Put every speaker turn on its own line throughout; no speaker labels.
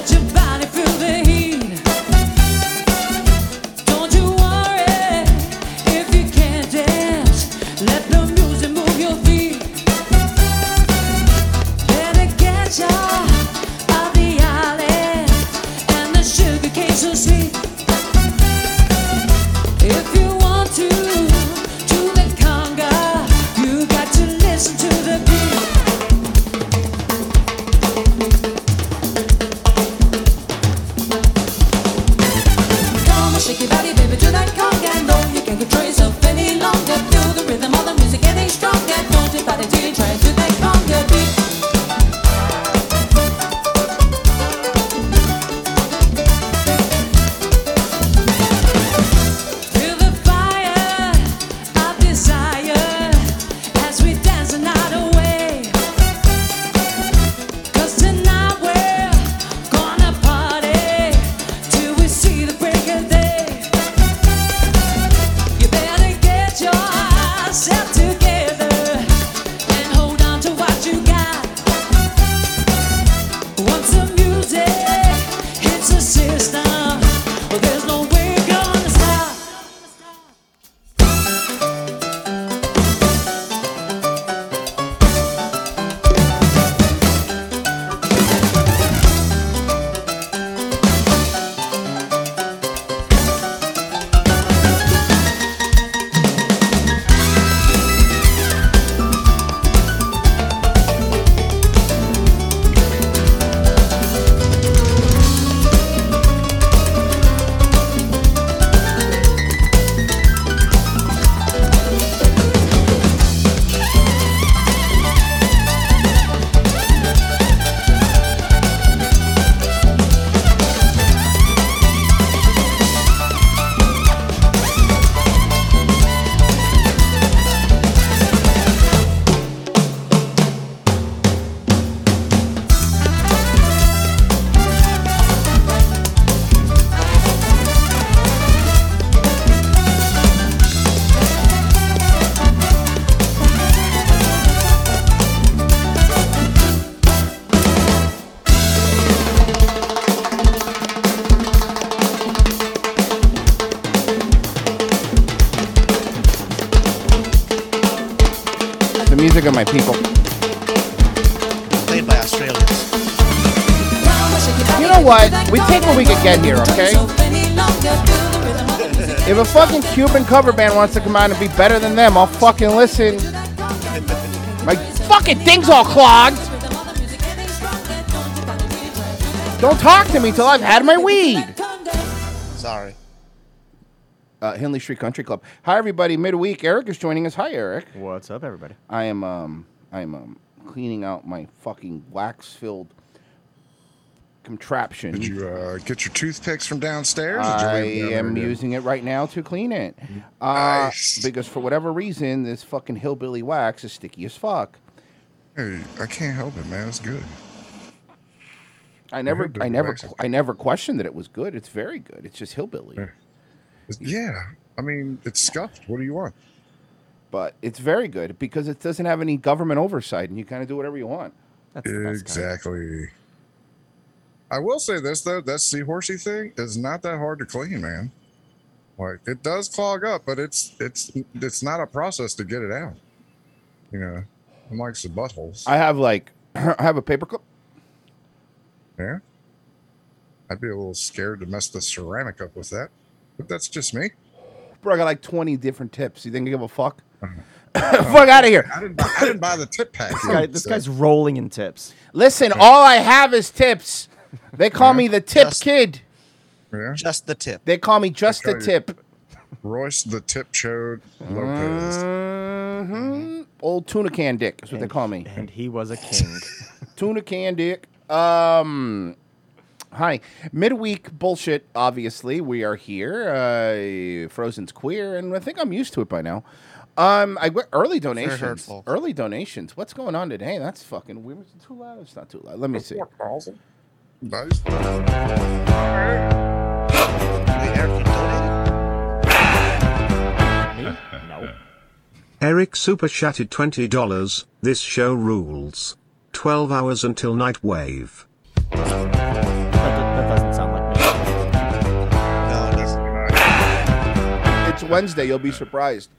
Johnny, feel the heat. Don't you worry if you can't dance. Let the music move your feet. Let it get you out the island and the sugar cane so sweet. If you want to to the conga, you got to listen to the beat. Come and shake your body, baby, to that conga. No, you can't control yourself any longer. Feel the rhythm of the music getting stronger. Don't you body till you try to that conga beat. Feel the fire of desire as we dance the night away. 'Cause tonight we're gonna party till we see the break of day. You better get yourself together and hold on to what you got. Once the music hits the system, well, there's no way gonna stop.
The music of my people.
Played by Australians.
You know what? We take what we can get here, okay?
If a fucking Cuban cover band wants to come out and be better than them, I'll fucking listen. My fucking thing's all clogged. Don't talk to me till I've had my weed.
Sorry.
Uh, Henley Street Country Club. Hi everybody. Midweek. Eric is joining us. Hi Eric.
What's up, everybody?
I am um I am um cleaning out my fucking wax filled contraption.
Did you uh, get your toothpicks from downstairs? Did you
I
leave them down
am
there?
using it right now to clean it. Uh,
Nice.
Because for whatever reason, this fucking hillbilly wax is sticky as fuck.
Hey, I can't help it, man. It's good.
I never,
heard
I
the
never,
wax is
I never questioned that it was good. It's very good. It's just hillbilly,
It's- yeah, I mean, it's scuffed. What do you want?
but it's very good because it doesn't have any government oversight, and you kind of do whatever you want.
That's the best kind.
Exactly. I will say this though, that seahorsey thing is not that hard to clean, man. Like it does clog up, but it's it's it's not a process to get it out. You know, unlike some buttholes.
I have like, I have a paperclip.
yeah, I'd be a little scared to mess the ceramic up with that, but that's just me.
Bro, I got like twenty different tips. You think I give a fuck? fuck out of here.
I didn't, I didn't buy the tip pack.
Uh-huh. This, guy, this guy's rolling in tips.
Listen, all I have is tips. They call me the tip
Just-
kid.
yeah.
Just the tip.
They call me just the
tell you.
tip.
Royce the Tip Chode Lopez.
hmm Old tuna can dick is what they call me.
And he was a king.
Tuna can dick. Um, hi, midweek bullshit. Obviously, we are here. Uh, Frozen's queer, and I think I'm used to it by now. Um, I went- early donations.
hurtful.
Early donations. What's going on today? That's fucking weird. Is it too loud? It's not too loud. Let me see.
Nice.
Wait, Eric, you donated?
Me? No.
Eric super chatted $20. This show rules. 12 hours until night wave.
That, that doesn't
Wednesday. You'll be surprised.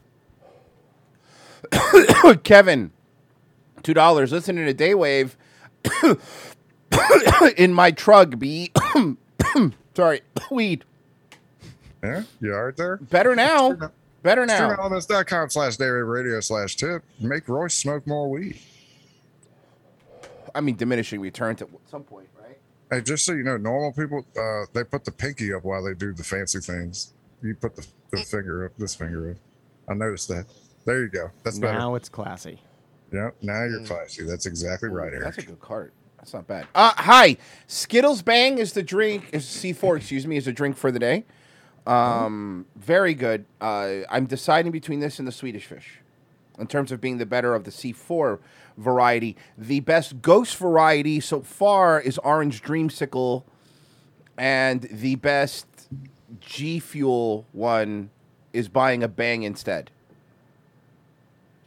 Kevin, two dollars. Listening to Daywave in my truck. Be sorry, weed.
Yeah, you all right there?
Better now. Better now.
Streamelements.com slash dairy radio slash tip. Make Royce smoke more weed.
I mean, diminishing returns at some point, right?
Hey, just so you know, normal people uh, they put the pinky up while they do the fancy things. You put the, the finger up, this finger up. I noticed that. There you go. That's better.
Now it's classy.
Yeah, now you're classy. That's exactly right, Eric.
Mm. That's a good cart. That's not bad. Uh, hi, Skittles Bang is the drink. Is C four? Excuse me, is the drink for the day. Um, very good. Uh, I'm deciding between this and the Swedish fish, in terms of being the better of the C four variety. The best ghost variety so far is Orange Dreamsicle, and the best G Fuel one is buying a Bang instead.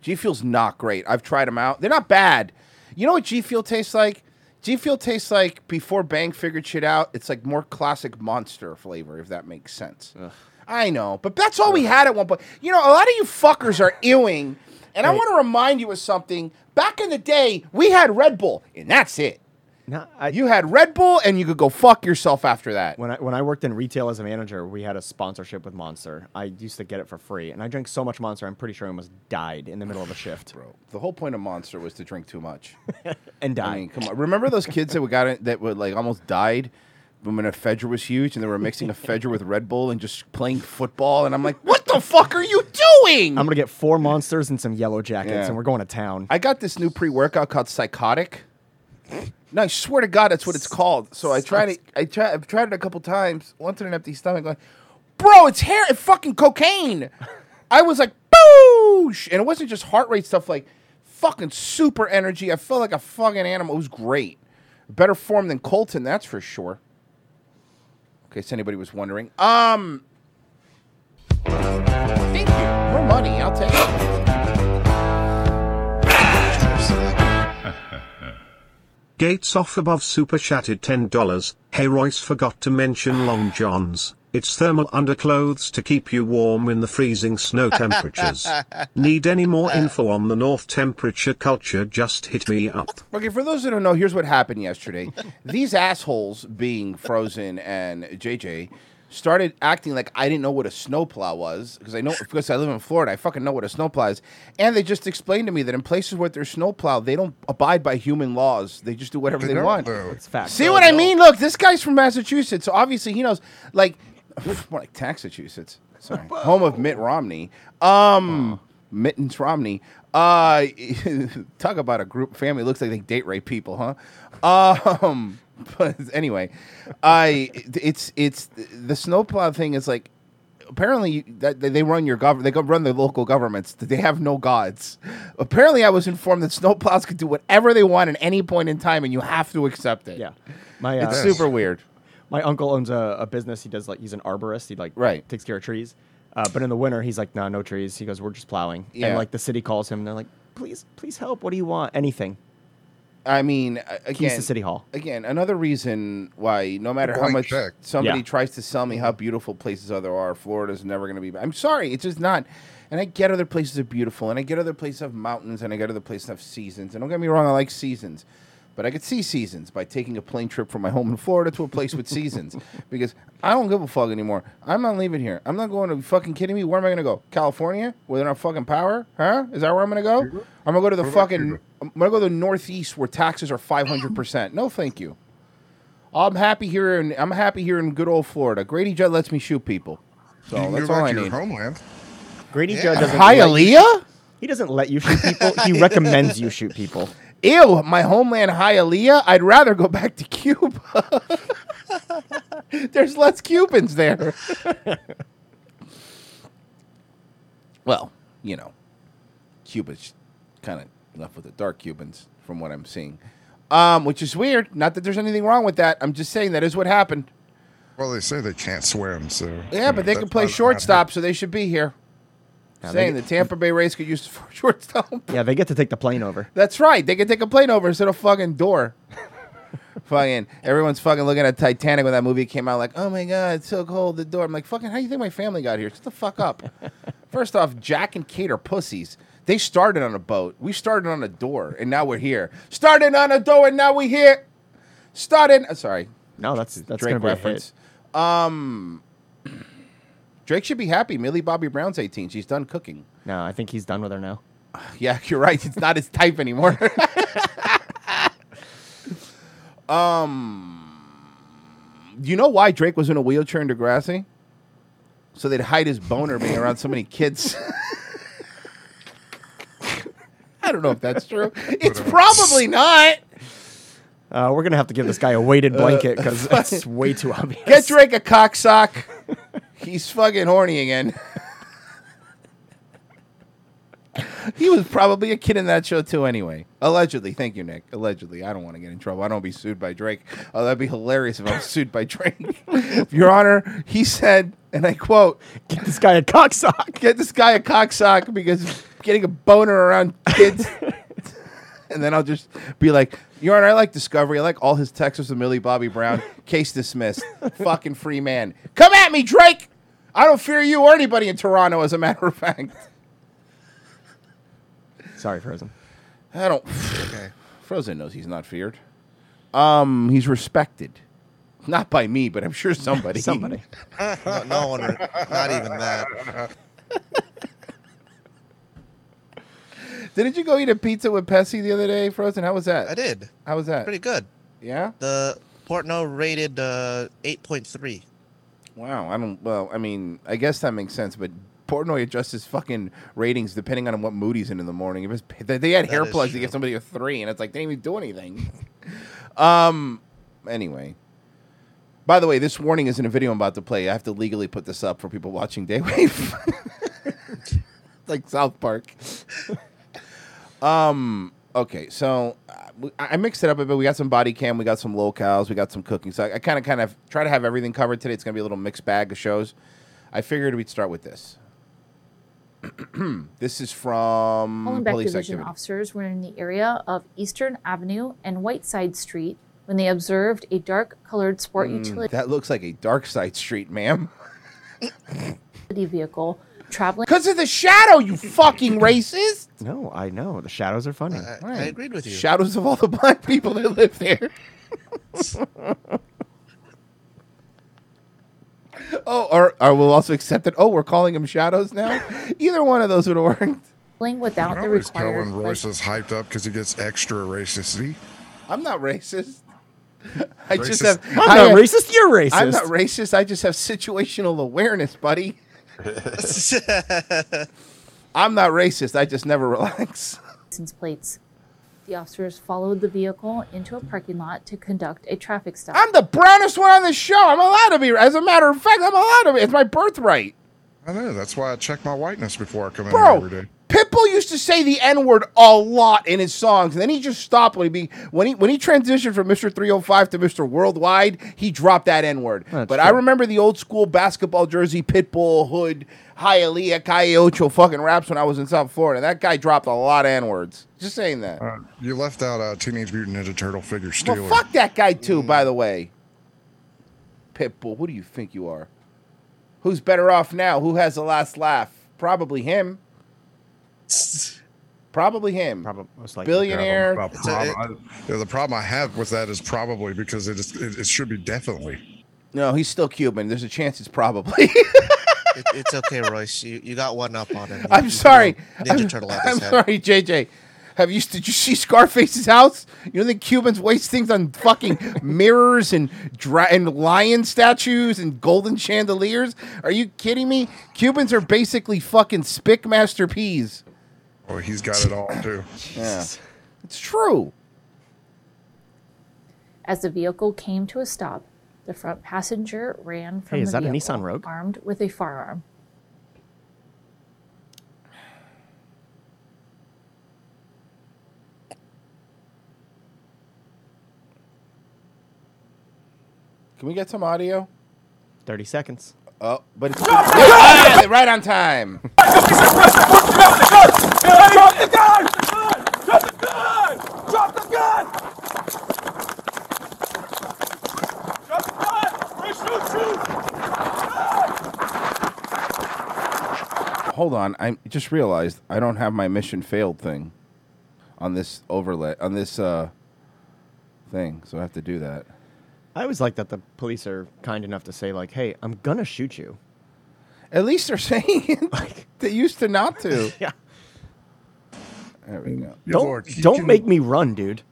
G Fuel's not great. I've tried them out. They're not bad. You know what G Fuel tastes like? G Fuel tastes like before Bang figured shit out. It's like more classic monster flavor, if that makes sense. I know, but that's all we had at one point. You know, a lot of you fuckers are ewing, and I want to remind you of something. Back in the day, we had Red Bull, and that's it.
No, I,
You had Red Bull, and you could go fuck yourself after that.
when I when I worked in retail as a manager, we had a sponsorship with Monster. I used to get it for free, and I drank so much Monster, I'm pretty sure I almost died in the middle of a shift. Bro.
The whole point of Monster was to drink too much.
And died.
I mean, come on. Remember those kids that we got in, that would like almost died when ephedra was huge and they were mixing ephedra with Red Bull and just playing football and I'm like, "What the fuck are you doing?"
I'm gonna get four monsters and some yellow jackets,
Yeah.
and we're going to town.
I got this new pre-workout called Psychotic. No, I swear to God, that's what it's called. So I tried it. I tried. I've tried it a couple times. Once in an empty stomach, going, bro, it's hair and fucking cocaine. I was like, boosh, and it wasn't just heart rate stuff. Like, fucking super energy. I felt like a fucking animal. It was great. Better form than Colton, that's for sure. In case anybody was wondering. Um, thank you. More money. I'll take it.
Gates off above super chatted $10. Hey Royce forgot to mention Long John's. It's thermal underclothes to keep you warm in the freezing snow temperatures. Need any more info on the North temperature culture? Just hit me up.
Okay, for those that don't know, here's what happened yesterday. These assholes, being Frozen and JJ, started acting like I didn't know what a snowplow was because I know because I live in Florida, I fucking know what a snowplow is. And they just explained to me that in places where there's snowplow, they don't abide by human laws. They just do whatever they,
don't,
want.
though.
It's fact.
See what I mean? Look, this guy's from Massachusetts, so obviously he knows. Like, more like Taxachusetts. Sorry, home of Mitt Romney. Um, Mittens Romney. Uh, talk about a group family. Looks like they date rape people, huh? Um, but anyway, I it's it's the snowplow thing is like apparently you- that they- they run your government. They go run their local governments. that They have no gods. Apparently, I was informed that snowplows could do whatever they want at any point in time, and you have to accept it.
Yeah, my uh,
it's super weird.
my uncle owns a, a business. He does like he's an arborist. He like
Right.
takes care of trees. Uh, but in the winter, he's like, no, no trees. He goes, we're just plowing.
Yeah.
And like the city calls him. And they're like, please, please help. What do you want? Anything.
I mean, a-
Keys
again,
to City Hall.
Again, another reason why no matter how
Blank
much
check.
somebody
Yeah.
tries to sell me how beautiful places other are, Florida's never going to be. I'm sorry, it's just not. And I get other places are beautiful, and I get other places have mountains, and I get other places have seasons. And don't get me wrong, I like seasons, but I could see seasons by taking a plane trip from my home in Florida to a place with seasons because I don't give a fuck anymore. I'm not leaving here. I'm not going to fucking kidding me. Where am I going to go? California, where they're not fucking power? Huh? Is that where I'm going to go? I'm gonna go to the
about
fucking.
Cuba?
I'm gonna go to the Northeast where taxes are 500. percent No, thank you. I'm happy here in I'm happy here in good old Florida. Grady Judd lets me shoot people, so
you
that's
move
all
back
I
to your
need.
homeland.
Grady
Yeah.
Judd doesn't.
Hi,
let-
Aaliyah.
he doesn't let you shoot people. He recommends you shoot people.
Ew, my homeland, hi, Aaliyah. I'd rather go back to Cuba. There's less Cubans there. well, you know, Cuba's kind of left with the dark Cubans, from what I'm seeing. Um, which is weird. Not that there's anything wrong with that. I'm just saying that is what happened.
Well, they say they can't swim, so
Yeah, but they
that's
can play
why they're not
shortstop, so they should be here.
Yeah, they
saying
get-
the Tampa Bay Rays could use shortstop.
Yeah, they get to take the plane over.
That's right. They can take a plane over instead of fucking door. fucking everyone's fucking looking at Titanic when that movie came out. Like, oh my god, it's so cold. The door. I'm like, fucking. How do you think my family got here? Shut the fuck up. First off, Jack and Kate are pussies. They started on a boat. We started on a door, and now we're here. Started on a door, and now we here. Started. uh, sorry.
No, that's that's
Drake
gonna be a hit.
reference. Um, Drake should be happy. Millie Bobby Brown's 18. She's done cooking.
No, I think he's done with her now.
Yeah, you're right. It's not his type anymore. um, you know why Drake was in a wheelchair in Degrassi? So they'd hide his boner being around so many kids. I don't know if that's true. It's probably not.
Uh, we're gonna have to give this guy a weighted
Uh,
blanket because it's way too obvious.
Get Drake a cocksock. He's fucking horny again. he was probably a kid in that show too, anyway. Allegedly, thank you, Nick. Allegedly, I don't want to get in trouble. I don't wanna be sued by Drake. Oh, that'd be hilarious if I was sued by Drake. Your Honor, he said, and I quote:
Get this guy a cocksock.
"Get this guy a cocksock because getting a boner around kids." and then I'll just be like, Your Honor, I like Discovery. I like all his texts with Millie Bobby Brown. Case dismissed. Fucking free man. Come at me, Drake. I don't fear you or anybody in Toronto, as a matter of fact.
Sorry, Frozen.
I don't.
Okay.
Frozen knows he's not feared. Um, he's respected. Not by me, but I'm sure somebody.
Somebody.
No, no one, re- not even that.
Didn't you go eat a pizza with Pessy the other day, Frozen? How was that?
I did.
How was that?
Pretty good.
yeah.
The Portno rated uh, 8.3.
Wow, I don't. Well, I mean, I guess that makes sense, but Portnoy adjusts his fucking ratings depending on what mood he's in in the morning. If it's, they, they had hair
is
plugs to
true.
give somebody a three, and it's like they didn't even do anything. um. Anyway, by the way, this warning isn't a video I'm about to play. I have to legally put this up for people watching Daywave, like South Park. um. Okay, so uh, we- I I mixed it up a bit. We got some body cam, we got some locales, we got some cooking. So I, I kind of, kind of try to have everything covered today. It's gonna be a little mixed bag of shows. I figured we'd start with this. this is from
Hollenbeck
police
Division
activity.
officers were in the area of Eastern Avenue and Whiteside Street when they observed a dark colored sport utility
Mm, That looks like a dark side street, ma'am.
vehicle traveling
Because of the shadow, you fucking racist.
No, I know the shadows are funny.
I, I
Right.
agreed with you.
Shadows of all the black people that live there. oh, or, or we'll also accept that. Oh, we're calling them shadows now. Either one of those would have worked.
without the
always tell
required
when Royce is hyped up because he gets extra racist. See?
I'm not racist. I just have.
Racist.
I'm
I
not
have-
racist. You're racist.
I'm not racist. I just have situational awareness, buddy. I'm not racist. I just never relax.
license plates. The officers followed the vehicle into a parking lot to conduct a traffic stop.
I'm the brownest one on the show. I'm allowed to be. As a matter of fact, I'm allowed to be. It's my birthright.
I know. That's why I check my whiteness before I come in
Bro,
here every day.
Pitbull used to say the N word a lot in his songs, and then he just stopped when he be, when he when he transitioned from Mr. 305 to Mr. Worldwide, he dropped that N word.
That's
But I
true.
remember the old school basketball jersey, Pitbull, Hood, Hialeah, Calle Ocho fucking raps when I was in South Florida. That guy dropped a lot of N words. Just saying that.
Uh, you left out uh, Teenage Mutant Ninja Turtle figure stealer.
Well, fuck that guy too, by
Mm.
the way. Pitbull, who do you think you are? Who's better off now? Who has the last laugh? Probably him. Probably him.
Probably most likely.
Billionaire.
Well,
a-
prob- I- yeah, the problem I have with that is probably because it, is, it, it should be definitely.
No, he's still Cuban. There's a chance it's probably.
It, it's okay, Royce. You, you got one up on him. You-
I'm
you threw
sorry.
Ninja
I'm,
Turtle at his
I'm
head.
sorry, JJ. Have you did you see Scarface's house? You know the Cubans waste things on fucking mirrors and dra- and lion statues and golden chandeliers. Are you kidding me? Cubans are basically fucking spick master peas.
Oh, he's got it all too.
Yeah. It's true.
As the vehicle came to a stop, the front passenger ran from
Hey, is
the
that a
vehicle,
Nissan Rogue?
armed with a firearm.
Can we get some audio?
Thirty seconds.
Oh, but it's Ah, right on time.
Drop the gun!
Hold on, I just realized I don't have my mission failed thing on this overlay on this uh, thing, so I have to do that.
I always like that the police are kind enough to say like, "Hey, I'm gonna shoot you."
At least they're saying it. they used to not to.
Yeah.
There we go.
Good
don't
Lord, you
don't
can-
make me run, dude.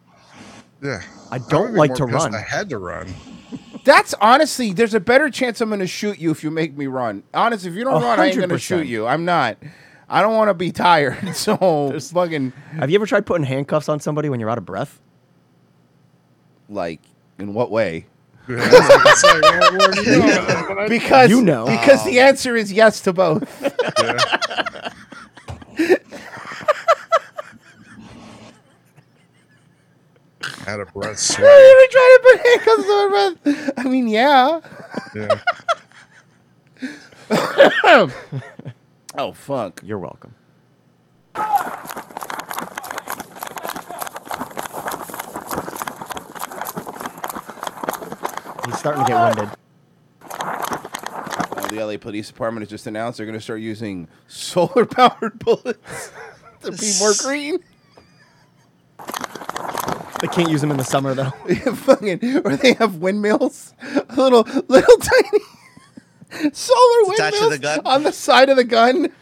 Yeah.
I
would've
don't
been
like
more
to
pissed
run.
I had to run.
That's honestly, there's a better chance I'm going to shoot you if you make me run. Honestly, if you don't
A
run, I ain't
hundred
going to shoot
percent.
you. I'm not. I don't want to be tired. So fucking
Have you ever tried putting handcuffs on somebody when you're out of breath?
like in what way?
Yeah, it's like, well, where you going?
Because
You know.
because the answer is yes to both.
Out of breath, sweaty.
You're trying to put handcuffs on my breath. I mean, yeah.
Yeah.
Oh fuck.
You're welcome. He's starting to get winded.
Uh, the LA Police Department has just announced they're going to start using solar powered bullets to be more green.
They can't use them in the summer though.
fucking or they have windmills, little little tiny solar
Attached to
windmills
the gun?
on the side of the gun.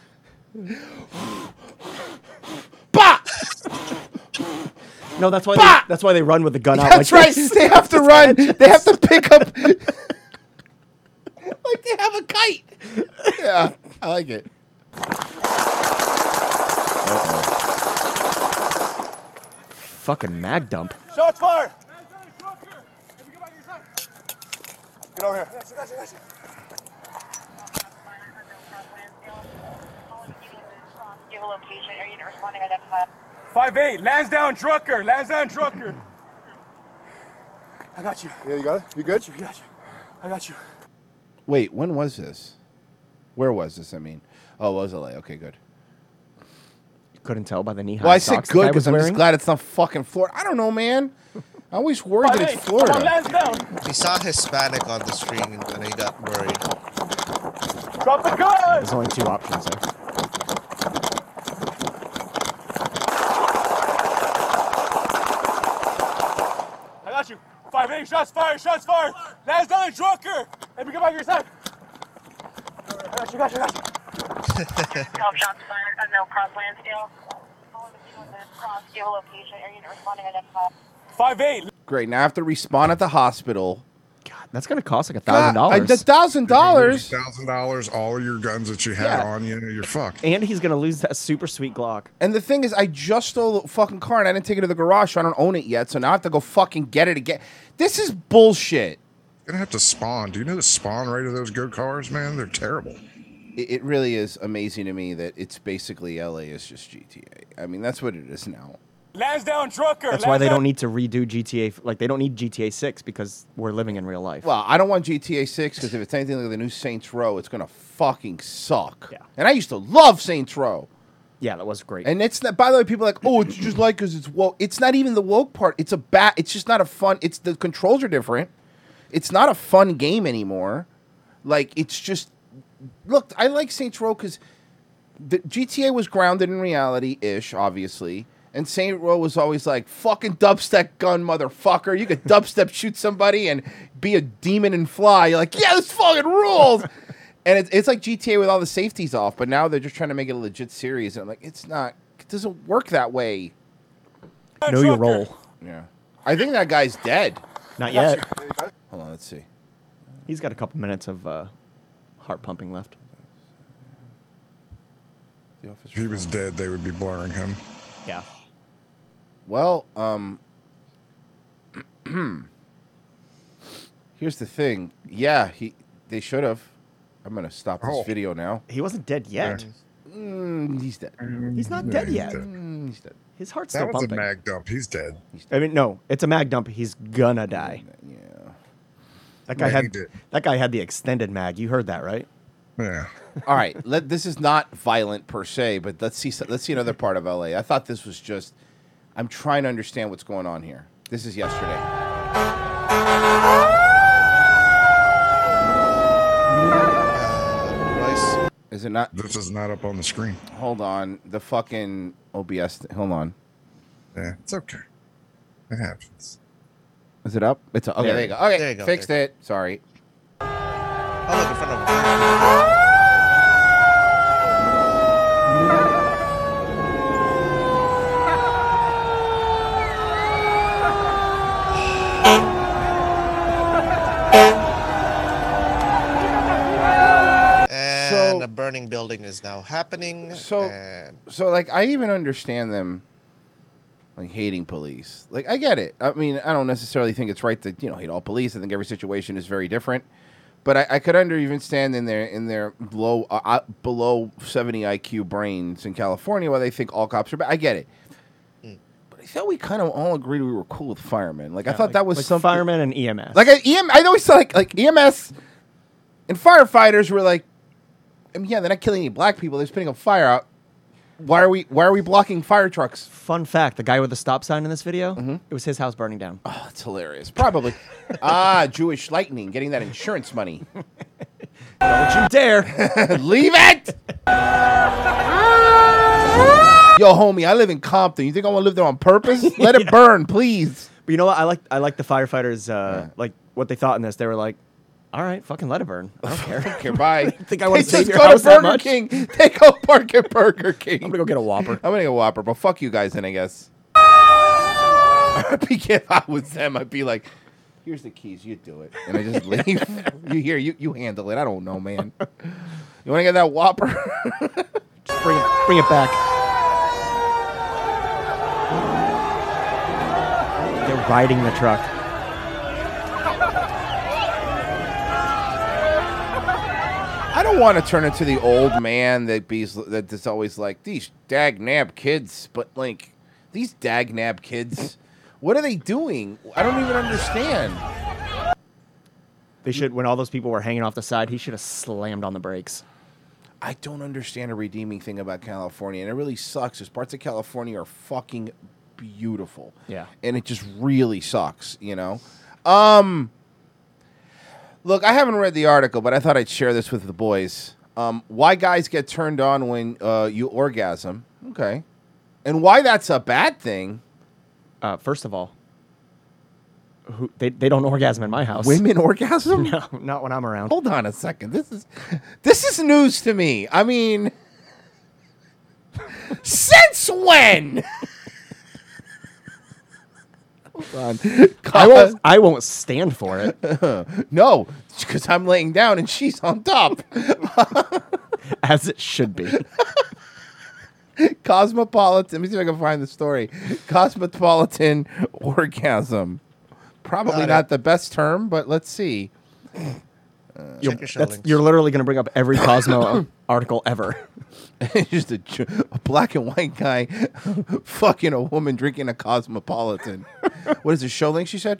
bah!
No, that's why.
Bah!
They, that's why they run with the gun out.
That's
like
right. They have to run. They have to pick up like they have a kite. Yeah, I like it.
Fucking mag dump.
Shots fired! Get over here.
Give a location, are you not responding at that time?
Five eight, Lansdowne Drucker, Lansdowne Drucker. I got you. Yeah, you got it. You good? You got you. I got you.
Wait, when was this? Where was this? I mean, oh, it was LA. Okay, good.
Couldn't tell by the knee high
Well, I said
socks
good
the guy
because
was
I'm
wearing.
just glad it's not fucking Florida. I don't know, man. I always worry that it's
Come on,
Florida.
Lansdowne.
He saw Hispanic on the screen and he got worried.
Drop the gun.
There's only two options there.
I got you. Five eight, shots fired, shots fired. Lansdowne Drucker. Let me get back your side. I got you, got you, got you.
Twelve Oh, shots fired, unknown cross Lansdale. Cross, give a location, are you not responding at that time?
Five eight.
Great. Now I have to respawn at the hospital.
God, that's gonna cost like a thousand dollars.
thousand dollars.
Thousand dollars, all your guns that you had
Yeah.
on you, you're fucked.
And he's gonna lose that super sweet Glock.
And the thing is, I just stole the fucking car and I didn't take it to the garage, so I don't own it yet. So now I have to go fucking get it again. This is bullshit.
Gonna have to spawn. Do you know the spawn rate of those good cars, man? They're terrible.
It, it really is amazing to me that it's basically LA is just GTA. I mean, that's what it is now.
Lansdowne Drucker.
That's why they don't need to redo GTA. f- Like they don't need GTA Six because we're living in real life.
Well, I don't want GTA 6 because if it's anything like the new Saints Row, it's gonna fucking suck.
Yeah.
And I used to love Saints Row.
yeah, that was great.
And it's not, by the way, people are like, oh, it's just like because it's woke. It's not even the woke part. It's a bat. It's just not a fun. It's the controls are different. It's not a fun game anymore. Like it's just look. I like Saints Row because the GTA was grounded in reality ish, obviously. And Saint Row was always like, fucking dubstep gun, motherfucker. You could dubstep shoot somebody and be a demon and fly. You're like, yeah, this fucking rules. and it's, it's like GTA with all the safeties off, but now they're just trying to make it a legit series. And I'm like, it's not, it doesn't work that way.
know your role.
Yeah. I think that guy's dead.
Not yet.
Hold on, let's see.
He's got a couple minutes of uh, heart pumping left.
The officer.
If he was dead, they would be blurring him.
Yeah.
Well, um, here's the thing. Yeah, he they should have. I'm gonna stop this
Oh.
video now.
He wasn't dead yet.
Mm, he's dead.
He's not dead
he's
yet.
dead.
Mm, he's dead.
His heart's
That
still
was
pumping.
a mag dump. He's dead.
I mean, no, it's a mag dump. He's gonna die.
Yeah.
That guy
Yeah, he
had
did.
that guy had the extended mag. You heard that, right?
Yeah.
All right. Let this is not violent per se, but let's see. so- Let's see another part of LA. I thought this was just. I'm trying to understand what's going on
Uh,
here. This is yesterday. Is it not?
This is not up on the screen.
Hold on. The fucking OBS. Hold on.
Yeah, it's okay. It happens.
Is it up? It's okay. There,
There
you go. Okay,
There you go,
fixed
there
it. Sorry.
Oh, look in front of her. And
So-
a burning building is now happening.
So-
and
So like, I even understand them, like hating police. Like, I get it. I mean, I don't necessarily think it's right to you know hate all police. I think every situation is very different. But I, I could under even stand in their in their low uh, uh, below seventy IQ brains in California why they think all cops are bad. I get it.
Mm.
But I thought we kind of all agreed we were cool with firemen. Like I thought that was
like
something.
firemen and E EMS.
Like I, EM, I always thought like, like EMS and firefighters were like, I mean, yeah, they're not killing any black people. They're just putting a fire out. Why are we Why are we blocking fire trucks?
Fun fact: the guy with the stop sign in this video, it was his house burning down.
Mm-hmm. Oh, that's hilarious. Probably. ah, Jewish lightning, getting that insurance money.
Don't you dare!
Leave it. Yo, homie, I live in Compton. You think I want to live there on purpose? Let it burn, please.
but you know what? I like I like the firefighters. Uh, Like what they thought in this, they were like, "All right, fucking let it burn. I don't care.
Okay, bye.
Think I wanna
They
save
just
your
go
house
to
that
Burger
much?
King. They go park at Burger King.
I'm gonna go get a Whopper."
I'm gonna go Whopper, but fuck you guys then, I guess. I'd be, if I was them, I'd be like, here's the keys, you do it. And I just leave. you here, you, you handle it. I don't know, man. You wanna get that Whopper?
Just bring it, bring it back. They're riding the truck.
I don't want to turn into the old man that be's that is always like these dagnab kids, but like these dagnab kids, what are they doing? I don't even understand.
They should. When all those people were hanging off the side, he should have slammed on the brakes.
I don't understand a redeeming thing about California, and it really sucks. Because parts of California are fucking beautiful.
Yeah.
and it just really sucks. You know. Um. Look, I haven't read the article, but I thought I'd share this with the boys. Um, why guys get turned on when uh, you orgasm? Okay, and why that's a bad thing.
Uh, first of all, who, they they don't orgasm in my house.
Women orgasm?
No, not when I'm around.
Hold on a second. This is this is news to me. I mean, since when? Hold on.
I won't. I won't stand for it.
No, because I'm laying down and she's on top.
as it should be.
Cosmopolitan. Let me see if I can find the story. Cosmopolitan orgasm. Probably
Got it. Uh,
not the best term, but let's see.
check your show
That's,
links.
you're literally going to bring up every Cosmo article ever.
Just a, ju- a black and white guy fucking a woman drinking a Cosmopolitan. what is this show link? She said.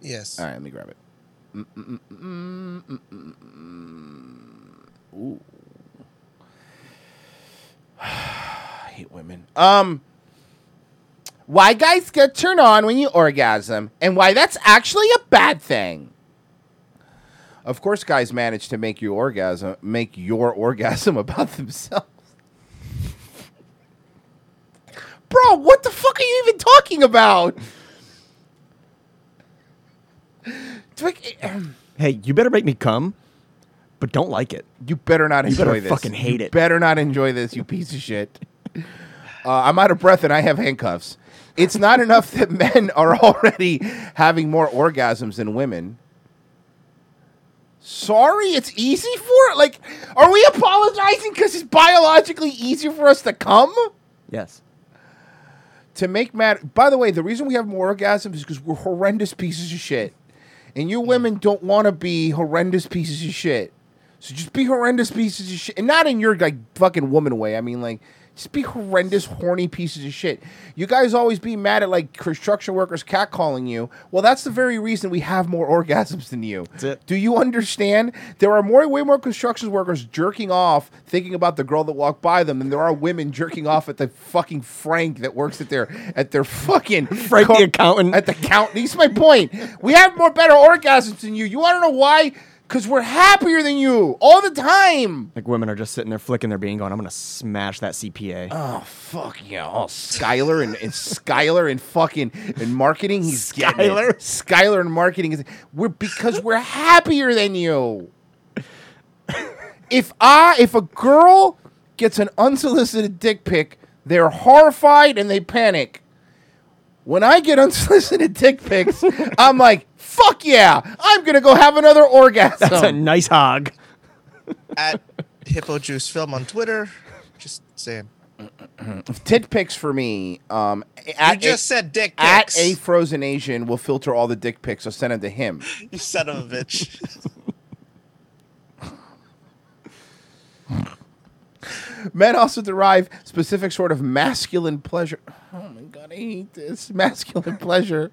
Yes.
All right, let me grab it. Mm, mm, Ooh. I hate women. Um, why guys get turned on when you orgasm, and why that's actually a bad thing. Of course, guys manage to make you orgasm, make your orgasm about themselves. Bro, what the fuck are you even talking about? Do I-
Hey, you better make me come, but don't like it.
You better not enjoy
better
this.
fucking hate
You
it.
Better not enjoy this, you piece of shit. Uh, I'm out of breath and I have handcuffs. It's not enough that men are already having more orgasms than women. Sorry, it's easy for like. Are we apologizing because it's biologically easier for us to come?
Yes.
to make matter. By the way, the reason we have more orgasms is because we're horrendous pieces of shit, and you women don't want to be horrendous pieces of shit. So just be horrendous pieces of shit, and not in your like fucking woman way. I mean, like just be horrendous, horny pieces of shit. You guys always be mad at like construction workers catcalling you. Well, that's the very reason we have more orgasms than you.
it.
Do you understand? There are more, way more construction workers jerking off thinking about the girl that walked by them than there are women jerking off at the fucking Frank that works at their at their fucking
Frank the accountant.
at the count. This is my point. We have more better orgasms than you. You want to know why? Because we're happier than you all the time.
Like women are just sitting there flicking their bean, going, "I'm gonna smash that CPA."
Oh fuck yeah! Oh Skyler and, and Skyler and fucking and marketing. He's Skyler. Skyler and marketing is we're because we're happier than you. If I if a girl gets an unsolicited dick pic, they're horrified and they panic. When I get unsolicited dick pics, I'm like, fuck yeah! I'm gonna go have another orgasm.
That's a nice hog.
At Hippo Juice Film on Twitter. Just saying.
Tit pics for me. Um, at
you just said dick
at
pics.
a frozen Asian will filter all the dick pics. So send them to him.
you son of a bitch.
Men also derive specific sort of masculine pleasure. Oh my god, I hate this masculine pleasure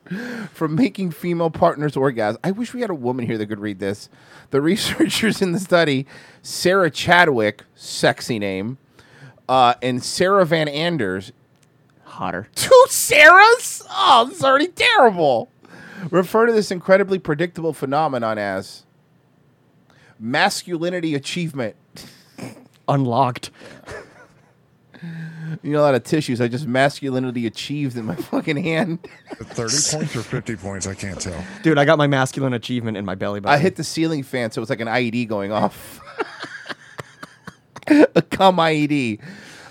from making female partners orgasm. I wish we had a woman here that could read this. The researchers in the study, Sarah Chadwick, sexy name, uh, and Sarah Van Anders,
Hotter.
two Sarahs? Oh, this is already terrible. Refer to this incredibly predictable phenomenon as masculinity achievement.
Unlocked.
You know, a lot of tissues. I just masculinity achieved in my fucking hand.
Thirty points or fifty points? I can't tell.
Dude, I got my masculine achievement in my belly button.
I hit the ceiling fan, so it was like an IED going off. a cum IED.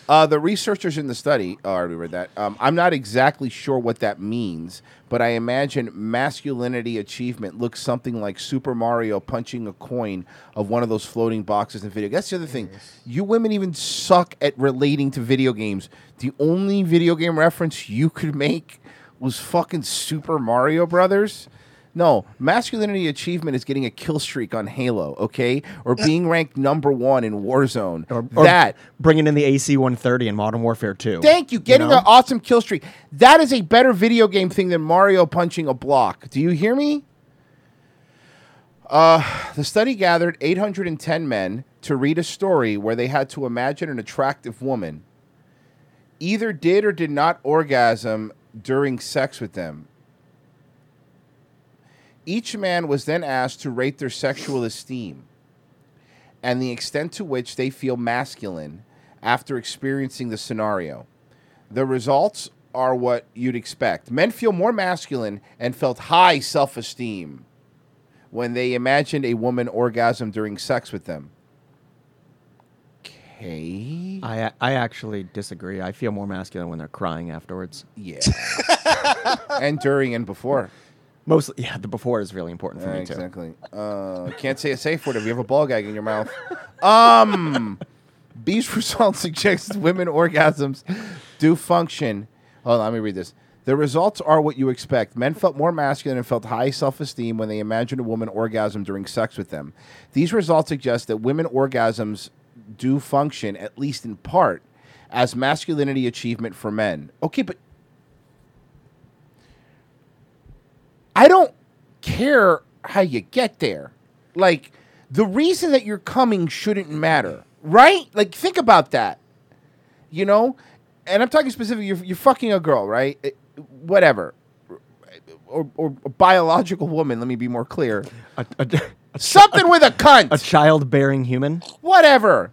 Uh, the researchers in the study, oh, I already read that. Um, I'm not exactly sure what that means, but I imagine masculinity achievement looks something like Super Mario punching a coin of one of those floating boxes in video. That's the other thing. You women even suck at relating to video games. The only video game reference you could make was fucking Super Mario Brothers. No, masculinity achievement is getting a kill streak on Halo, okay? Or being ranked number one in Warzone.
Or- or
that.
bringing in the AC-130 in Modern Warfare 2.
Thank you. Getting
know?
an awesome kill streak. That is a better video game thing than Mario punching a block. Do you hear me? Uh, the study gathered 810 men to read a story where they had to imagine an attractive woman either did or did not orgasm during sex with them. Each man was then asked to rate their sexual esteem and the extent to which they feel masculine after experiencing the scenario. The results are what you'd expect. Men feel more masculine and felt high self esteem when they imagined a woman orgasm during sex with them. Okay.
I, I actually disagree. I feel more masculine when they're crying afterwards.
Yeah. and during and before.
Mostly, yeah, the before is really important for
Yeah,
me, too.
exactly. Uh, can't say a safe word if you have a ball gag in your mouth. Um, these results suggest women orgasms do function. Hold on, let me read this. The results are what you expect. Men felt more masculine and felt high self esteem when they imagined a woman orgasm during sex with them. These results suggest that women orgasms do function, at least in part, as masculinity achievement for men. Okay, but I don't care how you get there. Like the reason that you're coming shouldn't matter, right? Like think about that. You know, and I'm talking specifically. You're, you're fucking a girl, right? It- whatever, or, or a biological woman. Let me be more clear.
A, a,
Something with a
a
cunt,
child-bearing human?
whatever.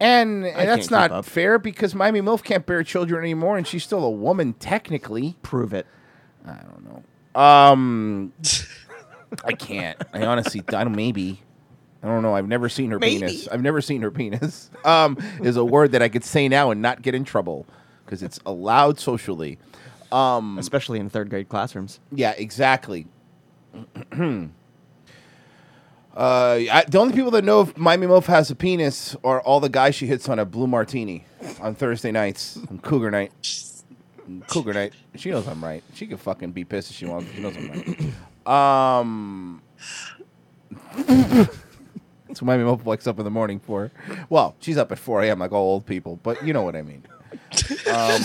And, and that's
keep
not
up.
fair because Miami Milf can't bear children anymore, and she's still a woman technically.
Prove it.
I don't know. Um, I can't. I honestly, I don't. Maybe. I don't know. I've never seen her penis. I've never seen her penis. Um, is a word that I could say now and not get in trouble because it's allowed socially. Um,
Especially in third-grade classrooms.
Yeah, exactly. uh, I, the only people that know if Miami Mof has a penis are all the guys she hits on a blue martini on Thursday nights, on Cougar night. Cougar night. She knows I'm right. She can fucking be pissed if she wants. She knows I'm right. Um, that's what Miami Mof wakes up in the morning for. Well, she's up at 4 a.m. like all old people, but you know what I mean. Um,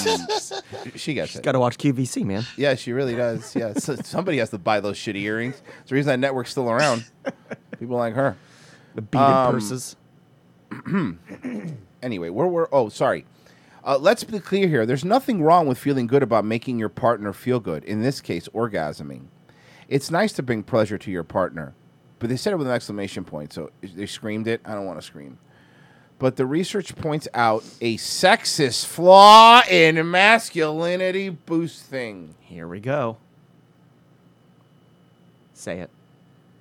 she gets it.
Got to watch QVC, man.
Yeah, she really does. Yeah, so somebody has to buy those shitty earrings. It's the reason that network's still around. People like her. Um,
The beaded purses.
Anyway, where were? Oh, sorry. Uh, let's be clear here. There's nothing wrong with feeling good about making your partner feel good. In this case, orgasming. It's nice to bring pleasure to your partner, but they said it with an exclamation point, so they screamed it. I don't want to scream. But the research points out a sexist flaw in masculinity boost thing.
Here we go. Say it.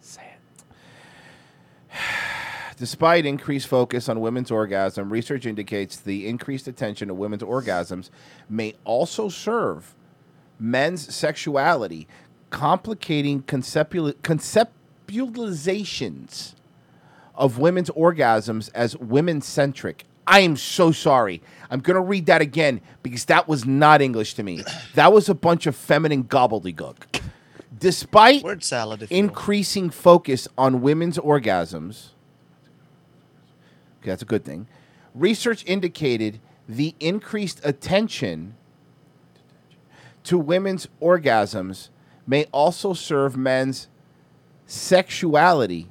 Say it.
Despite increased focus on women's orgasm, research indicates the increased attention to women's orgasms may also serve men's sexuality, complicating conceptual- conceptualizations of women's orgasms as women centric. I am so sorry. I'm going to read that again because that was not English to me. That was a bunch of feminine gobbledygook. Despite
Word salad. If you will.
increasing focus on women's orgasms. Okay, that's a good thing. Research indicated the increased attention to women's orgasms may also serve men's sexuality.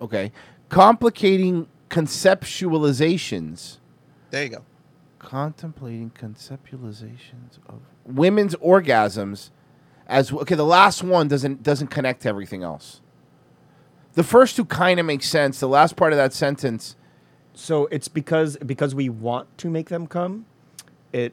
Okay, complicating conceptualizations
there you go.
contemplating conceptualizations of women's orgasms as okay the last one doesn't doesn't connect to everything else the first two kind of make sense the last part of that sentence
So it's because because we want to make them come. It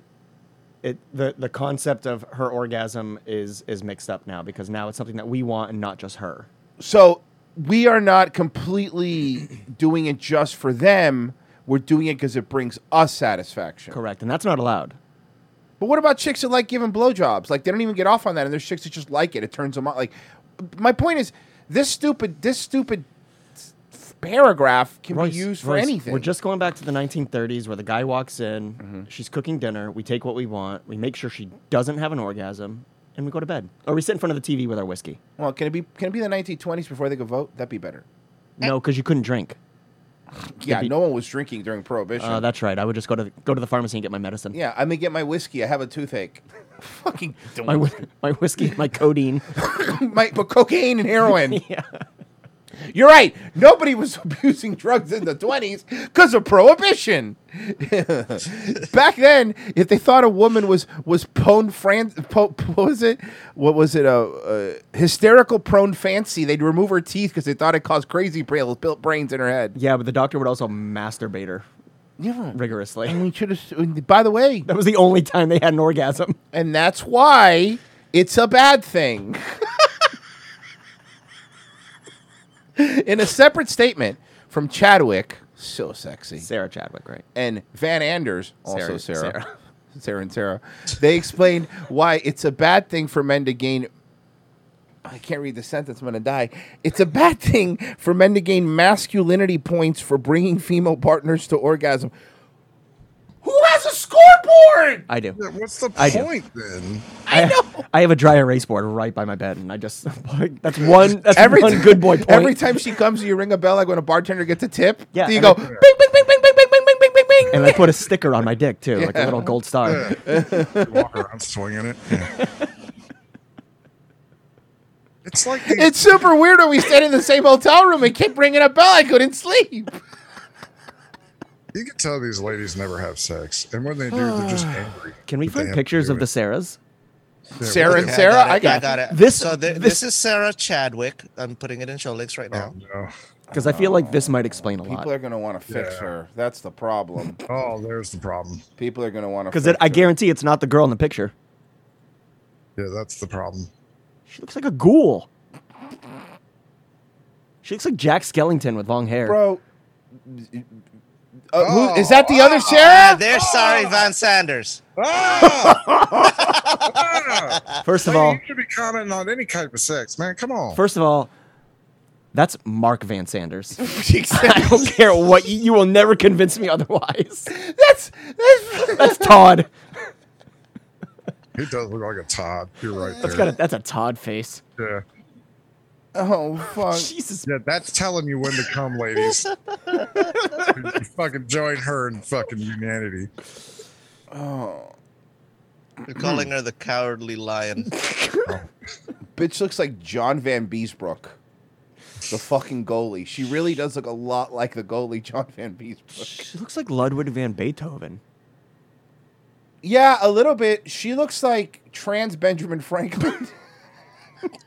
it the the concept of her orgasm is is mixed up now because now it's something that we want and not just her.
so we are not completely doing it just for them we're doing it because it brings us satisfaction
Correct, and that's not allowed.
but what about chicks that like giving blowjobs like they don't even get off on that and there's chicks that just like it it turns them on like my point is this stupid this stupid s- paragraph can
Royce,
be used for
Royce,
anything
We're just going back to the 1930s where the guy walks in, she's cooking dinner, we take what we want, we make sure she doesn't have an orgasm, and we go to bed. Or we sit in front of the TV with our whiskey.
Well, can it be can it be the 1920s before they could vote? That'd be better. Eh.
No, because you couldn't drink.
Yeah,
be-
no one was drinking during Prohibition.
Uh, that's right. I would just go to the, go to the pharmacy and get my medicine.
yeah, I'm gonna get my whiskey. I have a toothache. Fucking don't.
My, whi- my whiskey, my codeine.
my, but cocaine and heroin.
yeah.
You're right. Nobody was abusing drugs in the 20s because of prohibition. Back then, if they thought a woman was was prone fran- po- what was it? What was it? A uh, hysterical prone fancy. They'd remove her teeth because they thought it caused crazy bra- brains in her head.
Yeah, but the doctor would also masturbate her rigorously.
And we should have. By the way,
That was the only time they had an orgasm.
and that's why it's a bad thing. In a separate statement from Chadwick, so sexy,
Sarah Chadwick, right?
and Van Anders, also
Sarah-
Sarah, Sarah,
Sarah.
and Sarah, they explained why it's a bad thing for men to gain. I can't read the sentence. I'm gonna die. It's a bad thing for men to gain masculinity points for bringing female partners to orgasm. Who has a scoreboard?
I do.
Yeah, What's the
I do.
point then?
I know.
I have a dry erase board right by my bed, and I just like, that's one that's
Every
one
ti-
good boy point.
Every time she comes, you ring a bell like when a bartender gets a tip.
Yeah,
Do you
and
go
I-
bing, bing, bing, bing, bing, bing, bing, bing, bing, bing,
and I put a sticker on my dick too, like a little gold star.
Walk around swinging it. Yeah. It's like the,
It's super weird when we stayed in the same hotel room and kept ringing a bell. I couldn't sleep.
you can tell these ladies never have sex, and when they do, they're just angry.
Can we
that they
find
have to
pictures
do
of
it.
the Sarahs?
Yeah,
Sarah
really.
and
Yeah,
Sarah, I got,
I got it.
This-
So thi-
this-
this is Sarah Chadwick. I'm putting it in show links right now.
Oh, no.
Because I feel like this might explain a
People
lot.
are gonna want to fix
Yeah.
her. That's the problem.
oh, there's the problem.
People are gonna want to.
Because I guarantee it's not the girl in the picture.
Yeah, that's the problem.
She looks like a ghoul. She looks like Jack Skellington with long hair.
bro. Uh, who, is that the other Sarah?
Ah, They're sorry, Van Sanders.
First of
Hey,
all,
you should be commenting on any type of sex, man. Come
Oh.
on.
first of all, that's Mark Van Sanders. I don't care what you, you will never convince me otherwise.
that's that's
That's Todd.
he does look like a Todd. You're right
That's got
there.
a, that's a Todd face.
yeah.
oh fuck.
Jesus.
yeah, that's telling you when to come, ladies. You fucking join her in fucking humanity.
Oh.
Oh,
You're calling her the cowardly lion.
bitch looks like John Van Beesbrook, the fucking goalie. She really does look a lot like the goalie John Van Beesbrook.
She looks like Ludwig van Beethoven.
Yeah, a little bit. She looks like trans Benjamin Franklin.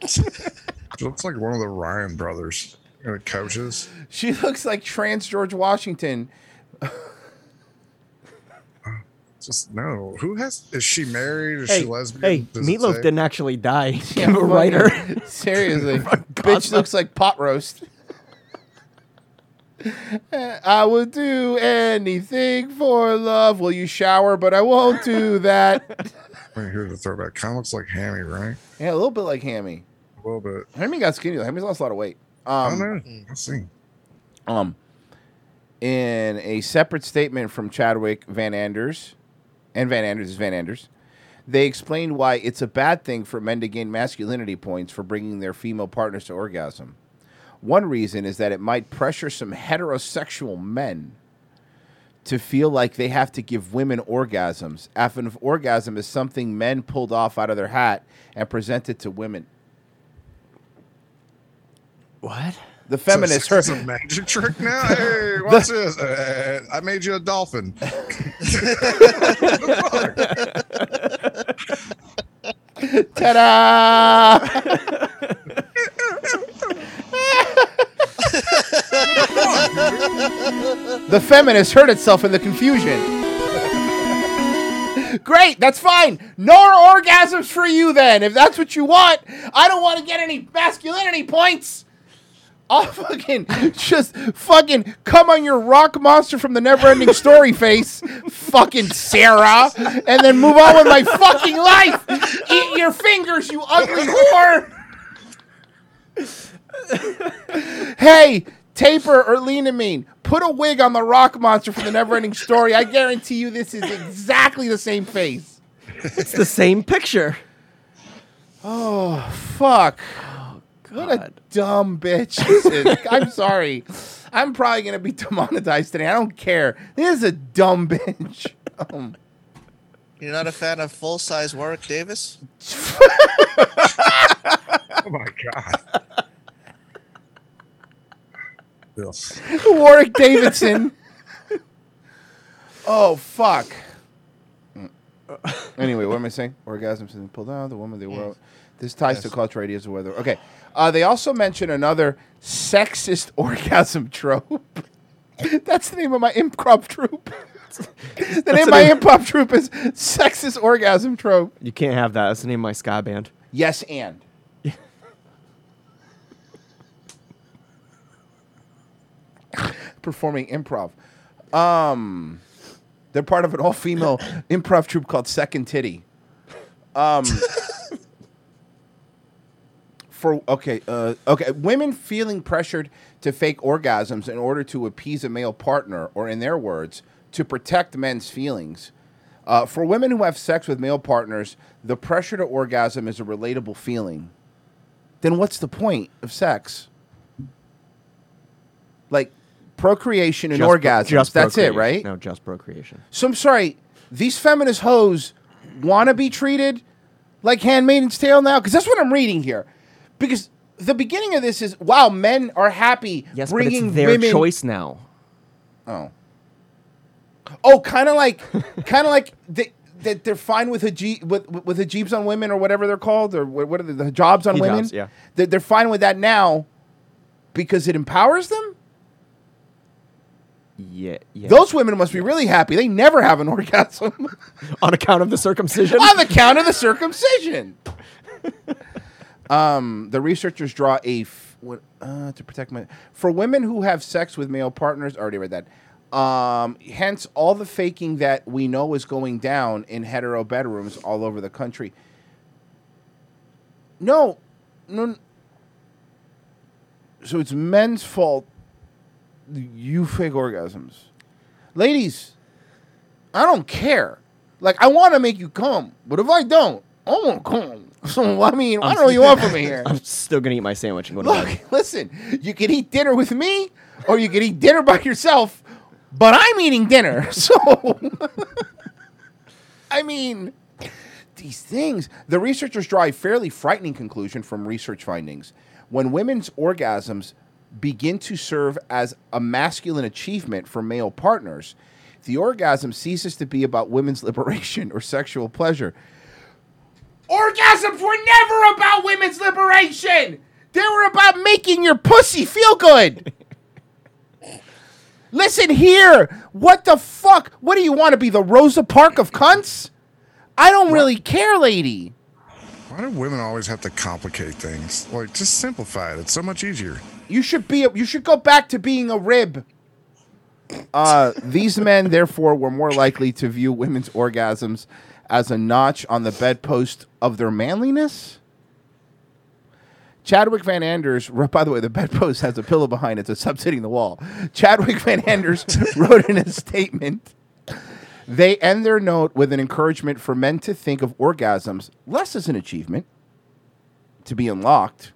She looks like one of the Ryan brothers. You know, coaches.
She looks like trans George Washington.
Just no. Who has? Is she married? Is
Hey,
she lesbian?
hey
Does it
Meatloaf
say?
didn't actually die. He
Yeah,
a writer.
fucking- Seriously. Bitch looks like pot roast. Eh, I would do anything for love. Will you shower? But I won't do that.
Wait, here's the throwback. Kind of looks like Hammy, right?
yeah, a little bit like Hammy.
A little bit.
Hammy got skinny. though. Hammy's lost a lot of weight.
I don't
Um,
know. Let's see.
um, in a separate statement from Chadwick Van Anders, and Van Anders is Van Anders, they explained why it's a bad thing for men to gain masculinity points for bringing their female partners to orgasm. One reason is that it might pressure some heterosexual men to feel like they have to give women orgasms, after if orgasm is something men pulled off out of their hat and presented to women.
what?
The feminist,
So
her,
it's a magic trick now. Hey, watch this. Uh, I made you a dolphin.
Ta-da! the feminist hurt itself in the confusion. Great, that's fine. No orgasms for you then, if that's what you want. I don't want to get any masculinity points. I'll fucking just fucking come on your rock monster from the never ending story face, fucking Sarah, and then move on with my fucking life. Eat your fingers, you ugly whore. hey, taper or leonamine, put a wig on the rock monster from the never ending story. I guarantee you this is exactly the same face.
It's the same picture.
Oh, Fuck. What a
God.
dumb bitch. this is. I'm sorry. I'm probably going to be demonetized today. I don't care. This is a dumb bitch. Um,
You're not a fan of full size Warwick Davis?
Oh my god. Yes.
Warwick Davidson. oh, fuck. Mm. Anyway, what am I saying? Orgasms and pulled out, the woman, the world. This ties to culture ideas of weather. Okay. Uh, they also mention another sexist orgasm trope. That's the name of my improv troupe. the name of my
name-
improv troupe is sexist orgasm trope.
You can't have that. That's the name of my ska band.
Yes, and. Performing improv. Um, they're part of an all female improv troupe called Second Titty. Um, for okay, uh, okay, women feeling pressured to fake orgasms in order to appease a male partner, or in their words, to protect men's feelings. Uh, for women who have sex with male partners, the pressure to orgasm is a relatable feeling. Then what's the point of sex? Like procreation and
Just pro-
orgasms.
just
that's it,
procreation.
right?
No, just procreation.
So I'm sorry, these feminist hoes want to be treated like Handmaiden's Tale now? Because that's what I'm reading here. Because the beginning of this is wow, men are happy
Yes,
bringing
but it's their
women.
choice now.
Oh, oh, kind of like, kind of like they, that they're fine with hijab with with hijabs on women or whatever they're called or what, what are the, the jobs on women?
Hijabs, yeah.
they're, they're fine with that now because it empowers them.
Yeah, yeah.
Those women must be really happy. They never have an orgasm.
on account of the circumcision.
on account of the circumcision. um, the researchers draw a f- what, uh, to protect my for women who have sex with male partners. I already read that. Um, hence, all the faking that we know is going down in hetero bedrooms all over the country. No, no. n- So it's men's fault. You fake orgasms, ladies. I don't care. Like I want to make you come, but if I don't, I won't come. So I mean, I don't know what you want from me here.
I'm still gonna eat my sandwich and go to bed.
Look, listen. You can eat dinner with me, or you can eat dinner by yourself. But I'm eating dinner, so I mean, these things. The researchers draw a fairly frightening conclusion from research findings. When women's orgasms begin to serve as a masculine achievement for male partners, the orgasm ceases to be about women's liberation or sexual pleasure. Orgasms were never about women's liberation. They were about making your pussy feel good. Listen here. What the fuck? What do you want to be the Rosa Park of cunts? I don't really care, lady.
Why do women always have to complicate things? Like, just simplify it. It's so much easier.
You should be. A, you should go back to being a rib. Uh, these men, therefore, were more likely to view women's orgasms as a notch on the bedpost of their manliness. Chadwick Van Anders, wrote- by the way, the bedpost has a pillow behind it that's substituting the wall. Chadwick Van Anders wrote in a statement they end their note with an encouragement for men to think of orgasms less as an achievement to be unlocked.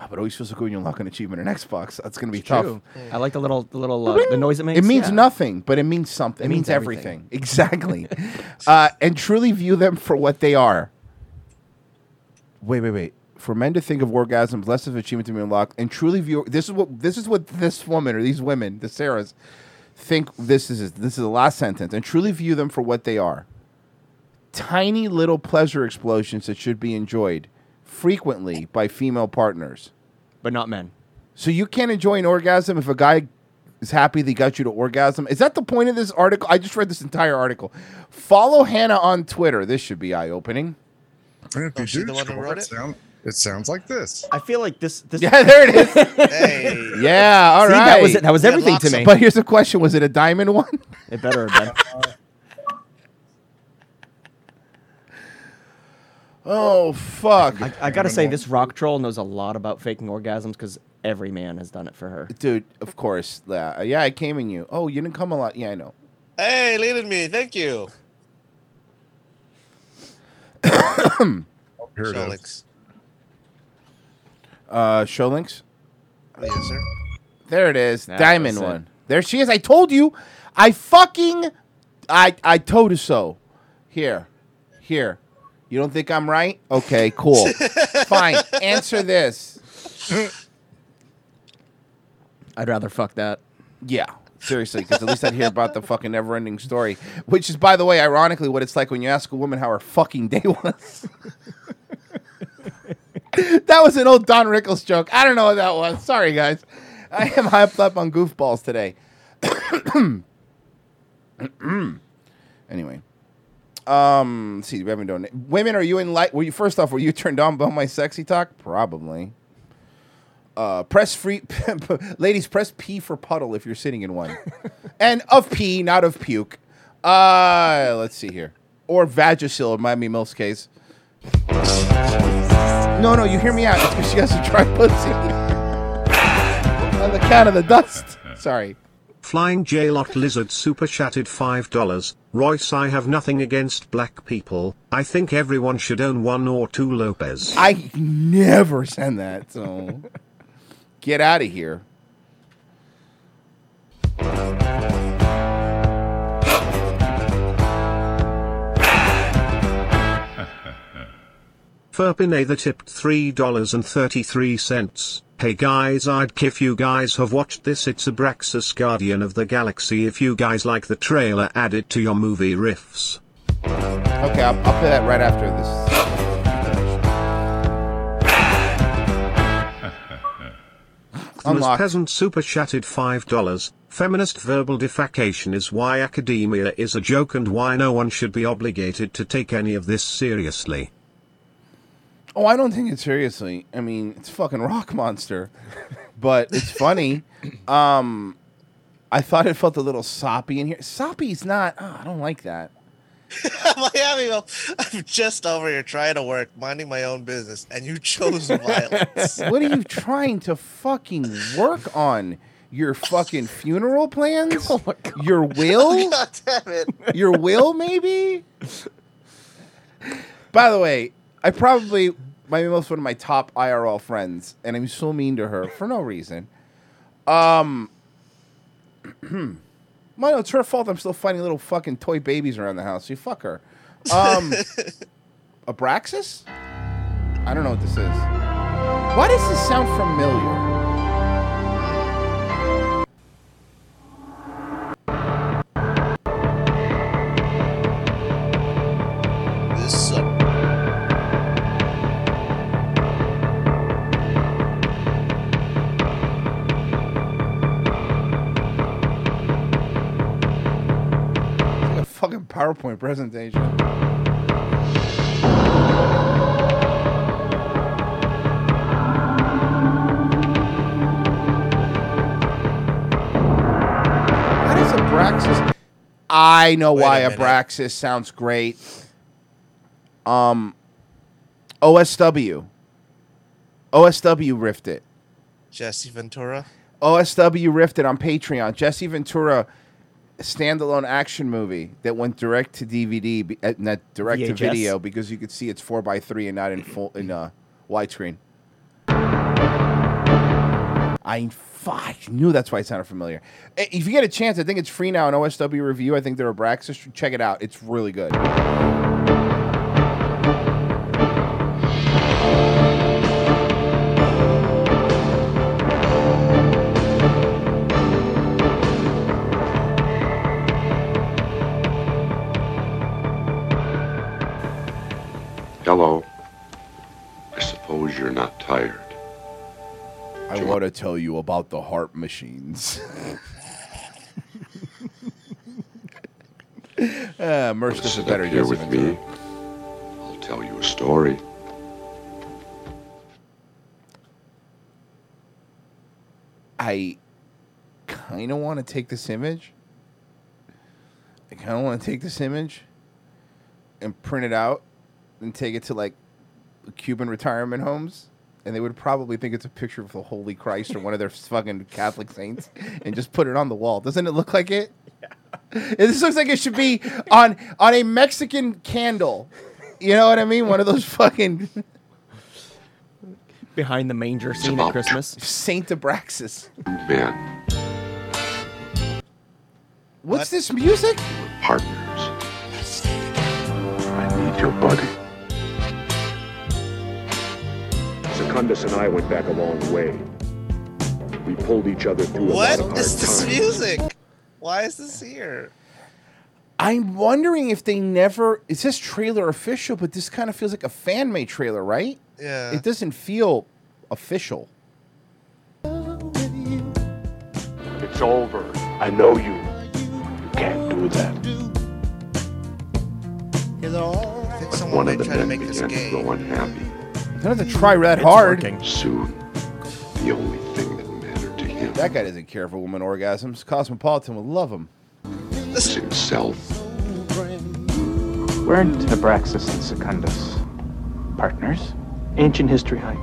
Ah, But always feels like when you unlock an achievement in Xbox, that's going to be tough.
True. I like the little, the little, uh, the noise it makes.
It means
Yeah.
nothing, but it means something. It, means,
means
everything.
everything.
Exactly. uh, and truly view them for what they are. Wait, wait, wait. For men to think of orgasms less of achievement to be unlocked, and truly view this is what this is what this woman or these women, the Sarahs, think this is this is the last sentence, and truly view them for what they are. Tiny little pleasure explosions that should be enjoyed frequently by female partners.
but not men.
So you can't enjoy an orgasm if a guy is happy they got you to orgasm. Is that the point of this article? I just read this entire article. Follow Hannah on Twitter. This should be eye opening.
And if
Oh, she
you
the
do,
one who
scroll,
wrote
it,
it?
sound- it sounds like this.
I feel like this. This.
Yeah, there it is.
Hey.
Yeah, all right.
See, that was it. That was
Yeah,
everything to
lots
me.
of-
But here's the question: Was it a diamond one?
it better have been.
Oh fuck,
I, I gotta say, this rock troll knows a lot about faking orgasms because every man has done it for her.
dude! Of course. Yeah, yeah, I came in you. Oh, you didn't come a lot. Yeah, I know.
Hey, leading me. Thank you.
Here it is.
Jolix.
Uh, show links.
Oh, Yes, sir.
There it is.
That
Diamond
was it.
one. There she is. I told you. I fucking I I told you so. Here. Here. You don't think I'm right? Okay, cool. Fine. Answer this.
I'd rather fuck that.
Yeah. Seriously, because at least I'd hear about the fucking never ending story. Which is by the way, ironically, what it's like when you ask a woman how her fucking day was. that was an old Don Rickles joke. I don't know what that was. Sorry guys. I am hyped up on goofballs today. Anyway, um, let's see, we haven't done it. Women, are you in light? Were you first off? Were you turned on by my sexy talk? Probably. Uh, press free, ladies. Press P for puddle if you're sitting in one, and of pee, not of puke. Uh, let's see here, or Vagisil in Miami Mills case. No, no, you hear me out. It's because she has to try pussy on the count of the dust. Sorry.
Flying J Lot Lizard super chatted $5. Royce, I have nothing against black people. I think everyone should own one or two Lopez.
I never send that. So get out of here.
Furpine the tipped $3.33. Hey guys, I'd kiff you guys have watched this. It's Abraxas Guardian of the Galaxy. If you guys like the trailer, add it to your movie riffs.
Okay, I'll, I'll play that right after this.
Thomas
Unlocked.
Peasant super chatted $5. Feminist verbal defecation is why academia is a joke and why no one should be obligated to take any of this seriously.
Oh, I don't take it seriously. I mean, it's fucking Rock Monster, but it's funny. Um, I thought it felt a little soppy in here. Soppy's not. Oh, I don't like that.
Miami, well, I'm just over here trying to work, minding my own business, and you chose violence.
What are you trying to fucking work on? Your fucking funeral plans? Your will?
God damn it.
your will maybe by the way i probably my most one of my top irl friends and i'm so mean to her for no reason um well, no, it's her fault i'm still finding little fucking toy babies around the house you fuck her um abraxas i don't know what this is why does this sound familiar
This uh, is a
PowerPoint presentation. How does Abraxas? I know
Wait a
why
minute.
Abraxas sounds great. Um, OSW. OSW riffed it.
Jesse Ventura.
OSW riffed it on Patreon. Jesse Ventura standalone action movie that went direct to DVD, be- uh, not direct to
VHS.
video, because you could see it's four by three and not in full in uh, widescreen. I fuck knew that's why it sounded familiar. Eh, If you get a chance, I think it's free now on OSW review. I think they're Abraxas. Check it out. It's really good.
Hello. I suppose you're not tired.
I want to tell you about the harp machines. uh, Merch does a
Sit
better
up here
Jesse
with
Ventura.
me. I'll tell you a story.
I kind of want to take this image. I kind of want to take this image and print it out and take it to like Cuban retirement homes. And they would probably think it's a picture of the Holy Christ or one of their fucking Catholic saints and just put it on the wall. Doesn't it look like it? This looks like it should be on on a Mexican candle. You know what I mean? One of those fucking
behind the manger scene
about-
at Christmas.
Saint Abraxas.
Men
What's
What?
this music?
were partners. I need your body.
Secundus and I went back a long way. We pulled each other through
What
a lot of
is
hard
this
times.
music? Why is this here?
I'm wondering if they never. It says trailer official, but this kind of feels like a fan made trailer, right?
Uh.
Yeah.
It doesn't feel official.
It's over. I know you. You can't do that.
I think
But
someone
one of
might
the
try to
men
make this
began to
game.
grow unhappy.
You don't have to try that hard.
Soon, the only thing that mattered to him
That guy doesn't care for woman orgasms. Cosmopolitan would love him.
was himself.
Weren't Abraxas and Secundus partners? Ancient history height.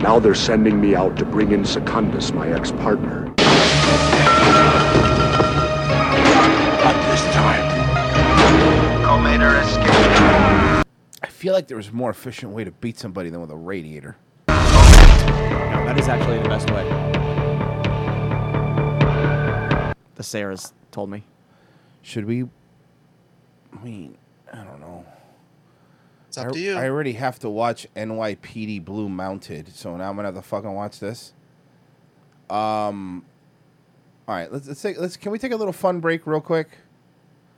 Now they're sending me out to bring in Secundus, my ex-partner. Not this time.
I feel like there was a more efficient way to beat somebody than with a radiator.
No, that is actually the best way. The Sarahs told me.
Should we? I mean, I don't know.
It's up
I,
to you.
I already have to watch NYPD Blue Mounted, so now I'm gonna have to fucking watch this. Um. All right, let's let's take let's can we take a little fun break real quick?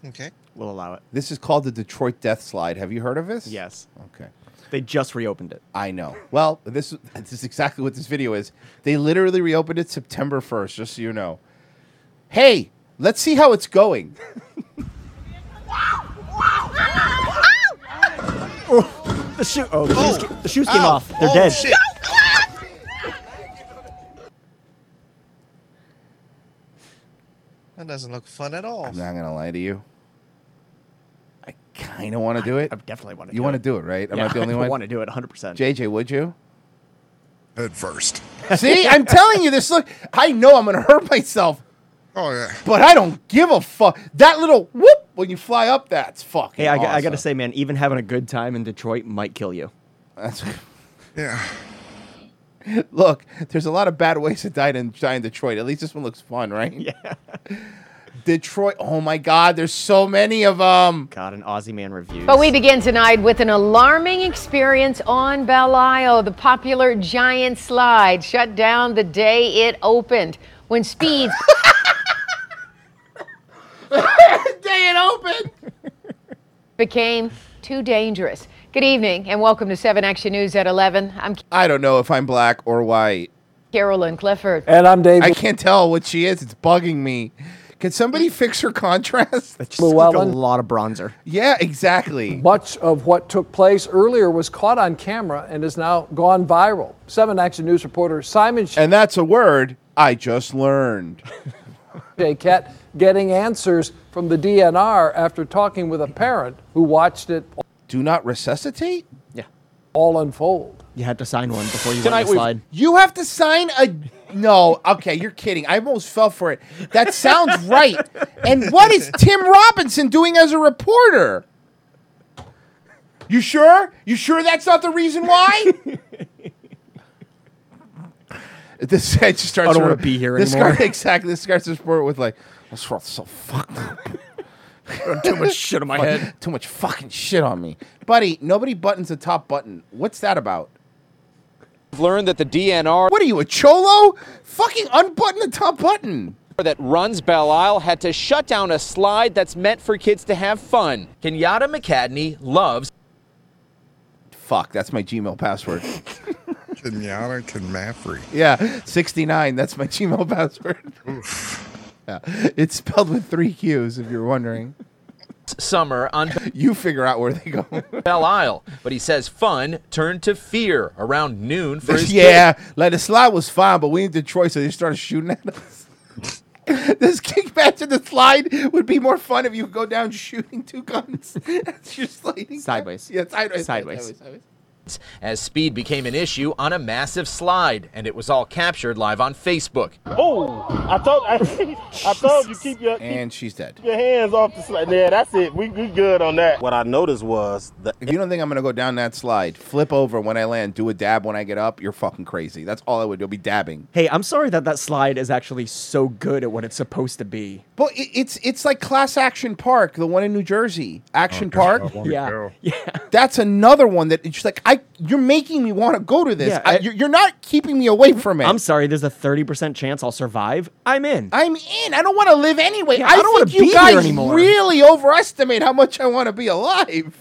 okay.
We'll allow it.
This is called the Detroit Death Slide. Have you heard of this?
Yes.
Okay.
They just reopened it.
I know. Well, this this is exactly what this video is. They literally reopened it September 1st, just so you know. Hey, let's see how it's going.
The shoe. Oh, the shoes,
Oh.
ca- the shoes came
Ow.
off. They're
Oh,
dead.
shit. That doesn't look fun at all.
I'm not going to lie to you. I kind of want to do it.
I definitely want to.
You want to do it, right? I'm
yeah,
not the only
I
one.
want to do it 100. percent
JJ, would you?
Head first.
See, I'm telling you this look I know I'm going to hurt myself,
Oh yeah.
but I don't give a fuck. That little whoop when you fly up that's fucking
Hey, I, g- I
awesome.
gotta say, man, even having a good time in Detroit might kill you.
That's
Yeah.
Look, there's a lot of bad ways to die in, die in Detroit. At least this one looks fun, right? Yeah. Detroit. Oh my God, there's so many of um, them.
God, an Aussie man review.
But we begin tonight with an alarming experience on Belle Isle. The popular giant slide shut down the day it opened when speeds.
Day it open.
became too dangerous. Good evening and welcome to 7 Action News at 11. I'm
I don't know if I'm black or white.
Carolyn Clifford.
And I'm Dave.
I can't tell what she is. It's bugging me. 'Cause Can somebody fix her contrast?
It's just like a lot of bronzer.
Yeah, exactly.
Much of what took place earlier was caught on camera and is now gone viral. Seven Action News reporter Simon
And that's a word I just learned.
Cat getting answers from the DNR after talking with a parent who watched it.
Do not resuscitate?
Yeah.
All unfold.
You had to sign one before you
Tonight
went to
we-
slide.
You have to sign a. No, okay, you're kidding. I almost fell for it. That sounds right. And what is Tim Robinson doing as a reporter? You sure? You sure that's not the reason why? this guy just starts.
I don't
to-
wanna be here
this
anymore.
Guy, exactly. This guy starts to report with like, "This world's so fucked up.
Too much shit on my
Fuck-
head.
Too much fucking shit on me, buddy. Nobody buttons the top button. What's that about?
I've learned that the DNR.
What are you, a cholo? Fucking unbutton the top button.
That runs Belle Isle had to shut down a slide that's meant for kids to have fun. Kenyatta McCadney loves.
Fuck, that's my Gmail password.
Kenyatta Kanmafri.
yeah, sixty nine. That's my Gmail password. yeah, it's spelled with three Q's. If you're wondering,
Summer on
you figure out where they go.
Belle Isle, but he says fun turned to fear around noon for his
yeah, like the slide was fine, but we in Detroit, so they started shooting at us. this kickback to the slide would be more fun if you go down shooting two guns as you're sliding sideways. Yeah, sideways.
Sideways. kids as speed became an issue on a massive slide, and it was all captured live on Facebook.
Oh, I told I, I told you keep your keep
And she's dead.
your hands off the slide. Yeah, that's it. We we good on that.
What I noticed was that if you don't think I'm gonna go down that slide, flip over when I land, do a dab when I get up, you're fucking crazy. That's all I would do. I'll be dabbing.
Hey, I'm sorry that that slide is actually so good at what it's supposed to be.
But it, it's it's like Class Action Park, the one in New Jersey. Action
God, I
Park.
wanna Yeah. go.
yeah. That's another one that it's just like I. You're making me want to go to this.
Yeah,
I-
I-
you're, you're not keeping me away from it.
I'm sorry, there's a 30% chance I'll survive. I'm in.
I'm in. I don't want to live anyway.
Yeah,
I,
I don't
don't
wanna
think you
be here
guys
anymore.
really overestimate how much I want to be alive.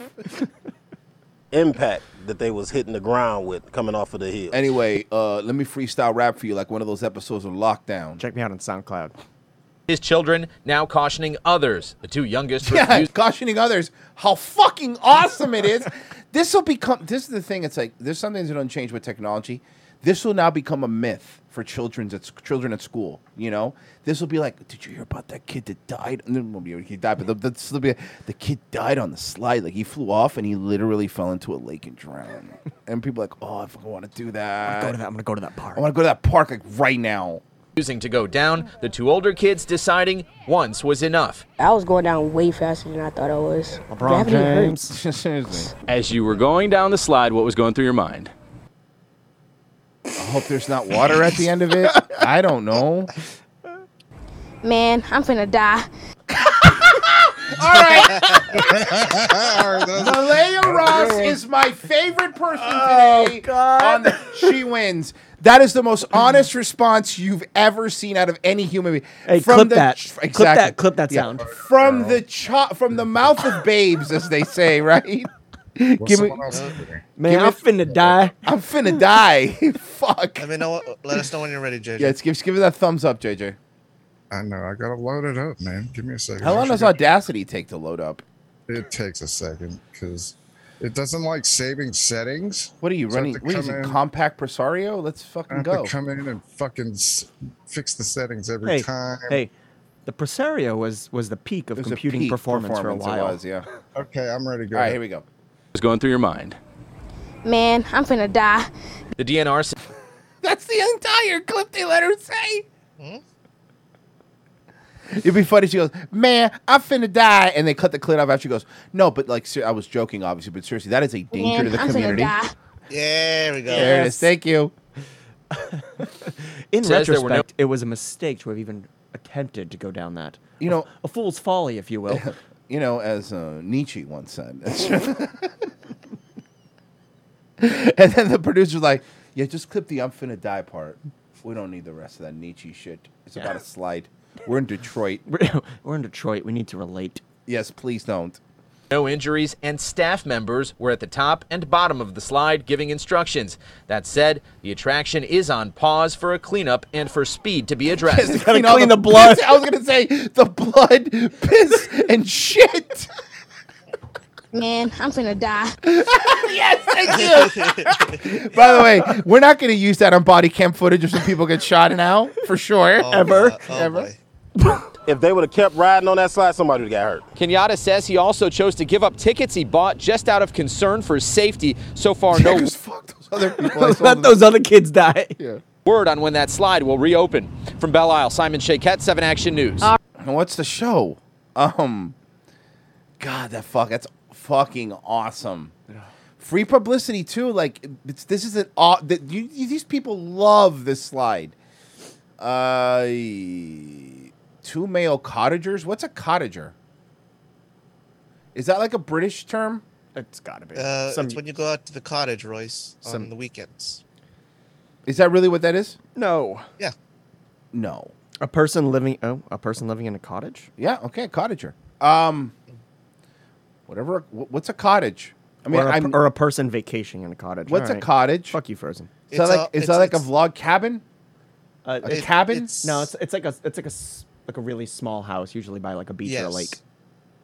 impact that they was hitting the ground with coming off of the hill.
Anyway, uh, let me freestyle rap for you like one of those episodes of Lockdown.
Check me out on SoundCloud.
His children now cautioning others. The two youngest
Yeah,
refused
cautioning others how fucking awesome it is. this will become. This is the thing. It's like there's some things that don't change with technology. This will now become a myth for children's at sc- children at school. You know, this will be like, did you hear about that kid that died? No, no, no, he died, but the, this will be the kid died on the slide. Like he flew off and he literally fell into a lake and drowned. and people are like, oh, I fucking want to do that.
Go to that. I'm gonna go to that park.
I want to go to that park like right now.
refusing to go down, the two older kids deciding once was enough.
I was going down way faster than I thought I was. Gravity hurts.
As you were going down the slide, what was going through your mind?
I hope there's not water at the end of it. I don't know.
Man, I'm finna die.
All right. Malaya Ross is my favorite person
Oh,
today. On the, she wins. That is the most honest response you've ever seen out of any human being.
Hey, clip that. Clip that- clip that
Yeah.
sound.
From
Oh.
the cho- from the mouth of babes, as they say, right? Give me,
Man,
give me-
I'm finna die.
I'm finna die. Fuck.
Let me know. Let us know when you're ready, JJ.
yeah, it's, give, give it that thumbs up, JJ.
I know. I gotta load it up, man. Give me a second.
How long does Audacity take to load up?
It takes a second because it doesn't like saving settings.
What are you running? What is it, compact Presario? Let's
I
fucking
have
go.
to come in and fucking s- fix the settings every
Hey,
Um,
time.
hey, the Presario was was the peak of
It was a
computing
peak
performance,
performance,
for
it
a while.
was,
yeah.
Okay, I'm ready. Go.
All right, here we go.
What was going through your mind?
Man, I'm finna die.
The DNR s-
That's the entire clip they let her say. It'd be funny. She goes, "Man, I'm finna die," and they cut the clip off. After she goes, "No, but like ser- I was joking, obviously, but seriously, that is a danger to the community."
There we go.
There it is. Thank you.
In
Says there were no-
retrospect, it was a mistake to have even attempted to go down that.
You know,
a fool's folly, if you will.
you know, as uh, Nietzsche once said. and then the producer's like, "Yeah, just clip the I'm finna die part. We don't need the rest of that Nietzsche shit. It's about a slide. We're in Detroit.
We're in Detroit. We need to relate.
Yes, please don't.
No injuries, and staff members were at the top and bottom of the slide giving instructions. That said, the attraction is on pause for a cleanup and for speed to be addressed.
I was gonna say the blood, piss, and shit.
Man, I'm finna die.
yes, thank you. By the way, we're not gonna use that on body cam footage of some people get shot and out for sure. ever, ever.
If they would have kept riding on that slide, somebody would have got hurt.
Kenyatta says he also chose to give up tickets he bought just out of concern for safety. So far, no
Let
those other kids die. Word on when that slide will reopen. From Belle Isle, Simon Shaquette, 7 Action News.
And what's the show? Um, God, that fuck, that's fucking awesome. Free publicity too. Like it's, this is an aw- that you, you- these people love this slide. Uh, two male cottagers. What's a cottager? Is that like a British term?
It's gotta be.
Uh, it's when you go out to the cottage, Royce, on
Some-
the weekends.
Is that really what that is?
No.
Yeah.
No.
A person living oh, a person living in a cottage?
Yeah. Okay. Cottager. Um. Whatever. wh- What's a cottage? I mean,
or a,
I'm,
or a person vacationing in a cottage.
What's a
Alright.
cottage?
Fuck you, Frozen.
Is that
It's
like
a-
is that
it's-
like a
it's-
vlog cabin?
Uh,
a cabin?
No, it's it's like a it's like a s- like a really small house, usually by like a beach or a lake.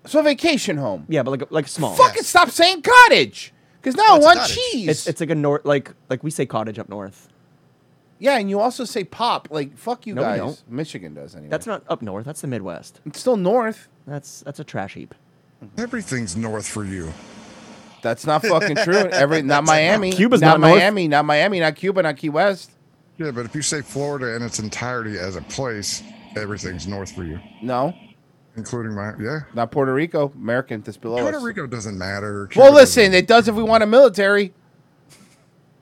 So a vacation home.
Yeah, but like a- like a small.
Fucking stop saying cottage, because now I want cheese.
It's, it's like a north like like we say cottage up north.
yeah, and you also say pop. Like fuck you
No, we
guys.
don't.
Michigan does anyway.
That's not up north. That's the Midwest.
It's still north.
That's that's a trash heap.
Everything's north for you.
That's not fucking true. Every not Miami.
Cuba's
not,
not north.
Miami. Not Miami. Not Cuba. Not Key West.
Yeah, but if you say Florida in its entirety as a place, everything's north for you.
No.
Including my yeah.
Not Puerto Rico. American. That's below
Puerto
us.
Rico doesn't matter.
Well, listen, it does if we want a military.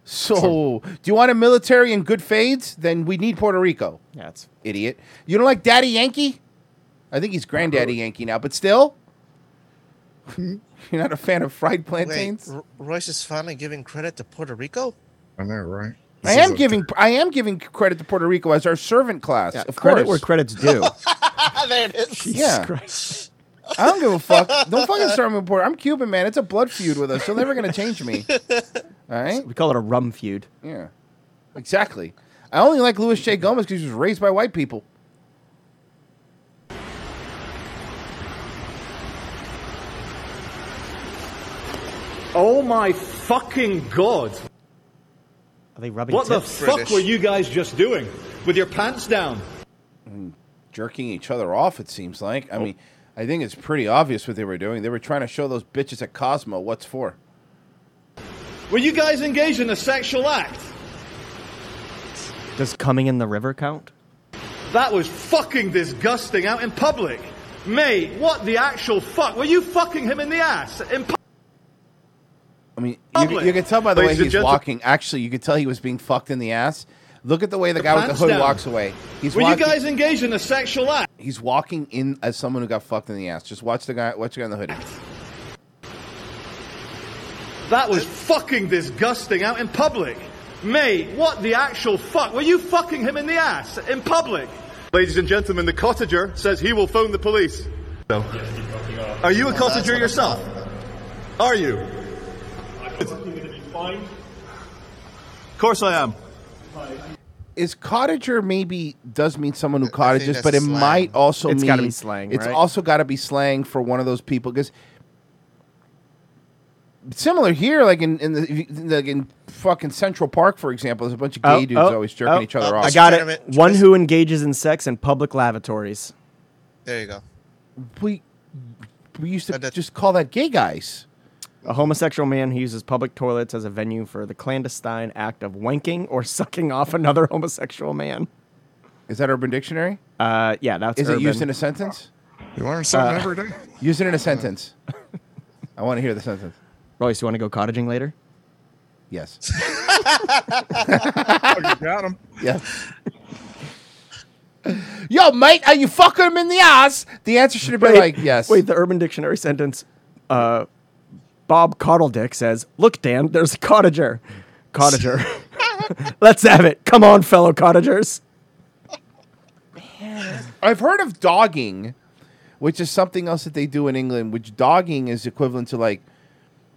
So, do you want a military and good fades? Then we need Puerto Rico.
Yeah, it's
idiot. You don't like Daddy Yankee? I think he's Granddaddy Yankee now, but still, you're not a fan of fried plantains.
Wait, R- Royce is finally giving credit to Puerto Rico?
I know, right?
I am giving I am giving credit to Puerto Rico as our servant class. of
credit
course,
where credit's due.
there it is.
yeah. I don't give a fuck. Don't fucking start me with Puerto. I'm Cuban, man. It's a blood feud with us. You're never gonna change me. All right.
We call it a rum feud.
Yeah, exactly. I only like Louis J. Gomez because he was raised by white people.
Oh my fucking god.
Are they rubbing
What the
tips?
fuck were you guys just doing with your pants down?
jerking each other off. It seems like. I mean, I think it's pretty obvious what they were doing. They were trying to show those bitches at Cosmo what's for.
Were you guys engaged in a sexual act?
Does coming in the river count?
That was fucking disgusting out in public. Mate, what the actual fuck? Were you fucking him in the ass? In pu-
I mean, you, you can tell by the way
Ladies and
he's
gentlemen-
walking. Actually, you could tell he was being fucked in the ass. Look at the way the,
The
guy with the
pants
hood
down.
walks away. He's
were
walking,
you guys engaged in a sexual act?
He's walking in as someone who got fucked in the ass. Just watch the guy. Watch the guy in the hoodie.
That was fucking disgusting out in public. Mate, what the actual fuck? Were you fucking him in the ass? In public? Ladies and gentlemen, the cottager says he will phone the police. No. Are you a cottager yourself? Are you? Of course I am.
Is cottager maybe does mean someone who cottages,
that's
but it
slang.
might also
It's
mean
gotta be slang,
It's
right?
also got to be slang for one of those people because similar here, like in in the like in fucking Central Park, for example, there's a bunch of gay
Oh,
dudes
oh,
always jerking
oh,
each other off.
I got it. One who engages in sex in public lavatories.
There you go.
We we used to just call that gay guys.
A homosexual man who uses public toilets as a venue for the clandestine act of wanking or sucking off another homosexual man.
Is that Urban Dictionary?
Uh, yeah, that's.
Is it used
urban. Uh,
in a sentence?
You learn
something every
day.
Use it in a sentence. I want to hear the sentence.
Royce, you want to go cottaging later?
Yes.
got him.
Yeah. Yo, mate, are you fucking him in the ass? The answer should have been like yes.
Wait, the Urban Dictionary sentence. Uh, Bob Coddledick says, "Look, Dan, there's a cottager. Cottager. Let's have it. Come on, fellow cottagers."
I've heard of dogging, which is something else that they do in England, which dogging is equivalent to like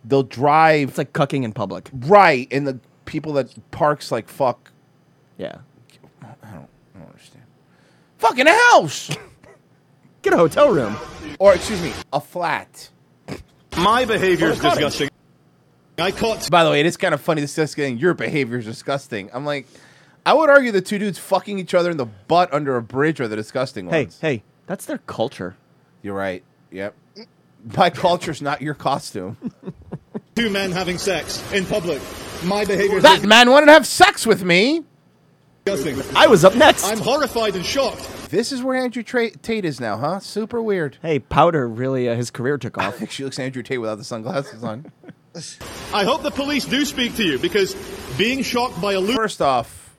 they'll drive. It's
like cucking in public,
right? And the people that parks like fuck.
Yeah,
I don't, I don't understand. Fucking house.
Get a hotel room,
or excuse me, a flat.
My behavior is disgusting. I caught.
By the way, it is kind of funny. This guy's getting your behavior is disgusting. I'm like, I would argue the two dudes fucking each other in the butt under a bridge are the disgusting
Hey,
ones.
hey, that's their culture.
You're right. Yep. My culture's not your costume.
Two men having sex in public. My behavior is
that man wanted to have sex with me.
disgusting.
I was up next.
I'm horrified and shocked.
This is where Andrew Tra- Tate is now, huh? Super weird.
Hey, Powder really uh, his career took off.
she looks Andrew Tate without the sunglasses on.
I hope the police do speak to you because being shocked by a loop.
First off,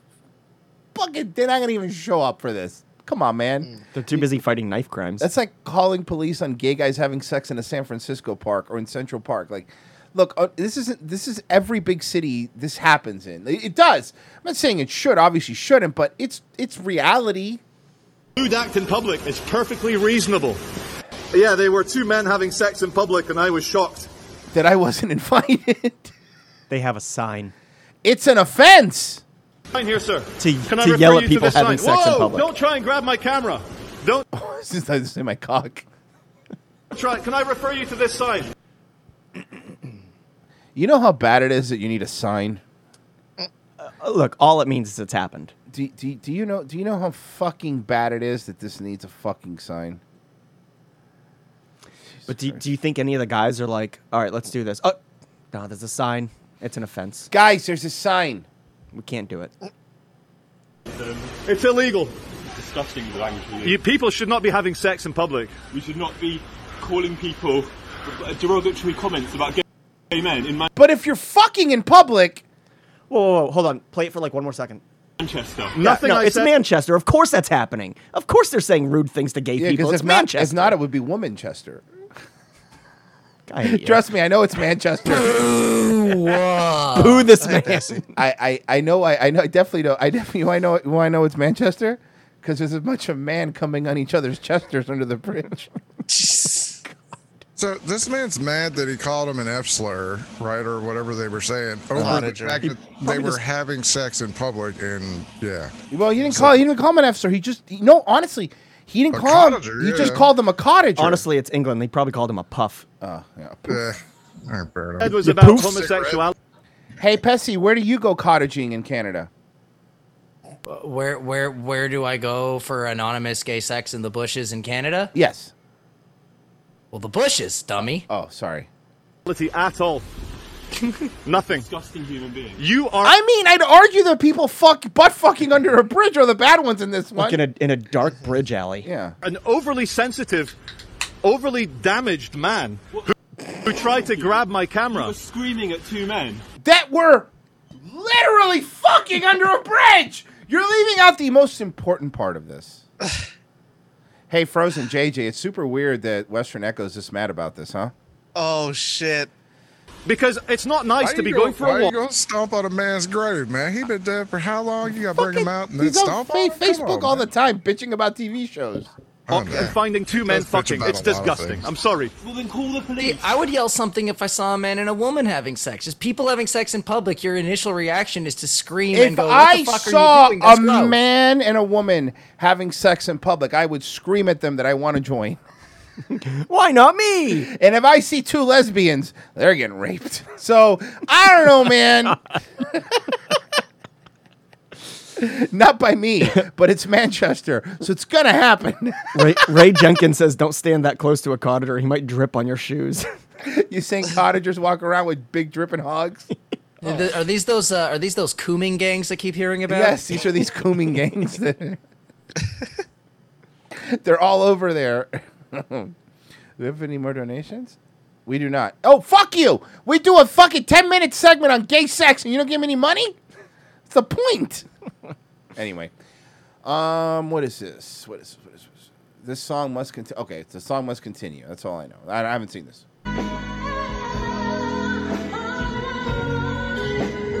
fucking, they're not gonna even show up for this. Come on, man.
Mm. They're too busy fighting knife crimes.
That's like calling police on gay guys having sex in a San Francisco park or in Central Park. Like, look, uh, this isn't. This is every big city. This happens in. It, it does. I'm not saying it should. Obviously, shouldn't. But it's it's reality.
Lewd act in public is perfectly reasonable. Yeah, they were two men having sex in public, and I was shocked.
That I wasn't invited.
they have a sign.
It's an offense.
Sign here, sir.
To-
Can I
to
refer
yell at
you
people
to this
having
sign?
sex in
Whoa,
public.
Don't try and grab my camera. Don't
Since I say my cock.
try. Can I refer you to this sign?
You know how bad it is that you need a sign.
Uh, Look, all it means is it's happened.
Do, do, do you know do you know how fucking bad it is that this needs a fucking sign?
But do, do you think any of the guys are like, all right, let's do this? Oh, no, there's a sign. It's an offense.
Guys, there's a sign.
We can't do it.
It's illegal.
Mm. Disgusting language.
You, people should not be having sex in public.
We should not be calling people derogatory comments about gay, gay men in
But if you're fucking in public,
Whoa, whoa, whoa, hold on. Play it for like one more second.
Manchester.
Yeah, no, it's Manchester. Of course that's happening. Of course they're saying rude things to gay
Yeah,
people.
because
It's
if not,
Manchester.
if not, it would be Womanchester.
I hate you.
Trust me, I know it's Manchester.
Boo this man.
I, I, I know I, I know I definitely know I definitely know I know why I know it's Manchester because there's a bunch of man coming on each other's chesters under the bridge.
So this man's mad that he called him an F slur, right, or whatever they were saying, over the
Cottager.
fact
He
that they
probably
were
just-
having sex in public, and yeah,
Well, he didn't call he didn't call him an F star. He just he- no, honestly, he didn't
A
call
cottager,
him. He just
yeah.
called him a cottage.
Honestly, it's England. They probably called him a puff.
Oh, yeah.
eh, alright, fair enough.
It was
You
about
poof.
homosexuality.
Hey, Pessy, where do you go cottaging in Canada?
Where where where do I go for anonymous gay sex in the bushes in Canada?
Yes.
Well, the bushes, dummy.
Oh, sorry.
At all. Nothing.
Disgusting human being.
You are.
I mean, I'd argue that people fuck butt fucking under a bridge are the bad ones in this one.
Like in a, in a dark bridge alley.
yeah.
an overly sensitive, overly damaged man who, who tried to grab my
You
camera.
were screaming at two men.
That were literally fucking under a bridge. You're leaving out the most important part of this. hey, Frozen JJ, it's super weird that Western Echo's this mad about this, huh?
Oh shit.
Because it's not
Why
nice to
you
be
go-
going for
why
a
you
walk.
gonna stomp on a man's grave, man? He been dead for how long? You gotta bring him out and then
He's on
stomp on him?
fa-
Come
Facebook
on,
all
man.
the time bitching about TV shows.
Oh,
and
man.
finding two men
Those bitch
fucking.
about
It's
a lot of
disgusting.
things.
I'm sorry.
Well, then call the police.
I would yell something if I saw a man and a woman having sex. Just people having sex in public, your initial reaction is to scream and
If
go, "What
I
the fuck
saw
are you doing? That's
a
gross."
man and a woman having sex in public, I would scream at them that I want to join.
Why not me?
And if I see two lesbians, they're getting raped. So I don't know, man. Not by me, but it's Manchester, so it's gonna happen.
Ray, Ray Jenkins says, don't stand that close to a cottager. He might drip on your shoes.
you think cottagers walk around with big dripping hogs?
Are th- Are these those uh, are these those cooming gangs I keep hearing about?
Yes, these are these cooming gangs. That They're all over there. do we have any more donations? We do not. Oh, fuck you! We do a fucking 10 minute segment on gay sex and you don't give me any money? It's the point. anyway, um, what is this? What is What is this? This song must continue. Okay, the song must continue. That's all I know. I, I haven't seen this.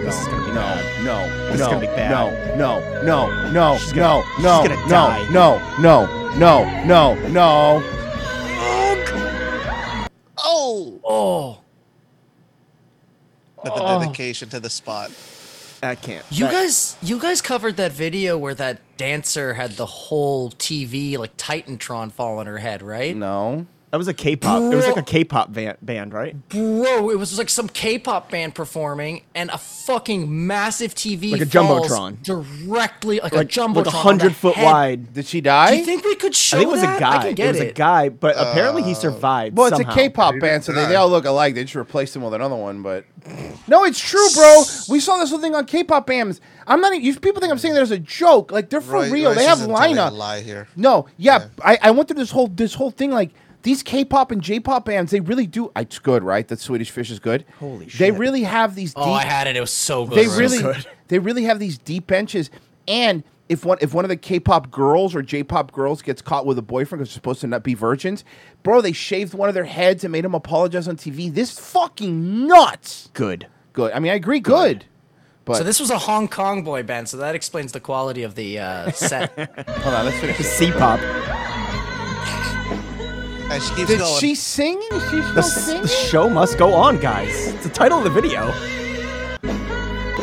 This is gonna be
No,
bad.
no,
This is
no,
gonna be bad.
no, no, no, no,
She's
no,
gonna-
no,
she's gonna
no,
die.
no, no, no, no, no.
Oh!
Oh.
With the
Oh.
dedication to the spot.
I can't.
You guys, you guys covered that video where that dancer had the whole TV like Titantron fall on her head, right?
No.
That was a K-pop. It was like
Bro.
a K-pop van- band, right?
Bro, it was like some K-pop band performing, and a fucking massive TV,
Like a
falls
jumbotron.
directly like, a
like
jumbotron,
a
on the
hundred foot
head.
wide.
Did she die?
Do you think we could show
I think it was
that?
a
I
guy.
can
it
get
was a
it.
guy, but apparently he survived.
Well,
uh, somehow.
it's a K-pop band, so they, they all look alike. They just replaced him with another one. But no, it's true, bro. We saw this whole thing on K-pop bands. I'm not. e, You people think I'm saying that as a joke? Like they're for
Roy-
real.
Royce
they have
isn't telling a
lineup.
lie here.
No, yeah, I, I went through this whole this whole thing like these K-pop and J-pop bands. They really do. It's good, right? That Swedish Fish is good. Holy shit! They really have these.
Oh,
deep,
I had it. It was so good.
they
It was
really
so good.
they really have these deep benches and if one if one of the K-pop girls or J-pop girls gets caught with a boyfriend because they're supposed to not be virgins, bro, they shaved one of their heads and made them apologize on TV. This fucking nuts.
Good,
good. I mean, I agree, good. But
so this was a Hong Kong boy band, so that explains the quality of the uh, set.
Hold on, let's finish this.
C-pop.
And she keeps
Did
going.
she sing? Is she
The,
still
s-
singing?
the show must go on, guys. It's the title of the video.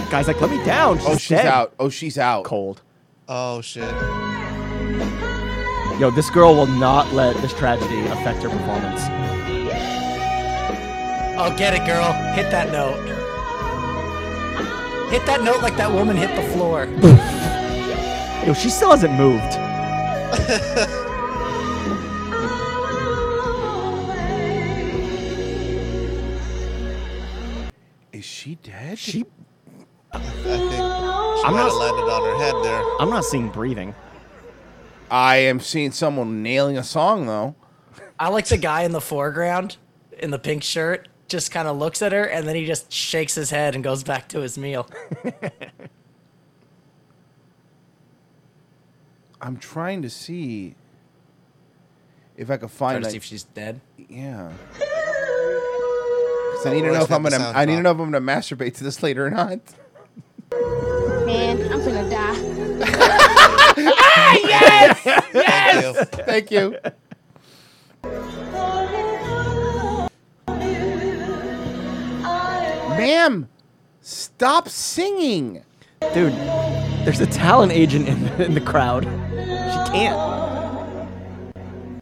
Guys, like, let me down.
Oh, she's
dead.
out. Oh, she's out.
Cold.
Oh shit.
Yo, this girl will not let this tragedy affect her performance.
Oh, get it, girl. Hit that note. Hit that note like that woman hit the floor.
Yo, she still hasn't moved.
Is she dead?
She.
She
I'm
might
not-
have landed on her head there.
I'm not seeing breathing.
I am seeing someone nailing a song though.
I like the guy in the foreground in the pink shirt just kind of looks at her and then he just shakes his head and goes back to his meal.
I'm trying to see if I could find
Trying to
like-
see if she's dead.
Yeah. 'Cause I need to
Well,
know
it's
if I'm
not the
gonna.
sound
I need to
drop.
know if I'm gonna masturbate to this later or not.
Man, I'm gonna die.
ah, yes! yes! Thank you. Ma'am, stop singing.
Dude, there's a talent agent in the, in the crowd. She can't.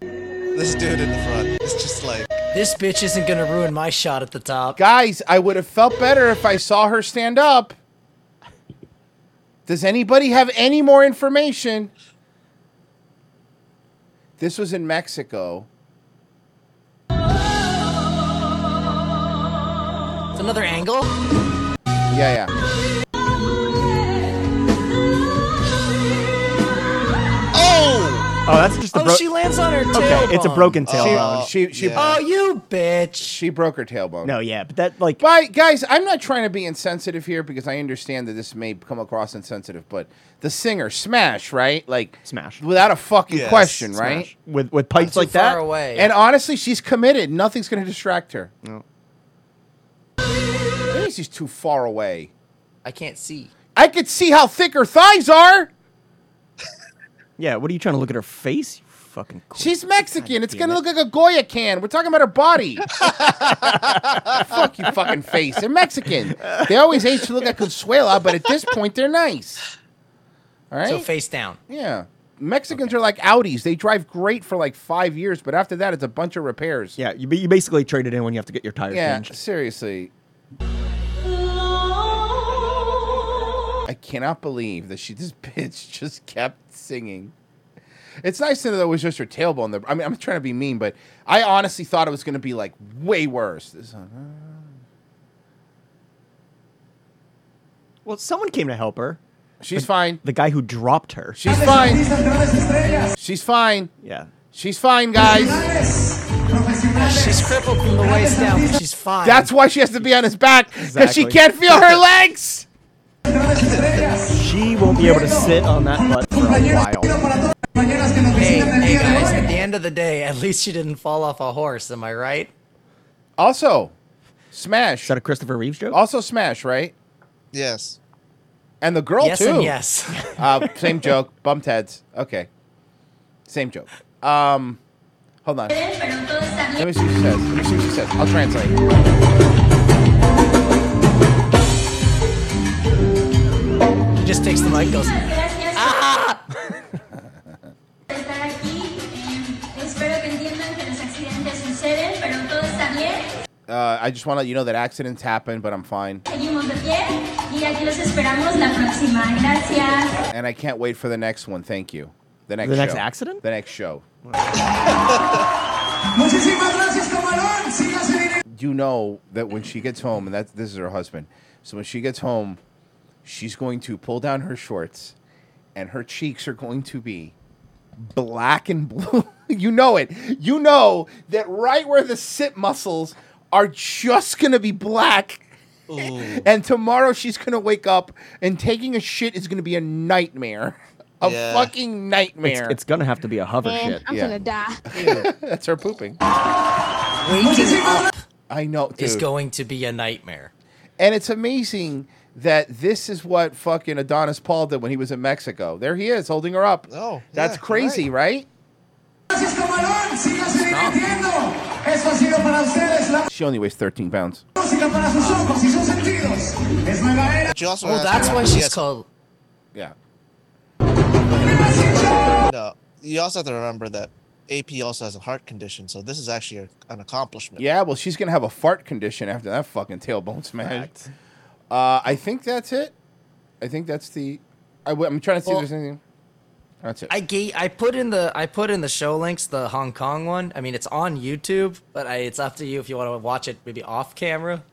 This dude in the front is just like
This bitch isn't going to ruin my shot at the top.
Guys, I would have felt better if I saw her stand up. Does anybody have any more information? This was in Mexico.
It's another angle.
Oh! Yeah, yeah.
Oh!
Oh, that's just a
Oh,
bro-
she lands on her
Okay, it's a
tailbone.
broken
She-
tailbone.
She, she,
Oh, you bitch. She
broke her tailbone.
No, yeah, but that like.
But guys, I'm not trying to be insensitive here because I understand that this may come across insensitive, but the singer Smash, right? Like
Smash.
Without a fucking
Yes,
question,
Smash.
right?
With with pipes like that.
And honestly, she's committed. Nothing's going to distract her. No. Maybe she's too far away.
I can't see.
I could see how thick her thighs are.
yeah, what are you trying to look at her face? You fucking.
She's Mexican. It's going to look like a Goya can. We're talking about her body. Fuck you, fucking face. They're Mexican. They always hate to look like Consuela, but at this point, they're nice. All right.
So face down.
Yeah. Mexicans are like Audis. They drive great for like five years, but after that, it's a bunch of repairs.
Yeah, you, ba- you basically trade it in when you have to get your tires
Yeah,
changed.
seriously. I cannot believe that she, this bitch, just kept singing. It's nice to know that it was just her tailbone. That, I mean, I'm trying to be mean, but I honestly thought it was going to be like way worse. This-
Well, someone came to help her.
She's
The-
fine.
The guy who dropped her.
She's fine. She's fine.
Yeah.
She's fine, guys.
She's crippled from the waist down, but she's fine.
That's why she has to be on his back because
Exactly.
she can't feel her legs.
She won't be able to sit on that butt for a while.
Hey, hey guys, at the end of the day, at least she didn't fall off a horse, am I right?
Also, Smash. Is
that a Christopher Reeves joke?
Also, Smash, right?
Yes.
And the girl
Yes
too.
and yes.
uh, same joke. Bumped heads. Okay. Same joke. Um, hold on. Let me see what she says. Let me see what she says. I'll translate.
takes the mic and goes,
Ah!
Espero que entiendan que los accidentes suceden, pero todo está bien.
Uh, I just want to let you know that accidents happen, but I'm fine.
Seguimos de pie y aquí los esperamos la próxima. Gracias.
And I can't wait for the next one. Thank you. The next
The next
show.
accident?
The next show.
Muchísimas gracias, camarón. Sígase bien.
You know that when she gets home, and that this is her husband. So when she gets home, she's going to pull down her shorts, and her cheeks are going to be black and blue. you know it. You know that right where the sit muscles are just going to be black. And tomorrow she's going to wake up and taking a shit is going to be a nightmare. A
Yeah.
fucking nightmare.
It's, it's gonna have to be a hover shit.
die.
That's her pooping.
Waking up
I know.
is
dude.
going to be a nightmare.
And it's amazing that this is what fucking Adonis Paul did when he was in Mexico. There he is holding her up. Oh, that's crazy, right?
Gracias, camarón. Sígase divirtiendo. Esto ha sido para ustedes la
She only weighs 13 pounds.
música para sus ojos y sus sentidos. Es nueva era.
Oh, has that's to- why she's yes.
called.
Yeah.
No, you also have to remember that AP also has a heart condition, so this is actually a, an accomplishment.
Yeah, well, she's going to have a fart condition after that fucking tailbone smash. Uh, I think that's it. I think that's the. I, am trying to see
Well-
if there's anything. That's it.
I gate, I put in the I put in the show links the Hong Kong one. I mean, it's on YouTube, but I, it's up to you if you want to watch it maybe off camera.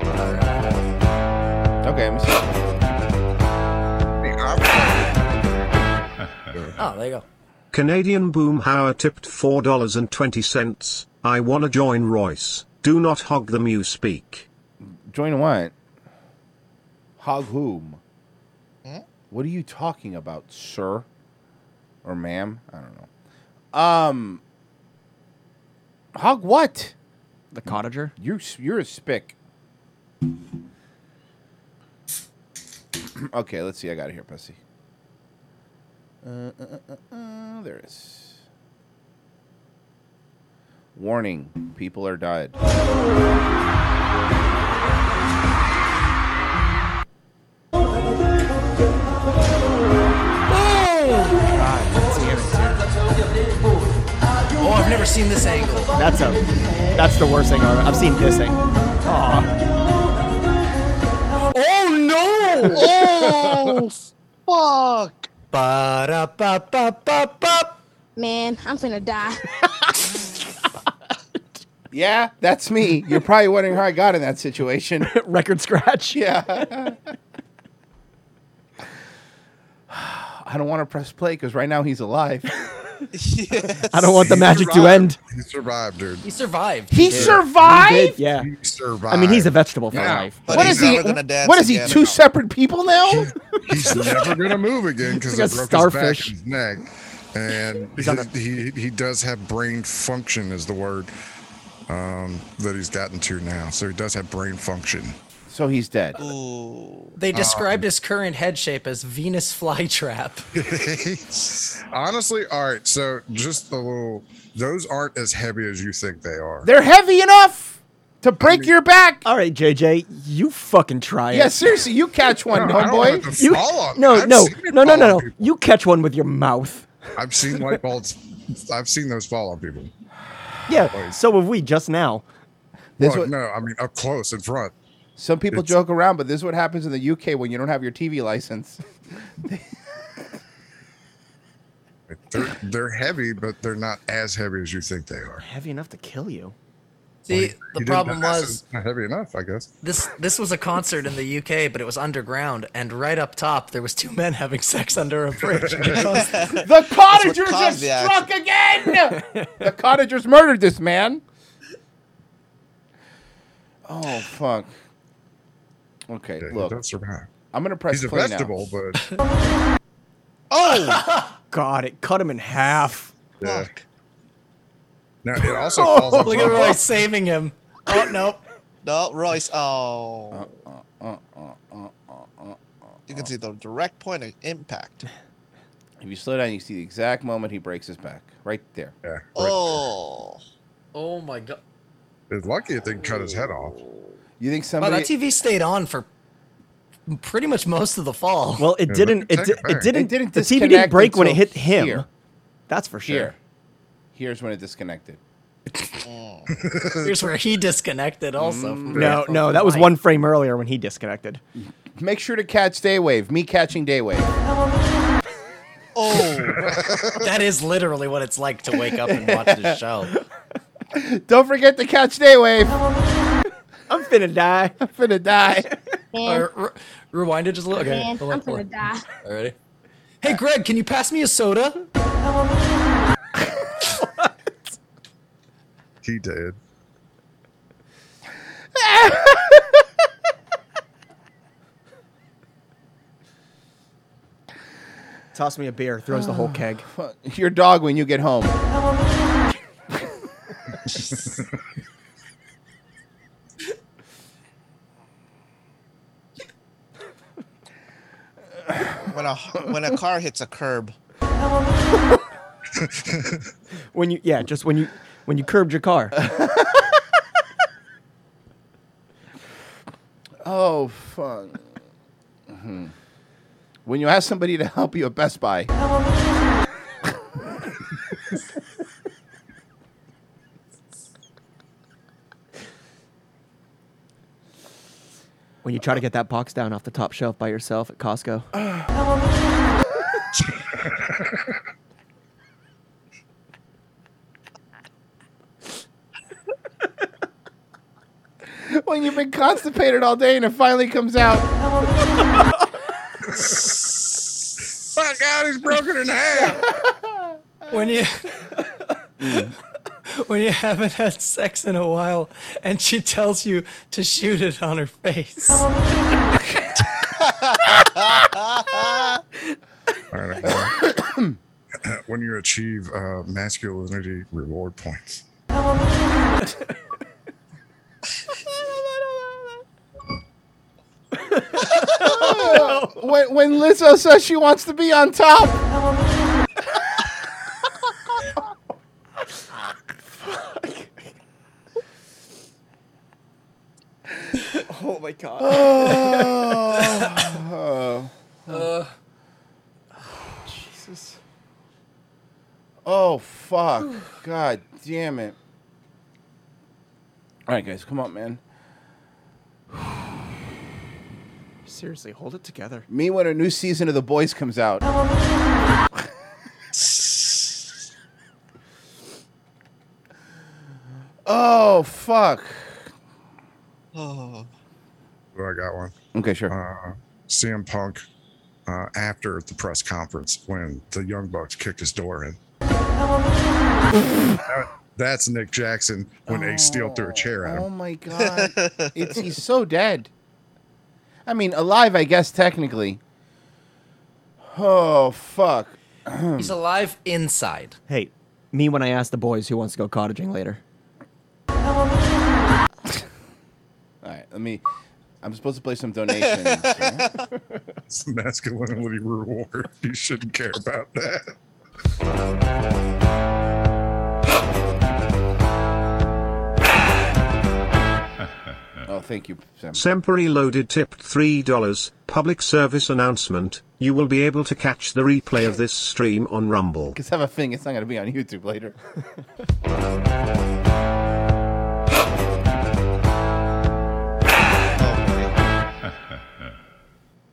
Okay, I'm
Oh, there you go.
Canadian Boomhauer tipped $4.20. I wanna join Royce. Do not hog them, you speak.
Join what? Hog whom? What are you talking about, sir? Or ma'am? I don't know. Um, hog what?
The cottager?
You, s- you're a spick. okay, let's see. I got it here, pussy. Uh, uh, uh, uh, uh, there it is. Warning people are died.
Oh!
Oh, I've never seen this angle.
That's a that's the worst thing I've I've seen this thing. Aw.
Oh no!
Oh,
fuck! Ba-da-ba-ba-ba-ba.
Man, I'm finna die.
Yeah, that's me. You're probably wondering how I got in that situation.
Record scratch.
Yeah. I don't want to press play because right now he's alive.
I don't want the
He
magic to
survived.
end.
He survived, dude.
He survived.
He survived?
He did, yeah.
He survived.
I mean, he's a vegetable for
Yeah,
life.
but What he's is he- never gonna dance
what is he?
again.
Two separate people now?
He's never gonna move again because
Like
it
a
broke
starfish.
his back and his neck, and his- he he does have brain function is the word um, that he's gotten to now. So he does have brain function. Uh,
So he's dead.
They described his current head shape as Venus flytrap.
Honestly, all right. So just a little. Those aren't as heavy as you think they are.
They're heavy enough to break your back.
All right, JJ, you fucking try it.
Yeah, seriously, you catch one,
No, I don't
homeboy.
have to
You,
fall on-
no,
I've
no,
seen it
no, no,
fall
no,
on
no. You catch one with your mouth.
I've seen light bulbs. I've seen those fall on people.
Yeah. So have we just now.
This
Well,
what-
no, I mean up close in front.
Some people joke around, but this is what happens in the UK when you don't have your TV license.
They're, they're heavy, but they're not as heavy as you think they are.
Heavy enough to kill you.
Well,
See,
you-
the
you didn't
problem
know this
was
is not heavy enough, I guess.
this this was a concert in the UK, but it was underground, and right up top there was two men having sex under a bridge.
the cottagers have
caused the
struck again. the cottagers murdered this man. Oh fuck. Okay, look.
don't survive.
I'm gonna press
He's a
play
vegetable,
now.
but
Oh
God, it cut him in half. Oh,
yeah. Now it also falls on
Oh, Look at Roy
top.
saving him. Oh no,
No, Royce. Oh. You can see the direct point of impact.
if you slow down, you see the exact moment he breaks his back. Right there.
Yeah.
Oh.
Oh my god!
It's lucky it didn't cut his head off.
You think
Wow,
somebody
that TV stayed on for pretty much most of the fall.
Well, it didn't. It, di- it didn't. The TV didn't break when it hit him. That's for sure.
Here. Here's when it disconnected.
Here's where he disconnected also. from-
No,
from
no,
the
that was
mic.
one frame earlier when he disconnected.
Make sure to catch Daywave. Me catching Daywave.
Oh, that is literally what it's like to wake up and watch this show.
Don't forget to catch Daywave.
I'm finna die.
I'm finna die.
Or Uh, re- rewind it just a little. Okay.
Man,
hold on,
I'm
hold
gonna
on.
die.
All right. Hey, Greg, can you pass me a soda?
He did.
Toss me a beer. Throws the whole keg.
Your dog when you get home.
when a when a car hits a curb.
when you, yeah, just when you, when you curbed your car.
Oh, fuck. Mhm. When you ask somebody to help you at Best Buy.
when you try to get that box down off the top shelf by yourself at Costco.
when you've been constipated all day and it finally comes out.
My God, he's broken in half.
When you when you haven't had sex in a while, and she tells you to shoot it on her face.
All right, uh, when you achieve uh, masculinity reward points.
Oh,
when, when Lizzo says she wants to be on top.
oh my god.
Oh.
Jesus.
Oh fuck! God damn it! All right, guys, come on, man.
Seriously, hold it together.
Me when a new season of The Boys comes out. oh fuck!
Oh.
Oh, I got one.
Okay, sure.
Uh, CM Punk uh, after the press conference when the Young Bucks kicked his door in. That- that's Nick Jackson when they steal through a chair at him.
Oh my god! it's he's so dead. I mean, alive, I guess technically. Oh fuck!
He's alive inside.
Hey, me when I asked the boys who wants to go cottaging later.
All right, let me. I'm supposed to play some donations.
It's masculinity reward. You shouldn't care about that.
oh, thank you, Sam.
Semperi Loaded tipped $3. Public service announcement. You will be able to catch the replay of this stream on Rumble.
Because I have a thing, it's not going to be on YouTube later.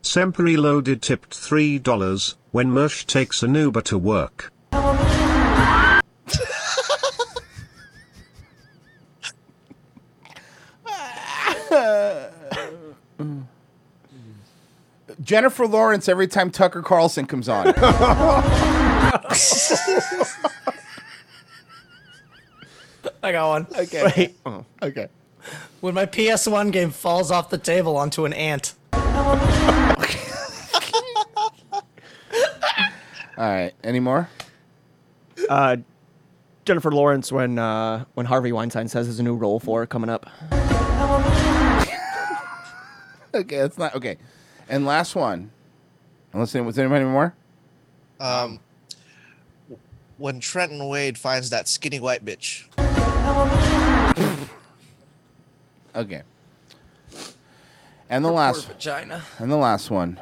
Semperi Loaded tipped $3. When Mersh takes an Uber to work.
Mm. Jennifer Lawrence every time Tucker Carlson comes on.
Oh.
I got one.
Okay.
Wait.
Okay.
Oh, When my PS1 game falls off the table onto an ant.
All right. Any more?
Uh, Jennifer Lawrence when uh, when Harvey Weinstein says there's a new role for her coming up.
Okay, that's not okay. And last one. Unless any- was anybody more?
Um, when Trenton Wade finds that skinny white bitch.
Okay. And the
Her poor
last
vagina.
And the last one.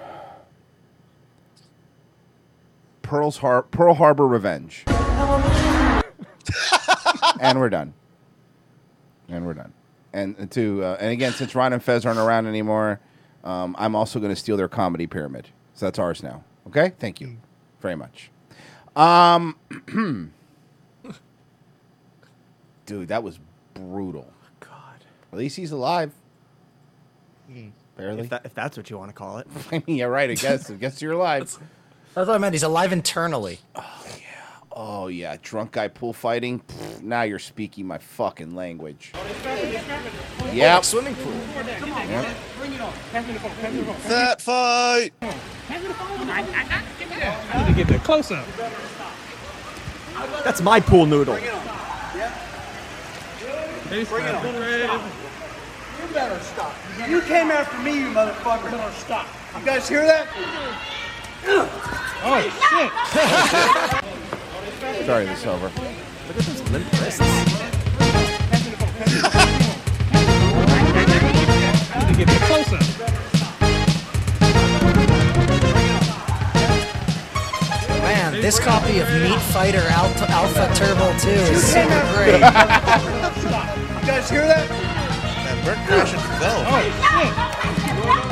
Pearl's Har- Pearl Harbor Revenge. and we're done. And we're done. And to uh, and again, since Ron and Fez aren't around anymore, um, I'm also going to steal their comedy pyramid. So that's ours now. Okay, thank you very much. Um, dude, that was brutal.
Oh,
God. At least he's alive. Barely.
If, that, if that's what you want to call it.
I mean, yeah, right. I guess. I guess you're alive.
That's what I meant. He's alive internally.
Oh yeah, drunk guy pool fighting. Pfft, now you're speaking my fucking language. Yeah.
like swimming pool.
Yep.
That fight.
I need to get that close up.
That's my pool noodle.
Bring it on.
You better stop. You came after me, you motherfucker. You better stop. You guys hear that?
Oh shit!
Sorry, this is over.
Look at those limp wrists.
I need to get that close up.
Man, this copy of Meat Fighter Alpha, Alpha Turbo 2 is super great.
You guys hear that?
That bird crashing to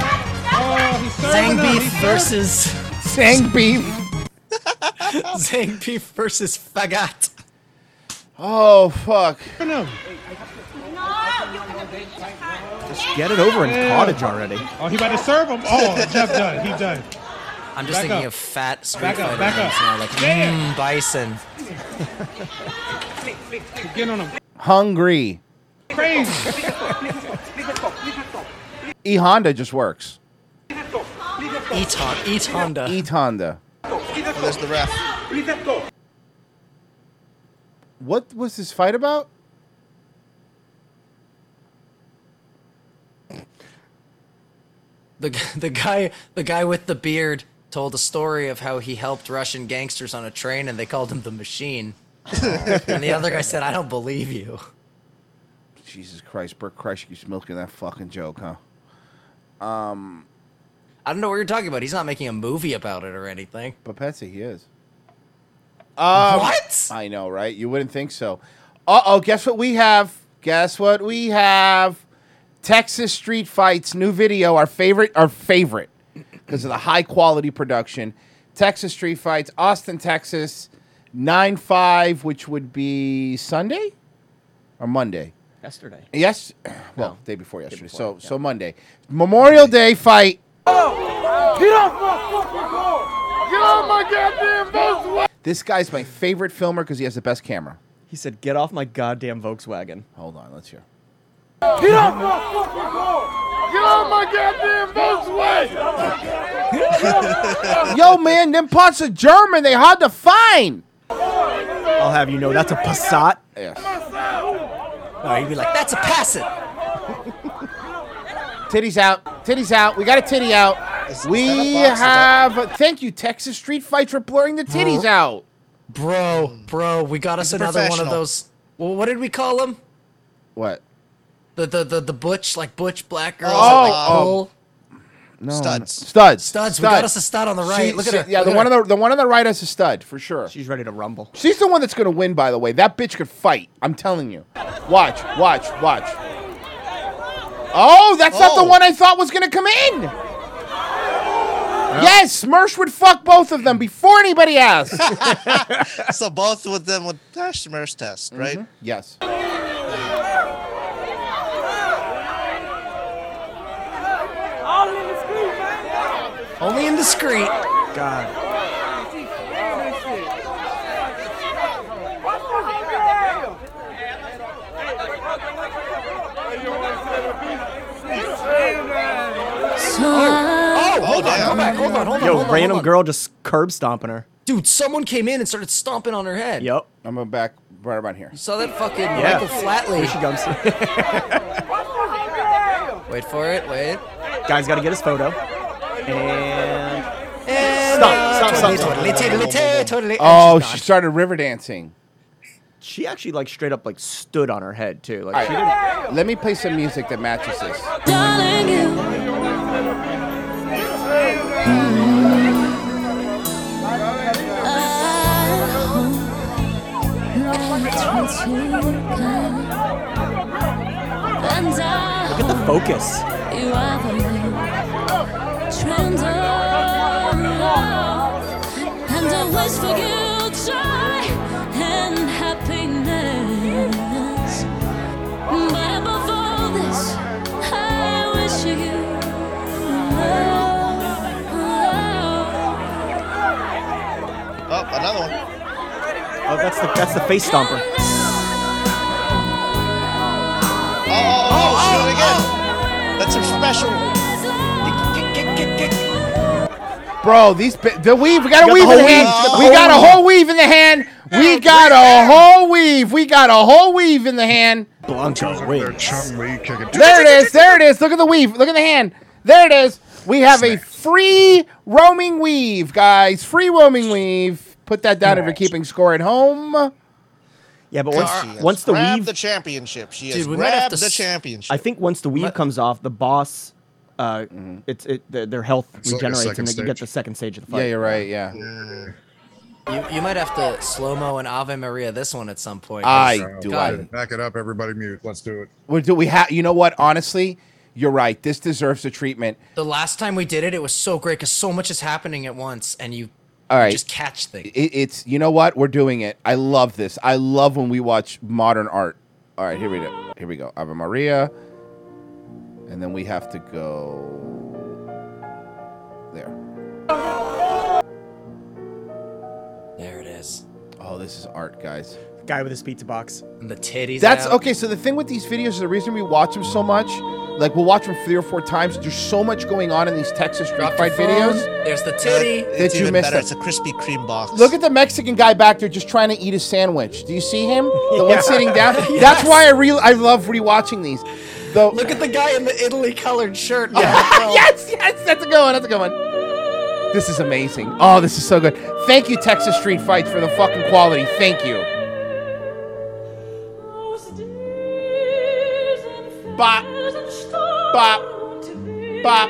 Oh,
go.
Zangbeef versus.
Zangbeef.
Zangbeef versus Fagat.
Oh fuck.
No.
Just get it over in cottage already.
Oh, he about to serve him. Oh, Jeff done. He done.
I'm just
Back up.
thinking of fat Street
Back up,
Fighter
back
names
up.
now, like
Yeah.
mm, Bison.
Get on him.
Hungry.
Crazy.
E Honda just works.
Eat, E Hon- eat Honda.
E Honda.
There's the ref.
What was this fight about?
The, g- the guy the guy with the beard told a story of how he helped Russian gangsters on a train and they called him the machine. and the other guy said, I don't believe you.
Jesus Christ, Bert Kreischer, you smoking that fucking joke, huh? Um,
I don't know what you're talking about. He's not making a movie about it or anything.
But Patsy, he is. um,
what?
I know, right? You wouldn't think so. Uh oh, guess what we have? Guess what we have? Texas Street Fights new video, our favorite, our favorite, because of the high quality production. Texas Street Fights, Austin, Texas, nine five, which would be Sunday or Monday.
Yesterday.
Yes, well, day before yesterday. so, so Monday, Memorial Day fight.
Get off my fucking car! Get off my goddamn Volkswagen!
This guy's my favorite filmer because he has the best camera.
He said, "Get off my goddamn Volkswagen."
Hold on, let's hear.
Get off my fucking car! Get off my goddamn Volkswagen!
Yo, man, them parts are German. They hard to find.
I'll have you know that's a Passat.
No, he'd be like, that's a passive.
Titties out. Titties out. We got a titty out. we
that a box? Is that-
have. thank you, Texas Street Fights, for blurring the
Oh.
titties out.
Bro, bro, we got us
He's a
another one of
professional.
those. Well, what did we call him?
What?
The the the, the butch like butch black girls.
Oh,
that, like,
um,
pull.
No,
Studs.
no. Studs.
Studs. We got us a stud on the right.
She-
Look at
she-
her.
Yeah,
Look
the
at
one
her.
on the the one on the right has a stud for sure.
She's ready to rumble.
She's the one that's gonna win, by the way. That bitch could fight. I'm telling you. Watch, watch, watch. Oh, that's not the
Oh.
one I thought was gonna come in. Yes, Mersh would fuck both of them before anybody else.
so both of them would pass the Merce test, right?
Mm-hmm.
Oh,
Yes.
Only indiscreet.
God.
Oh, oh, hold on,
damn.
hold on, hold on, hold on.
Yo,
hold on,
random
hold on.
girl just curb stomping her.
Dude, someone came in and started stomping on her head.
Yep.
I'm back right about here.
You saw that fucking
Yeah.
Michael Flatley.
Here she comes.
Wait for it. Wait.
Guy's got to get his photo. And
And,
Stop,
uh,
stop, stop,
totally,
stop.
totally, totally, totally, totally.
Oh,
And she's
she
gone.
started river dancing.
she actually like straight up like stood on her head too. Like
All
she
right, let me play some music that matches this.
Darling, you
Look
Look at the focus.
You are the light, trends of love, and I wish for you joy and happiness. But above all this, I wish you love.
Oh, another one.
Oh, that's the that's the face stomper.
Oh, oh, oh, she did it again. That's her special.
Bro, these bi- the weave. We got a
got
weave
the
in the
whole
hand.
weave.
We
Got the
got a
whole
whole weave in the hand. We got a whole weave. We got a whole weave in the hand.
Blanco wins. Chung Lee kicking.
There it is. There it is. Look at the weave. Look at the hand. There it is. We have a free roaming weave, guys. Free roaming weave. Put that down if you're keeping score at home.
Yeah, but once
She has
once the
grabbed
weave,
the championship. She has
Dude, we might have
grabbed
to
the
s-
championship.
I think once the weave comes off, the boss, uh,
Mm-hmm.
it's it their, their health
It's like a
regenerates
second
and they can get
stage.
the second stage of the fight.
Yeah, you're right. Yeah.
You, you might have to slow mo and Ave Maria this one at some point. God.
Back it up, everybody. Mute. Let's do it.
We do. We have. You know what? Honestly, you're right. This deserves a treatment.
The last time we did it, it was so great because so much is happening at once, and you,
All
you
right.
just catch things.
It, it's you know what we're doing it. I love this. I love when we watch modern art. All right, here we go. Here we go. Ave Maria, and then we have to go there.
There it is.
Oh, this is art, guys.
Guy with his pizza box.
And the titties.
That's
out.
okay. So the thing with these videos is the reason we watch them so much. Like we'll watch them three or four times. There's so much going on in these Texas Street
Drop
Fight
your phone.
videos.
There's the titty.
Did you
even
miss
better.
that?
It's a Krispy Kreme box.
Look at the Mexican guy back there just trying to eat a sandwich. Do you see him? The
Yeah.
one sitting down.
Yes.
That's why I re- I love rewatching these. The-
Look at the guy in the Italy colored shirt.
yes, yes, that's a good one. That's a good one. This is amazing. Oh, this is so good. Thank you, Texas Street Fights, for the fucking quality. Thank you. Bop. Bop. Bop.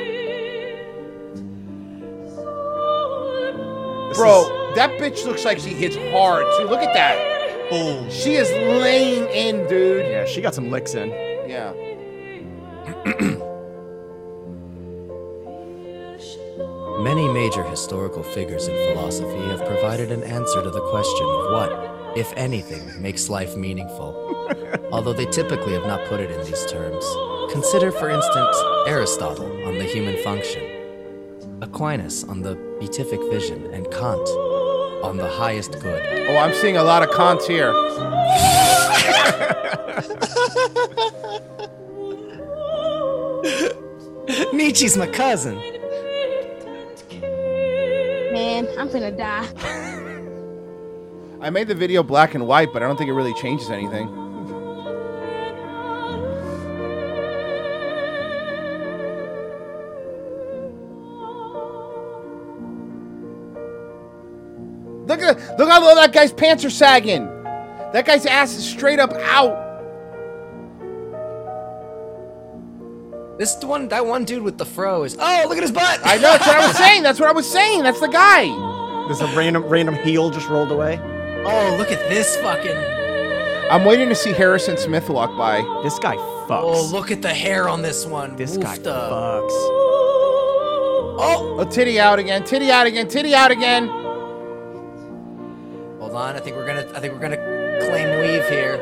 Bro, that bitch looks like she hits hard, too. Look at that.
Boom.
She is laying in, dude.
Yeah, she got some licks in.
Yeah.
Many major historical figures in philosophy have provided an answer to the question of what, if anything, makes life meaningful. Although they typically have not put it in these terms. Consider, for instance, Aristotle on the human function, Aquinas on the beatific vision, and Kant on the highest good.
Oh, I'm seeing a lot of cons here.
Nietzsche's my cousin.
Man, I'm gonna die.
I made the video black and white, but I don't think it really changes anything. Look at look how low that guy's pants are sagging. That guy's ass is straight up out.
This one, that one dude with the fro is. Oh, look at his butt!
I know that's what I was saying. That's what I was saying. That's the guy.
There's a random random heel just rolled away.
Oh, look at this fucking.
I'm waiting to see Harrison Smith walk by.
This guy
Oh, look at the hair on this one. This guy
fucks.
Oh,
a titty out again. Titty out again. Titty out again.
Hold on, I think we're gonna, I think we're gonna claim weave here.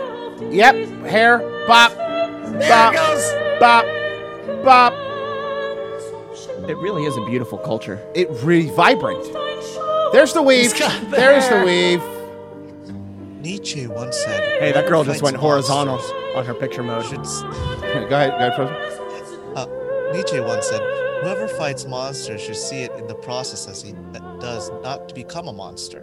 Yep. Hair. Bop.
There
bop.
it goes.
Bop. Bop.
It really is a beautiful culture.
It really vibrant. There's the weave.
got the
There's the
hair.
weave.
Nietzsche once said.
Hey, that girl just
"Fights
went horizontal
monsters."
on her picture mode.
Go ahead, go ahead,
Uh, Nietzsche once said, "Whoever fights monsters should see it in the process as he that does not to become a monster.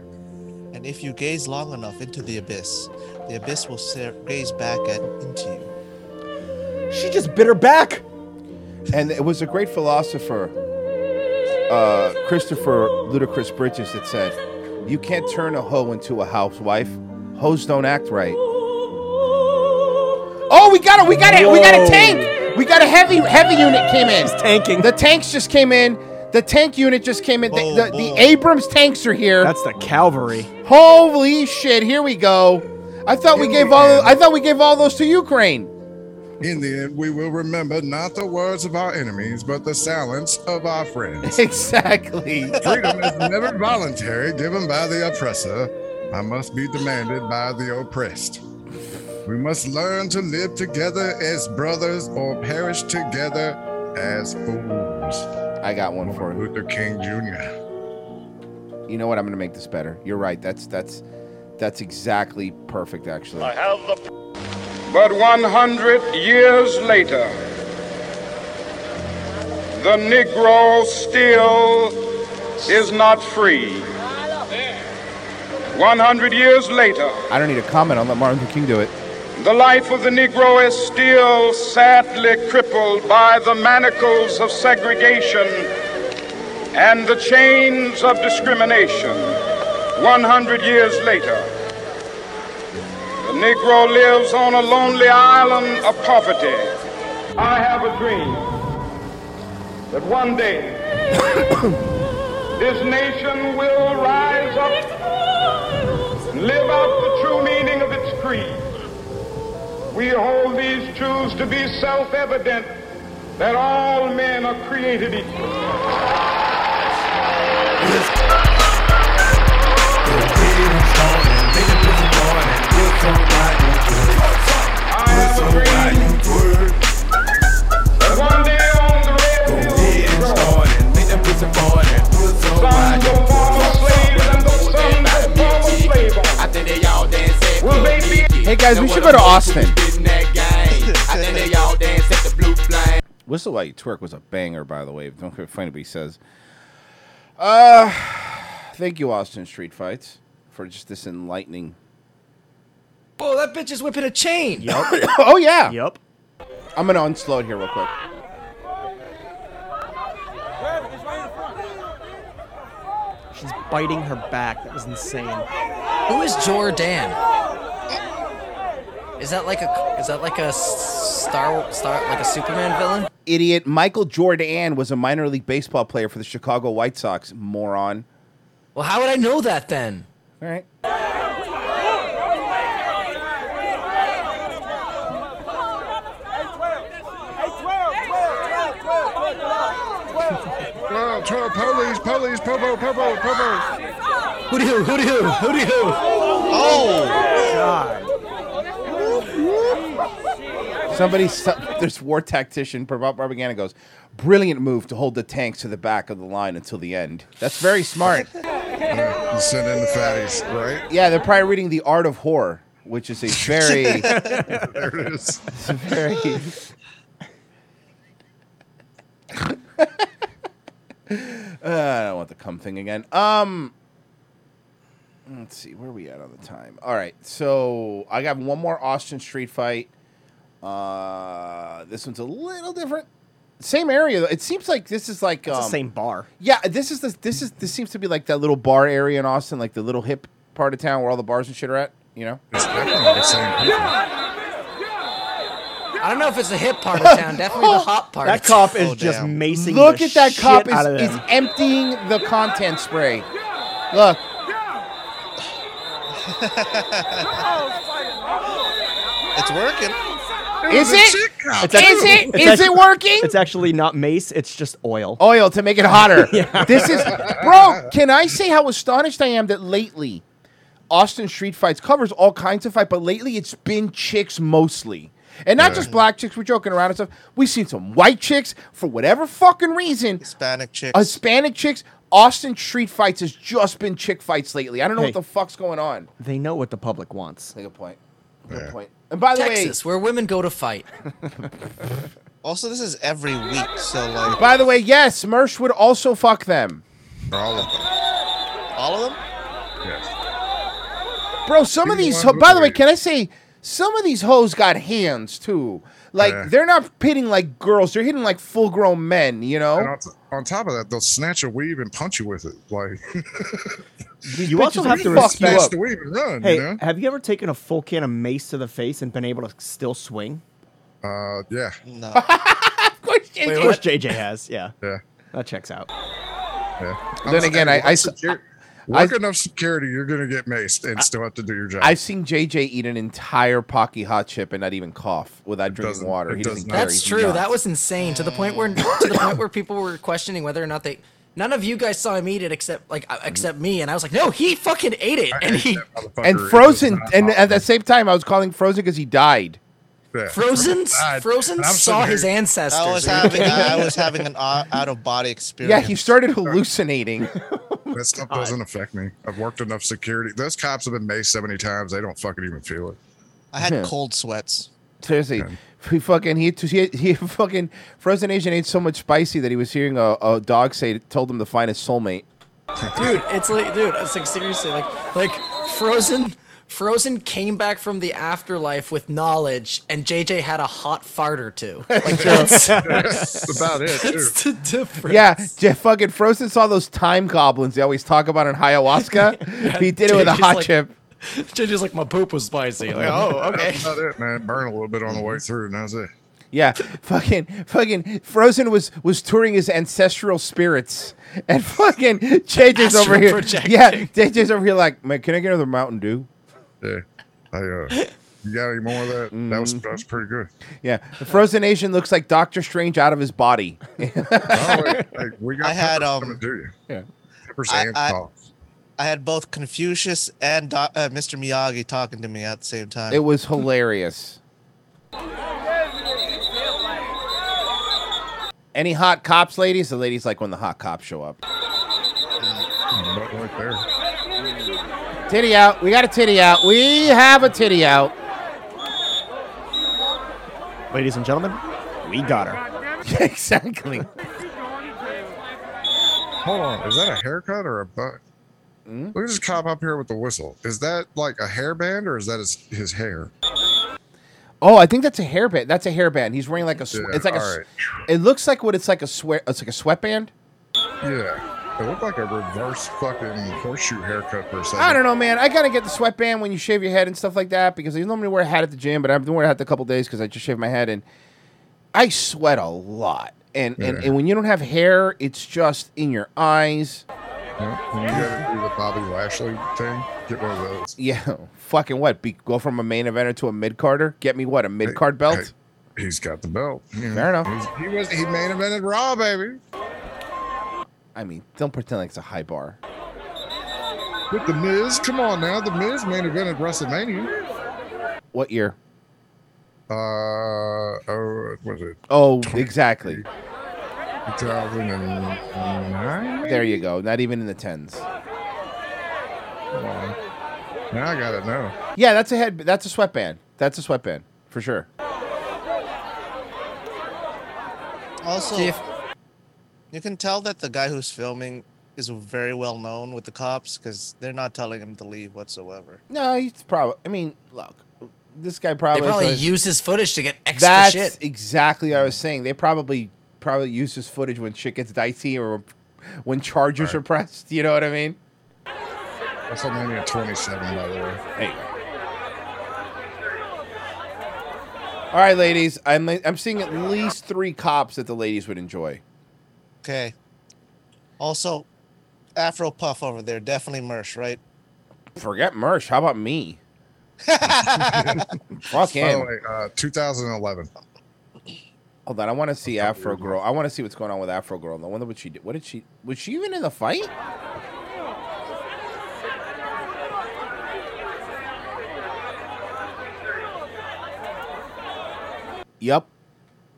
And if you gaze long enough into the abyss, the abyss will stare, gaze back at into you."
She just bit her back.
And it was a great philosopher, uh, Christopher Ludacris Bridges, that said, "You can't turn a hoe into a housewife. Hoes don't act right." Oh, we got it! We got it! We got a
Whoa.
tank! We got a heavy heavy unit came in. tanking. The tanks just came in. The tank unit just came in. The, the, the Abrams tanks are here.
That's the cavalry.
Holy shit! Here we go. I thought we gave all. I thought we gave all those to Ukraine.
In the end, we will remember not the words of our enemies, but the silence of our friends.
Exactly.
Freedom is never voluntary, given by the oppressor. I must be demanded by the oppressed. We must learn to live together as brothers or perish together as fools.
I got one for
Luther King Jr.
You know what? I'm gonna make this better. You're right. That's that's that's exactly perfect. Actually.
I have the. But 100 years later, the Negro still is not free. 100 years later,
I don't need a comment. I'll let Martin Luther King do it.
the life of the Negro is still sadly crippled by the manacles of segregation and the chains of discrimination. 100 years later, the Negro lives on a lonely island of poverty. I have a dream that one day this nation will rise up and live out the true meaning of its creed. We hold these truths to be self evident that all men are created equal.
Hey guys, we should go to Austin. Whistle While You Twerk was a banger, by the way. Don't care if anybody says. Uh, thank you, Austin Street Fights, for just this enlightening.
Whoa, that bitch is whipping a chain.
oh yeah. Yep. I'm gonna unslow it here real quick.
She's biting her back. That was insane.
Who is Jordan? Is that like a is that like a s- star star like a Superman villain?
Idiot. Michael Jordan was a minor league baseball player for the Chicago White Sox. Moron.
Well, how would I know that then?
All right.
Well, tw- police, police, popo, popo, popo.
Who do you? Who do you? Who do you?
Oh,
God.
Somebody, some- this war tactician, Propaganda goes, brilliant move to hold the tanks to the back of the line until the end. That's very smart.
Send in the fatties, right?
Yeah, they're probably reading The Art of Horror, which is a very.
There it is.
It's a very. Uh, I don't want the cum thing again. Um, let's see where are we at on the time. All right, so I got one more Austin Street fight. Uh, this one's a little different. Same area though. It seems like this is like
It's
um,
the same bar.
yeah, this is the, this is this seems to be like that little bar area in Austin, like the little hip part of town where all the bars and shit are at. You know,
I don't know if it's the hip part of town. Definitely the hot part. Oh,
That cop is just macing
Look
the
at that
shit
cop
out of
is, is
them.
emptying the content spray. Look,
It's working.
Is it?
It's
Is
actually-
it?
it's
Is
actu-
it working?
It's actually not mace. It's just oil.
Oil to make it hotter.
Yeah.
This is, bro. Can I say how astonished I am that lately, Austin Street Fights covers all kinds of fight, but lately it's been chicks mostly, and not
Yeah.
just black chicks. We're joking around and stuff. We've seen some white chicks for whatever fucking reason.
Hispanic chick.
Hispanic chicks. Austin Street Fights has just been chick fights lately. I don't know
Hey.
what the fuck's going on.
They know what the public wants.
Good point. Good point. And by the way-
Texas, where women go to fight.
Also, this is every week, so like
By the way, yes, Mersh would also fuck them.
all of them.
All of them?
Bro, some of these. Ho- by the way, can I say some of these hoes got hands too? Like
Yeah.
they're not hitting like girls; they're hitting like full-grown men. You
And
know.
on, on top of that, they'll snatch a weave and punch you with it. Like,
You also have to
Fuck
respect.
you up. The weave and run,
hey,
you know?
have you ever taken a full can of mace to the face and been able to still swing?
Uh, yeah.
No.
of course, JJ has. Yeah.
Yeah.
That checks out.
Then again, I- I s- I-
work enough security, you're gonna get maced and still have to do your job.
I've seen JJ eat an entire Pocky hot chip and not even cough without drinking
doesn't-
water.
it
He
does
doesn't
not.
care.
That's
He's
true.
nuts.
That was insane to the point where to the point where people were questioning whether or not they. None of you guys saw him eat it except like uh, except me, and I was like, "No, he fucking ate it." And he
and Frozen, and at the same time, I was calling Frozen because he died.
Frozen, Frozen saw his ancestors.
I was
Are you
having
kidding me?
I was having an out of body
Yeah,
experience.
he started hallucinating.
that stuff doesn't affect me. I've worked enough security. Those cops have been maced so many times, they don't fucking even feel it.
I
had Yeah.
cold sweats.
Seriously, he fucking he, he he fucking Frozen Asian ate so much spicy that he was hearing a, a dog say it told him to find his soulmate.
dude it's like dude it's like seriously like like frozen frozen came back from the afterlife with knowledge and jj had a hot fart or two like that's,
That's about it, too.
that's the difference
Yeah, j- fucking Frozen saw those time goblins they always talk about in ayahuasca.
Yeah,
he did it with a
JJ's
hot
like-
chip.
jj's like my poop was spicy like oh okay
That's about it, man. Burn a little bit on the way through, and that's it.
Yeah, fucking, fucking Frozen was was touring his ancestral spirits, and fucking JJ's over
Astral
here.
projecting.
Yeah, JJ's over here like, man, can I get another Mountain Dew?
Yeah. I, uh, you got any more of that? That was that was pretty good.
Yeah, the Frozen Asian looks like Doctor Strange out of his body.
Oh, Like, we got
I had
peppers
um
coming, do you?
Yeah.
Peppers
I,
and
I,
salt.
I had both Confucius and Do- uh, Mr. Miyagi talking to me at the same time.
it was hilarious. Any hot cops, ladies? The ladies like when the hot cops show up.
But right there.
Titty out. We got a titty out. We have a titty out.
Ladies and gentlemen, we got her.
exactly.
Hold on, is that a haircut or a butt?
Hmm?
Look at this cop up here with the whistle. Is that like a hairband or is that his, his hair?
Oh, I think that's a hairband. That's a hairband. He's wearing like a. Sw-
Yeah,
it's like a.
all
s-
right.
It looks like what it's like a sweat. It's like a sweatband.
Yeah, it looked like a reverse fucking horseshoe haircut for a second.
I don't know, man. I gotta get the sweatband when you shave your head and stuff like that because I normally wear a hat at the gym, but I've been wearing a hat a couple days because I just shaved my head and I sweat a lot. And, and
Yeah.
and when you don't have hair, it's just in your eyes.
Yeah, You gotta do the Bobby Lashley thing. Get one of those.
Yeah, fucking what? Be, go from a main eventer to a mid carder. Get me what a mid card belt.
He's got the belt. you know.
Fair enough.
He's- He was he main evented Raw, baby.
I mean, don't pretend like it's a high bar.
With the Miz, come on now, the Miz main evented WrestleMania.
What year?
Uh, oh, what was it
Oh, exactly.
2009?
There you go. Not even in the tens.
Come on. Now I gotta know.
Yeah, that's a head. That's a sweatband. That's a sweatband for sure.
Also,
Chief.
you can tell that the guy who's filming is very well known with the cops because they're not telling him to leave whatsoever.
No, he's probably. I mean, look, this guy
they
probably.
probably
says-
use his footage to get extra
That's
shit
exactly what I was saying. They probably probably use this footage when shit gets dicey or when charges are pressed. You know what I mean?
WrestleMania 27, by the way.
Hey. All right, ladies. I'm I'm seeing at least three cops that the ladies would enjoy.
Okay. Also, Afro Puff over there, definitely Mersh, right?
Forget Mersh. How about me? Fuck
By the
him.
way, uh, 2011.
Hold on, I want to see Afro Girl. I want to see what's going on with Afro Girl. I wonder what she did. What did she? Was she even in the fight? Yep.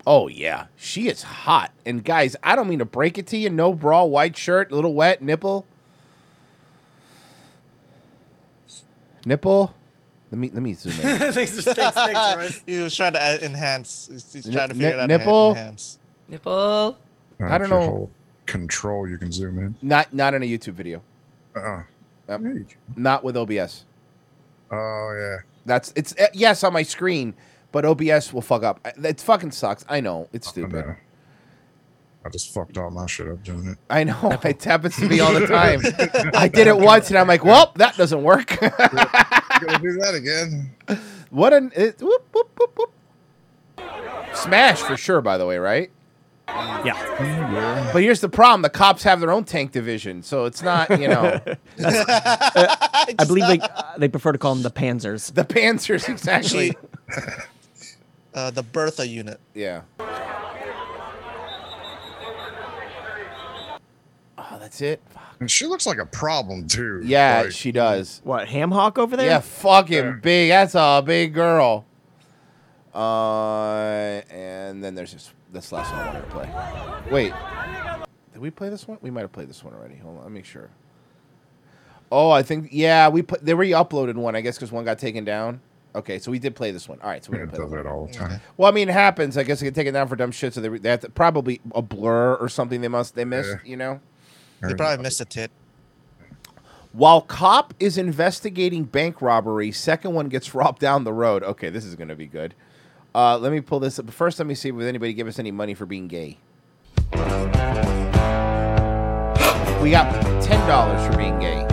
Oh yeah, she is hot. And guys, I don't mean to break it to you. No bra, white shirt, little wet nipple, nipple. Let me let me zoom in.
he was trying to uh, enhance. He's, he's
Ni-
trying to
ni-
figure out
nipple?
how to enhance.
nipple
I don't
if you
know.
hold Control, you can zoom in.
Not not in a YouTube video.
Mm-hmm. Uh-uh.
Yep. Not with OBS.
Oh yeah.
That's it's uh, yes on my screen, but OBS will fuck up. I- It fucking sucks. I know it's stupid.
I just fucked all my shit up doing it.
I know it happens to me all the time. I did it once and I'm like, well, that doesn't work.
Gotta do that again.
what an it, whoop, whoop, whoop, whoop. smash for sure. By the way, right? Yeah. But here's the problem: the cops have their own tank division, so it's not you know.
I believe they they prefer to call them the Panzers.
The Panzers, exactly.
uh, the Bertha unit.
Yeah. Oh, that's it.
And she looks like a problem too.
Yeah,
Like,
she does.
What ham hock over there?
Yeah, fucking big. That's a big girl. Uh, and then there's this, this last one I want to play. Wait, did we play this one? We might have played this one already. Hold on, let me make sure. Oh, I think yeah, we put they re-uploaded one. I guess because one got taken down. Okay, so we did play this one. All right, so we
Yeah,
did play
does
this
that
one.
all the time.
Well, I mean, it happens. I guess they get taken down for dumb shit, so they, re- they have to probably a blur or something. They must they missed,
Yeah.
you know.
They probably missed a tit.
While cop is investigating bank robbery, second one gets robbed down the road. Okay, this is going to be good. Uh, let me pull this up. First, let me see if anybody give us any money for being gay. We got ten dollars for being gay.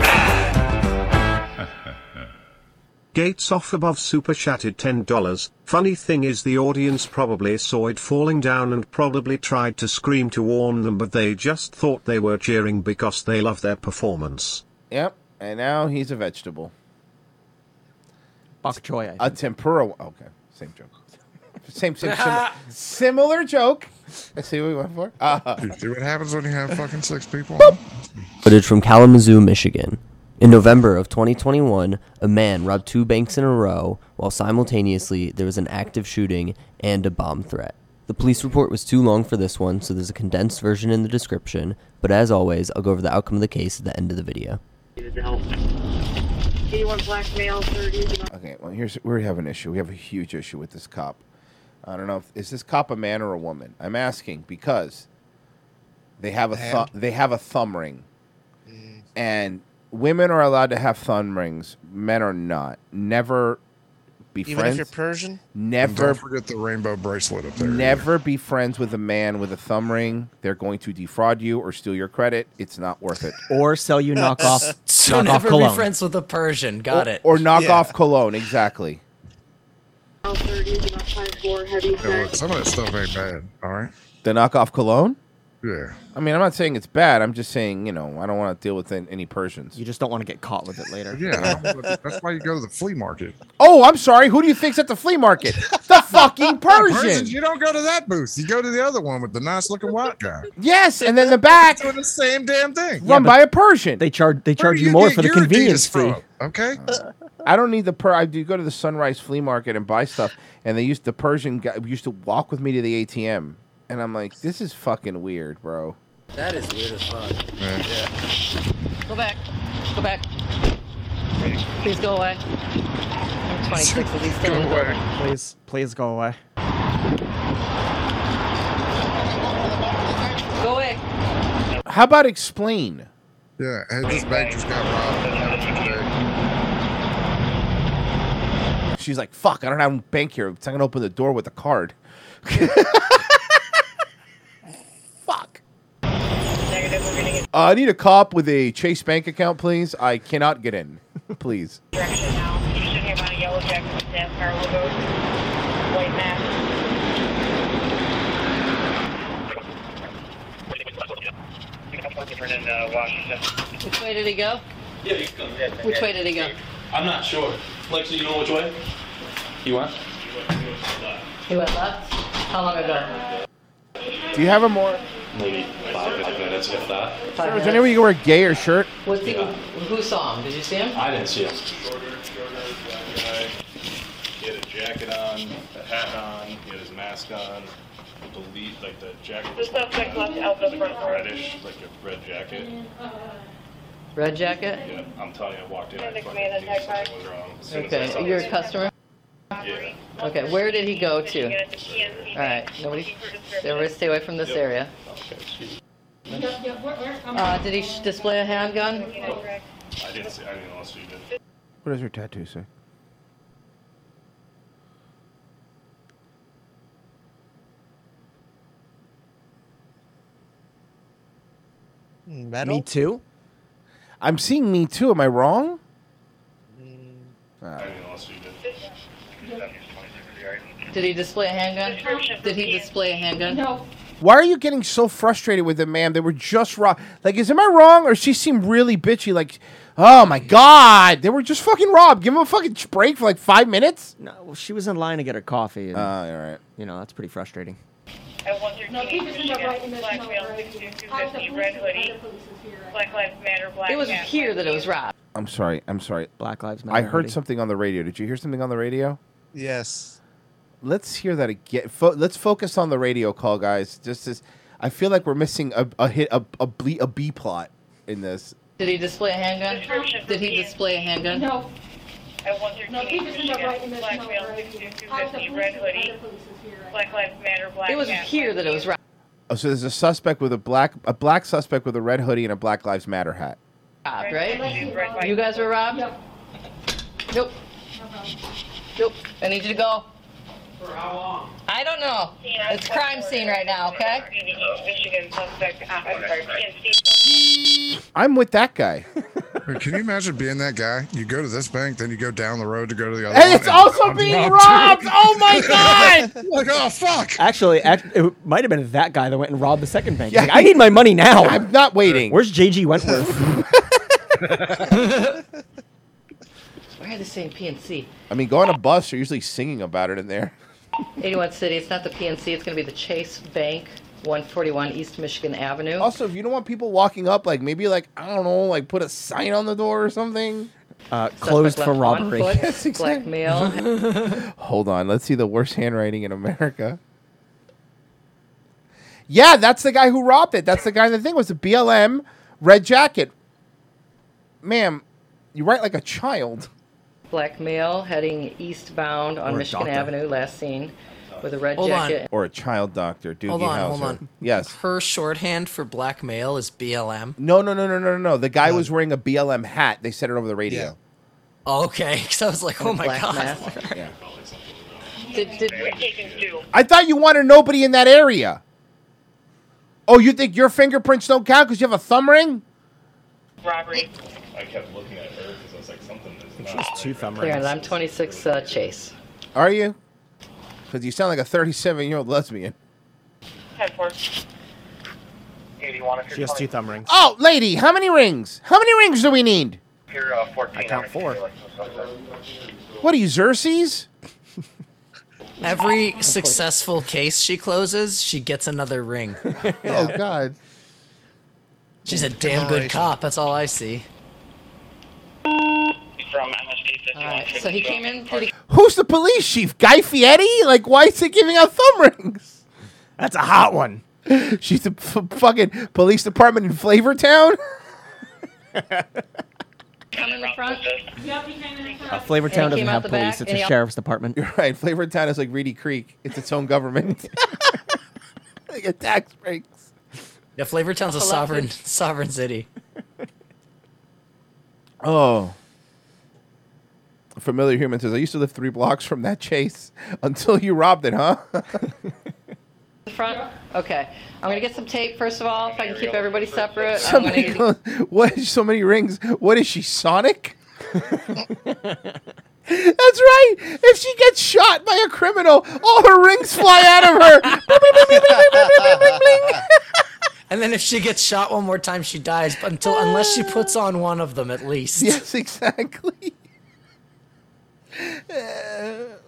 Gates off above super chatted $10. Funny thing is the audience probably saw it falling down and probably tried to scream to warn them but they just thought they were cheering because they love their performance.
Yep, and now he's a vegetable.
Bok choy.
A tempura. one- Okay, same joke. Same, same, similar, similar joke. I see what we went for. Uh,
See what happens when you have fucking six people.
Footage from Kalamazoo, Michigan. In November of 2021, a man robbed two banks in a row while simultaneously there was an active shooting and a bomb threat. The police report was too long for this one, so there's a condensed version in the description, but as always, I'll go over the outcome of the case at the end of the video.
Eighty-one black male, thirty.
Okay, well here's we have an issue. We have a huge issue with this cop. I don't know if is this cop a man or a woman. I'm asking because they have a thu-
Hand?
they have a thumb ring,
Mm.
and women are allowed to have thumb rings. Men are not. Never be
Even
friends.
if you're Persian.
And don't
never
forget the rainbow bracelet up there.
never be friends with a man with a thumb ring. They're going to defraud you or steal your credit. It's not worth it.
Or sell you knockoff
So
knockoff
never
cologne.
be friends with a Persian. Got
or,
it.
Or knock off cologne. Exactly.
Yeah, well, some of that stuff ain't bad. All right.
The knockoff cologne.
Yeah.
I mean, I'm not saying it's bad. I'm just saying, you know, I don't want to deal with an- any Persians.
You just don't want to get caught with it later.
Yeah. I don't- That's why you go to the flea market.
Oh, I'm sorry. Who do you think's at the flea market? The fucking
Persians,
Persian.
you don't go to that booth. You go to the other one with the nice looking white guy.
Yes, and then the back
doing the same damn thing.
Run by a Persian.
They charge they charge
do
you
you
more
get
for the
your Adidas
convenience fee.
from? Okay.
I don't need the per. I do go to the Sunrise Flea Market and buy stuff, and they used the Persian guy used to walk with me to the ATM, and I'm like, this is fucking weird, bro.
That is weird as fuck.
Yeah.
Go back. Go back. Please go away. I'm 26 of these things.
Please please go away.
Go away.
How about explain?
Yeah. Hey, this bank just got robbed.
She's like, fuck, I don't have a bank here. It's not gonna open the door with a card.
Negative, we're gonna get
Uh, I need a cop with a Chase Bank account, please. I cannot get in. Please.
direction now. You should hear about a yellow jacket with NASCAR logo, white uh, mask.
Which way did he go?
Yeah, you come.
Which way did he go?
I'm not sure. Lexi, you know which way? You went?
He went left. How long ago?
Do you have a more?
Maybe five, five minutes, if that.
Is there anywhere you can wear a gayer shirt?
Was he, Who saw him? Did you see him?
I didn't see him.
He had a jacket on, a hat on, he had his mask on. I believe, like, the jacket was
The suspect left out the front door.
reddish, like a red jacket.
Red jacket?
Yeah, I'm telling you, I walked in, I
Traffic
fucking
man
knew
attack
something was wrong. As soon as I saw
Okay, you're
this-
a customer?
Yeah.
Okay, where did he go to? Alright, nobody, everybody stay away from this area. Uh, did he sh- display a handgun?
I didn't see, I didn't know, so you did.
What does your tattoo say?
Metal?
Me too. I'm seeing me too. Am I wrong?
I
Uh,
didn't know, so you did.
Did he display a handgun? Did he display a handgun?
No.
Why are you getting so frustrated with it, ma'am? They were just wrong. Like, is am I wrong? Or she seemed really bitchy. Like, oh my god, they were just fucking robbed. Give them a fucking break for like five minutes.
No, well, she was in line to get her coffee. And,
uh, all right.
You know, that's pretty frustrating.
At 113, Michigan, Black male, 6250, Red Hoodie, Black Lives Matter, Black
It was
Matter.
here that it was robbed.
I'm sorry. I'm sorry. Black Lives
Matter
I heard
hoodie.
something on the radio. Did you hear something on the radio?
Yes.
Let's hear that again. Fo- let's focus on the radio call, guys. Just as I feel like we're missing a, a hit, a a, ble- a B plot in this.
Did he display a handgun? Did he display a handgun?
No. At 113, Michigan, Black male, 6250, Red Hoodie, Black Lives Matter, Black
It was
Matter.
here that it was robbed.
Oh, so there's a suspect with a black a black suspect with a red hoodie and a Black Lives Matter hat.
Right? You guys were robbed? Nope. Nope. I need you to go.
For how long?
I don't know. It's crime scene right now, okay?
Michigan suspect, uh, I'm sorry, PNC.
I'm with that guy.
Dude, Can you imagine being that guy? You go to this bank, then you go down the road to go to the other.
And
one,
it's also
I'm
being
too.
robbed. Oh my god!
like, oh fuck!
Actually, act- it might have been that guy that went and robbed the second bank. Like, I need my money now.
I'm not waiting.
Where's JG Wentworth?
oh,
Why are they saying PNC?
I mean, go on a bus. You're usually singing about it in there.
81 City, it's not the PNC, it's going to be the Chase Bank, 141 East Michigan Avenue.
Also, if you don't want people walking up, like maybe like I don't know, like put a sign on the door or something.
Uh,
Suspect left on foot, Black male.
Hold on, let's see the worst handwriting in America. Yeah, that's the guy who robbed it. That's the guy. The thing was a BLM red jacket. Ma'am, you write like a child.
Black male heading eastbound on
Or a
Michigan
doctor.
Avenue, last seen with a red
Hold on.
jacket.
Or a child doctor, Doogie
Hold on, hold
Howser.
on.
Yes.
Her shorthand for black male is BLM.
No, no, no, no, no, no, no. The guy was wearing a BLM hat. They said it over the radio.
Okay, because I was like, oh
And a
my
black
god.
mask.
Yeah.
Did, did,
I thought you wanted nobody in that area. Oh, you think your fingerprints don't count because you have a thumb ring?
robbery.
I kept looking at her because I was like, something is not.
Just two thumb
Clear,
rings.
I'm 26 uh, Chase.
Are you? Because you sound like a 37 year old lesbian.
81 if
She has two thumb rings.
Oh, lady, how many rings? How many rings do we need?
You're uh, 14. I count four.
What are you, Xerxes?
Every successful case she closes, she gets another ring.
Oh, God.
She's a damn good cop. That's all I see.
From MSD 51.
Alright, so he came in pretty
Who's the police chief? Guy Fieri? Like, why is he giving out thumb rings?
That's a hot one.
She's the f- fucking police department in Flavortown?
come in the front.
Uh, Flavortown
And he
doesn't
came out
have
the
police. It's
back, and
a
he al-
sheriff's department.
You're right. Flavortown is like Reedy Creek, it's its own government. they get tax breaks.
Yeah, Flavortown's a sovereign sovereign city.
Oh. A familiar human says, I used to live three blocks from that chase until you robbed it, huh?
In front. Okay. I'm gonna get some tape first of all, if I can keep everybody separate. I'm gonna
Somebody
get
goes, what is so many rings? What is she, Sonic? That's right. If she gets shot by a criminal, all her rings fly out of her. Bling, bling, bling, bling, bling, bling, bling, bling, bling.
And then if she gets shot one more time, she dies. But until unless she puts on one of them at least.
yes, exactly.
to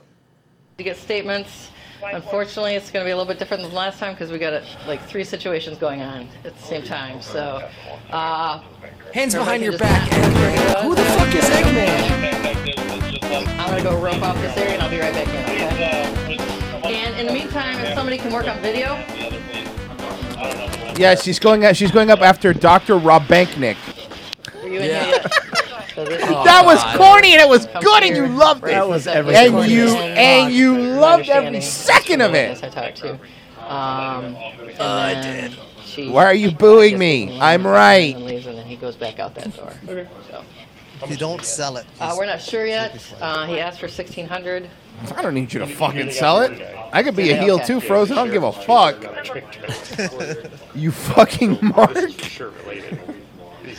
get statements. Unfortunately, it's going to be a little bit different than last time because we got uh, like three situations going on at the same time. So, uh,
Hands behind your
back. Who the fuck is Eggman?
I'm
gonna go rope off this area and I'll be right back in. Okay. And in the meantime, if somebody can work on video,
Yeah, she's going. At, she's going up after Doctor Rob Banknick.
were you in here yet? So this-
Oh,
that was corny and it was
Oh, Come
good and you
here
loved
for
it.
a second.
And you
Corny.
and you loved every
Understanding.
second of
Yes,
it. Oh,
I talked to. Um, I did. She
Why are you booing me? I'm right.
and leaves, and then he goes back out that door. So,
You don't sell it.
uh, we're not sure yet. Uh, he asked for 1,600.
I don't need you to fucking sell it. I could be a
Okay.
heel too, Frozen. I don't give a fuck. You fucking mark.
These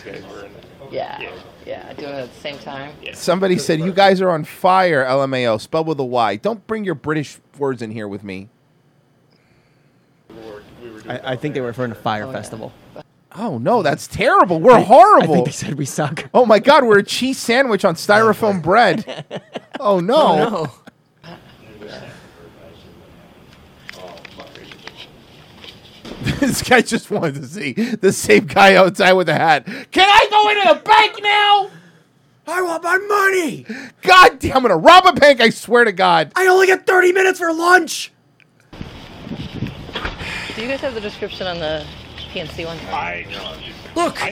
guys were in
Yeah, yeah, doing it at the same time.
Somebody said you guys are on fire. LMAO, spelled with a Y. Don't bring your British words in here with me.
We were, we were doing
I, I think they were referring to Fire Festival.
Oh no, that's terrible. We're horrible.
I think they said we suck.
Oh my god, we're a cheese sandwich on styrofoam bread. Oh no.
Oh,
Oh,
this guy just wanted to see the same guy outside with a hat. Can I go into the bank now?
I want my money.
God damn, I'm gonna rob a bank. I swear to God.
I only get thirty minutes for lunch.
Do you guys have the description on the PNC one? I
Look, I,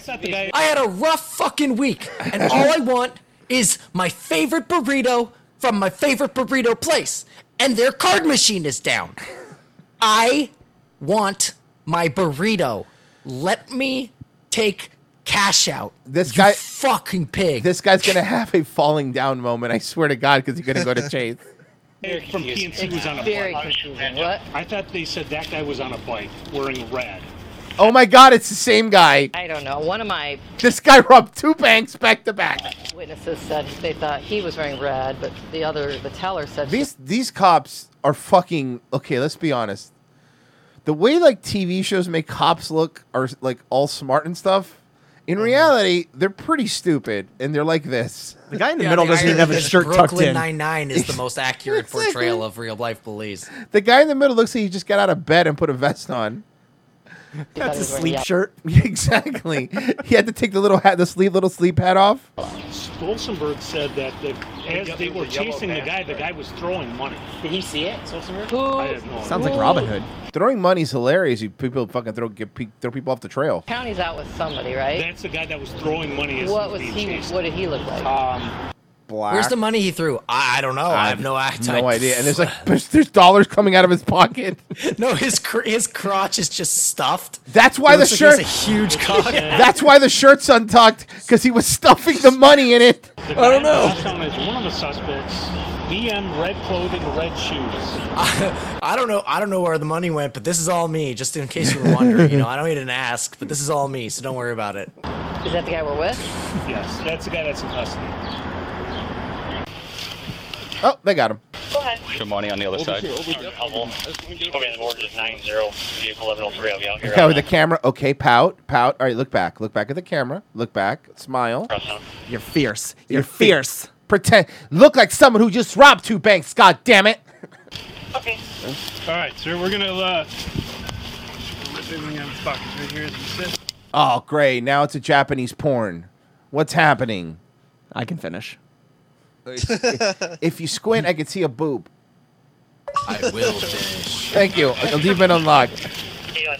had a rough fucking week, and all I want is my favorite burrito from my favorite burrito place, and their card machine is down. I want my burrito. Let me take cash out.
This guy,
fucking pig.
This guy's gonna have a falling down moment. I swear to God, because he's gonna go to chase.
From PNC was on a
Very
bike.
confusing. What?
I thought they said that guy was on a bike wearing red.
Oh my God, it's the same guy.
I don't know. One of my
This guy robbed two banks back to back.
witnesses said they thought he was wearing red, but the other, the teller said
These these cops are fucking okay. Let's be honest. The way like TV shows make cops look are like all smart and stuff. In reality, they're pretty stupid, and they're like this.
The guy in
Yeah, the irony is Brooklyn Nine Nine is the most accurate portrayal of real life police.
The guy in the middle looks like he just got out of bed and put a vest on.
That's a sleep shirt.
exactly. he had to take the little hat, the sleeve, little sleep hat off.
Stolzenberg said that the, as they were chasing the guy, the guy was throwing money. Did he see it, Stolzenberg? I have no idea.
Throwing money's hilarious. You people fucking throw get, pe- throw people off the trail.
County's out with somebody, right?
That's the guy that was throwing money. As
What was
being
he?
Chased.
What did he look like?
Um,
Black.
Where's the money he threw? I, I don't know. I have no idea.
No idea. And there's like there's, there's dollars coming out of his pocket.
no, his cr- his crotch is just stuffed.
That's why
It
the
looks like
shirt.
he has a huge cock.
That's why the shirt's untucked because he was stuffing the money in it.
the guy that was shown as one of the suspects, BM red clothing, red shoes.
I don't know. I don't know where the money went, but this is all me. Just in case you were wondering, you know, I don't even ask, but this is all me, so don't worry about it.
Is that the guy we're with?
yes, that's the guy that's in custody.
Oh, they got him.
Go ahead.
Your money on the other side.
The guy with the camera. Okay, pout, pout. All right, look back, look back at the camera, look back, smile.
You're fierce.
You're fierce. Pretend. Look like someone who just robbed two banks. God damn it.
All right, sir, we're gonna uh, rip everything out of his pockets right here as we sit.
Oh, great. Now it's a Japanese porn. What's happening?
I can finish.
if you squint, I can see a boob.
I will finish.
Thank you. I'll leave it unlocked.
We're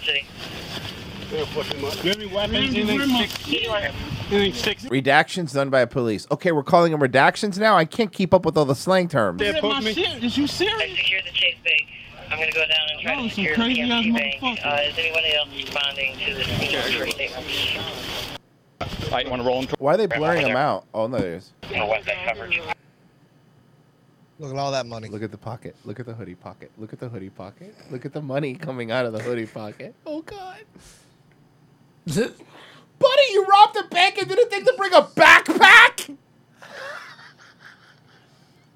gonna put him up. Do you have any weapons? Anything sticks? Anything sticks?
Redactions done by police. Okay, we're calling them redactions now. I can't keep up with all the slang terms.
Dad, poke me. Is you serious? I
secured the Chase Bank. I'm gonna go down and try to secure the PNC Bank. Uh, is anybody else responding to this meeting?
I want to roll him.
Why are they blurring them out? Oh, no, there is.
No weapon coverage.
Look at all that money. Look at the pocket. Look at the hoodie pocket. Look at the hoodie pocket. Look at the money coming out of the hoodie pocket. Oh God. Buddy, you robbed a bank and didn't think to bring a backpack?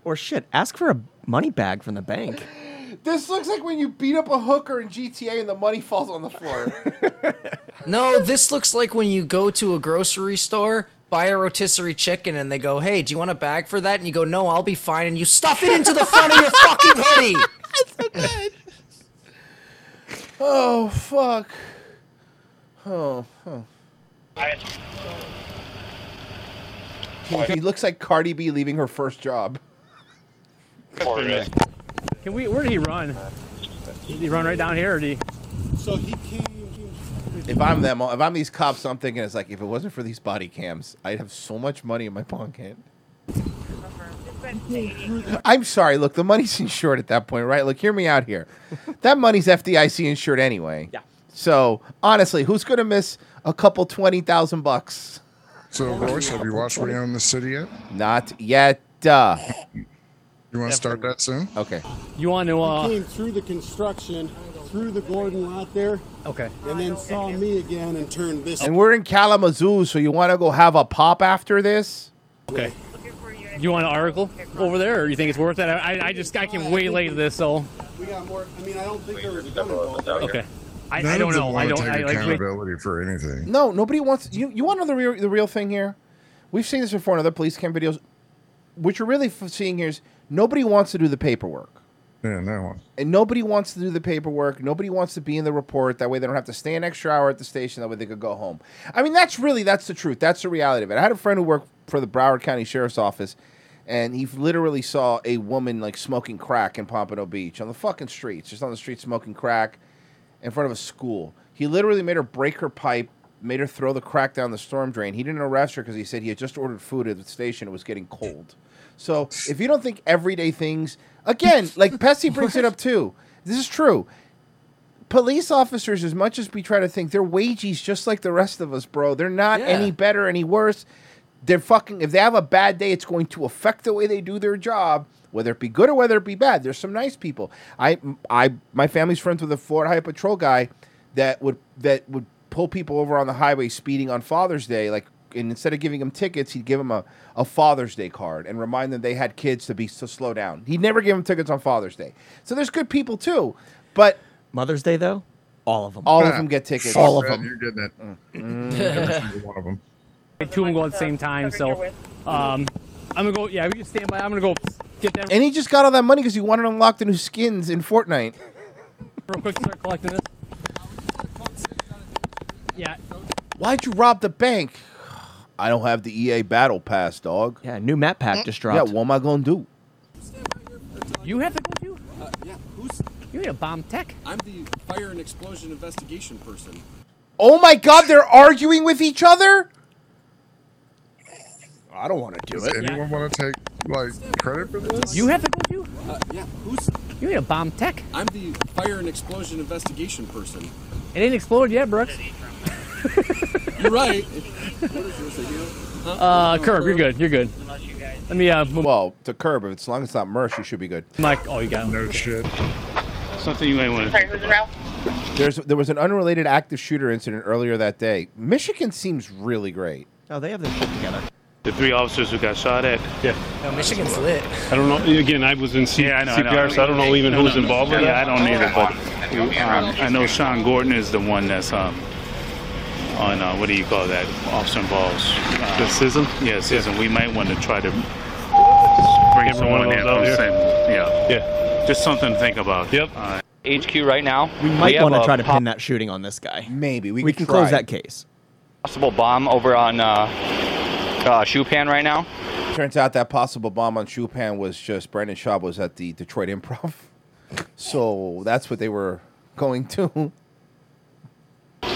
Or shit, ask for a money bag from the bank.
This looks like when you beat up a hooker in GTA and the money falls on the floor.
No, this looks like when you go to a grocery store, buy a rotisserie chicken, and they go, "Hey, do you want a bag for that?" And you go, "No, I'll be fine," and you stuff it into the front of your fucking hoodie.
oh fuck. Oh, oh. He, he looks like Cardi B leaving her first job.
Can we? Where did he run? Did he run right down here, or did he? So he came.
If I'm them, if I'm these cops, I'm thinking it's like if it wasn't for these body cams, I'd have so much money in my pocket. I'm sorry. Look, the money's insured at that point, right? Look, hear me out here. that money's FDIC insured anyway. Yeah. So honestly, who's gonna miss a couple twenty thousand bucks?
So, Royce, have you watched We Own the City yet?
Not yet. Duh.
You want to start that soon?
Okay.
You want to?
Uh,
uh,
He came through the construction, through the Gordon lot there.
Okay.
And then saw me again and turned this.
And we're in Kalamazoo, so you want to go have a pop after this?
Okay. You want an article over there, or you think it's worth it? I, I just I came way late to this, so
We got more. I mean, I don't think there was.
okay. I,
None
I
of
don't
them
know. I
wanna
don't.
take
I, like, we-
accountability for anything.
No, nobody wants you. You want to know the real, the real thing here? We've seen this before in other police cam videos. What you're really f- seeing here is nobody wants to do the paperwork.
Yeah, no one.
and nobody wants to do the paperwork. Nobody wants to be in the report. That way, they don't have to stay an extra hour at the station. That way, they could go home. I mean, that's really that's the truth. That's the reality of it. I had a friend who worked for the Broward County Sheriff's Office, and he literally saw a woman like smoking crack in Pompano Beach on the fucking streets, just on the street smoking crack in front of a school. He literally made her break her pipe, made her throw the crack down the storm drain. He didn't arrest her because he said he had just ordered food at the station. It was getting cold. So if you don't think everyday things, again, like Pesci brings it up too. This is true. Police officers, as much as we try to think, they're wages just like the rest of us, bro. They're not
Yeah.
any better, any worse. They're fucking. If they have a bad day, it's going to affect the way they do their job, whether it be good or whether it be bad. There's some nice people. I, I, my family's friends with a Florida Highway Patrol guy that would that would pull people over on the highway speeding on Father's Day, like. And instead of giving them tickets, he'd give them a, a Father's Day card and remind them they had kids to be to slow down. He never gave them tickets on Father's Day. So there's good people too, but
Mother's Day though, all of them.
All of them get tickets.
All of them.
getting it.
One of them. Two of them go at the same time, so um, I'm gonna go. Yeah, we can stand by. I'm gonna go get that
And he just got all that money because he wanted to unlock the new skins in Fortnite.
real quick. Start collecting this. Yeah,
Why'd you rob the bank? I don't have the EA Battle Pass, dog.
Yeah, new map pack just dropped.
Yeah, what am I gonna do?
you have to go too.
Uh, yeah, who's?
You're a bomb tech.
I'm the fire and explosion investigation person.
Oh my God, they're arguing with each other.
I don't want to do it. Anyone want to take like credit for this?
You have to go too.
Uh, yeah, who's?
You're a bomb tech.
I'm the fire and explosion investigation person.
It ain't exploded yet, Brooks.
You're right. What is this, a heel? Huh?
Uh, curb. You're good. You're good. Let me uh. Move.
Well, to curb. If it's long as it's not merch, you should be good.
Mike, oh, you got
no shit.
Something you may want
Sorry, who's around?
There's there was an unrelated active shooter incident earlier that day. Michigan seems really great.
Oh, they have this shit together.
The three officers who got shot at. Yeah.
No, Oh, Michigan's lit.
I don't know. Again, I was in C-
Yeah, I know, I know.
CPR, so I don't know even
No,
who's
no, no.
involved with
Yeah,
it.
I don't either, but um, I know Sean Gordon is the one that's um, on, uh, what do you call that, officer involved. Uh,
The
SISM? Yeah, SISM. We might want to try to bring Everyone someone in. of those who's out in- Yeah. Yeah. Just something to think about. Yep.
HQ right now.
We might
have
want to
a
try to
po-
pin that shooting on this guy.
Maybe we,
can close that case.
possible bomb over on uh, uh, Shoe Pan right now.
Turns out that possible bomb on Chupan was just Brandon Schaub was at the Detroit Improv, so that's what they were going to.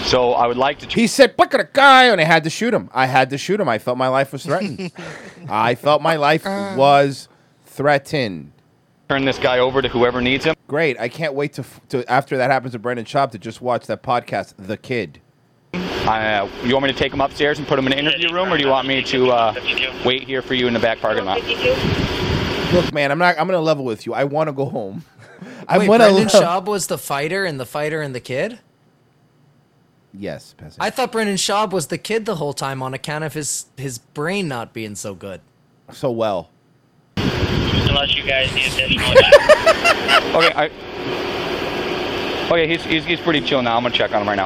So I would like to.
he said, "Look at a guy," and I had to shoot him. I had to shoot him. I felt my life was threatened. I felt my life was threatened.
Turn this guy over to whoever needs him.
Great. I can't wait to, f- to after that happens to Brandon Schaub to just watch that podcast, The Kid.
Uh, you want me to take him upstairs and put him in an interview room, or do you want me to uh, wait here for you in the back parking lot?
Look, man, I'm not. I'm gonna level with you. I want to go home. I
Wait,
want to.
Brendan
Love-
Schaub was the fighter and the fighter and the kid.
Yes, Pesci.
I thought Brendan Schaub was the kid the whole time on account of his his brain not being so good.
So well.
Unless you guys need additional.
Okay, I. Okay, he's, he's, he's pretty chill now. I'm gonna check on him right now.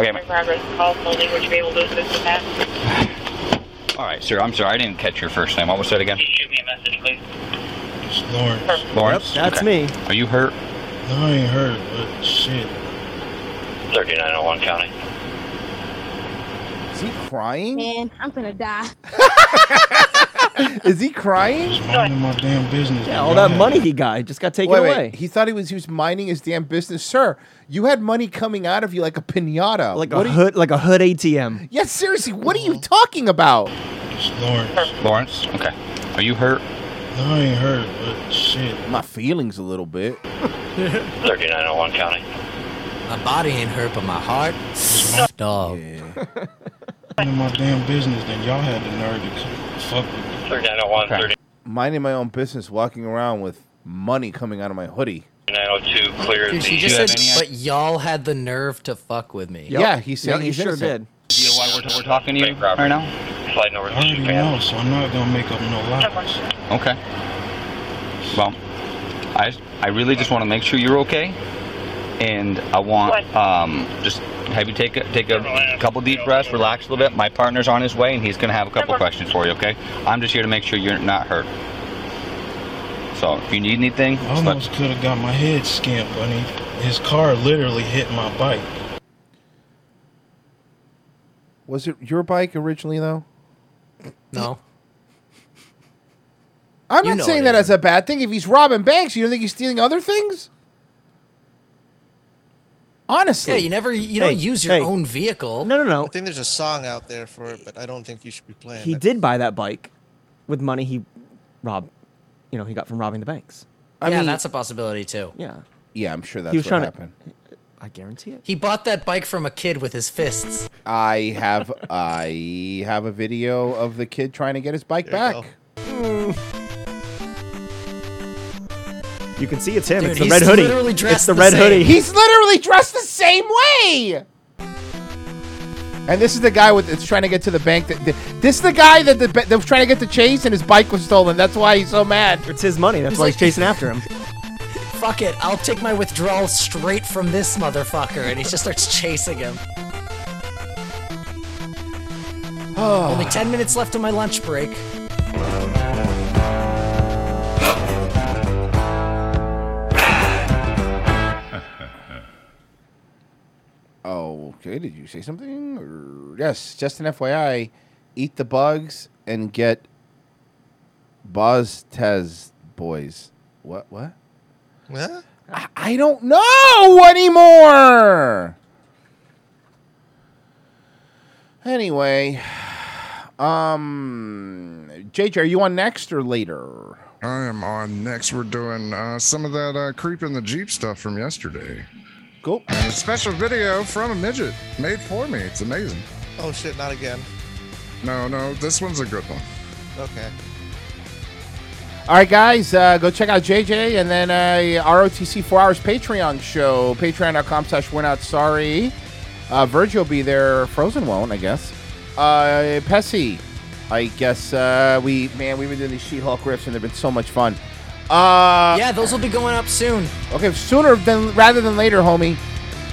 Okay, man.
Progress call slowly. Would you be able to assist with that?
All right, sir. I'm sorry. I didn't catch your first name. What was that again?
Shoot me a message, please.
Lawrence. Lawrence.
Yep, that's
me. Are you hurt?
No, I ain't hurt, but shit.
3901 County.
Is he crying?
Man, I'm gonna die.
Is he crying?
minding my damn business.
Yeah, all that money he got just got taken
Wait, wait.
away.
He thought he was he was minding his damn business, sir. You had money coming out of you like a pinata.
Like
What are
a
you-
hood, like a hood ATM.
Yes, seriously. What are you talking about?
Lawrence.
Lawrence. Okay. Are you hurt?
No, I ain't hurt, but shit.
My feelings a little bit.
3901 County.
My body ain't hurt, but my heart, dog.
Minding my damn business, then y'all had the nerve to fuck with me.
3901
Minding my own business, walking around with money coming out of my hoodie.
3902 clear
Dude, she just said, but y'all had the nerve to fuck with me.
Yeah, he said he's innocent.
Do you know why we're, we're talking to you right now? Sliding over
I already know, so I'm not gonna make up no lies.
Okay. Well, I I really just want to make sure you're okay. and I want um, just have you take a, take a couple deep breaths, relax a little bit. My partner's on his way, and he's going to have a couple questions for you. Okay, I'm just here to make sure you're not hurt. So if you need anything,
I
just let-
almost could have got my head skimped when he, his car literally hit my bike.
Was it your bike originally, though?
No.
I'm
You
not
know
saying
it
that as a bad thing. If he's robbing banks, you don't think he's stealing other things? Honestly.
Yeah, you never you don't use your own vehicle.
No, no, no.
I think there's a song out there for it, but I don't think you should be playing.
He
it.
did buy that bike with money he robbed. You know, he got from robbing the banks.
yeah, that's a possibility too.
Yeah.
Yeah, I'm sure that's
was
what
trying to-
happened.
I guarantee it.
He bought that bike from a kid with his fists.
I have I have a video of the kid trying to get his bike back.
You can see it's him.
Dude,
it's the
he's
red hoodie.
literally
it's
dressed
the,
the
red
same.
hoodie.
He's literally dressed the same way. And this is the guy with that's trying to get to the bank. That, that- this is the guy that the, that was trying to get the chase, and his bike was stolen. That's why he's so mad.
It's his money. That's
He's why he's like- chasing
after him.
Fuck it, I'll take my withdrawal straight from this motherfucker, and he just starts chasing him. Only ten minutes left of my lunch break.
Oh, okay. Did you say something? Or- Yes, just an FYI. Eat the bugs and get Buzz Tez boys. What? What?
What?
I, I don't know anymore. Anyway, um, JJ, are you on next or later?
I am on next. We're doing uh, some of that uh, creep in the Jeep stuff from yesterday.
Cool.
And a special video from a midget made for me. It's amazing.
Oh shit! Not again.
No, no, this one's a good one.
Okay.
All right, guys, uh, go check out JJ and then uh, ROTC 4 Hours Patreon show, patreon.com slash we're not sorry. Uh, Virgil will be there. Frozen won't, I guess. Uh, Pessy, I guess uh, we, man, we've been doing these She-Hulk riffs and they've been so much fun. Uh,
yeah, those will be going up soon.
Okay, sooner than rather than later, homie.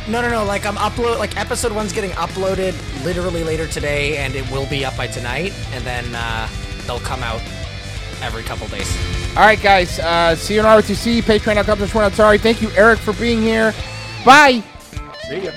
No, no, no. Like I'm upload. Like episode one's getting uploaded literally later today, and it will be up by tonight, and then uh, they'll come out every couple days.
All right, guys, uh, see you on ROTC, patreon.com slash we're not sorry. Thank you, Eric, for being here. Bye.
See ya.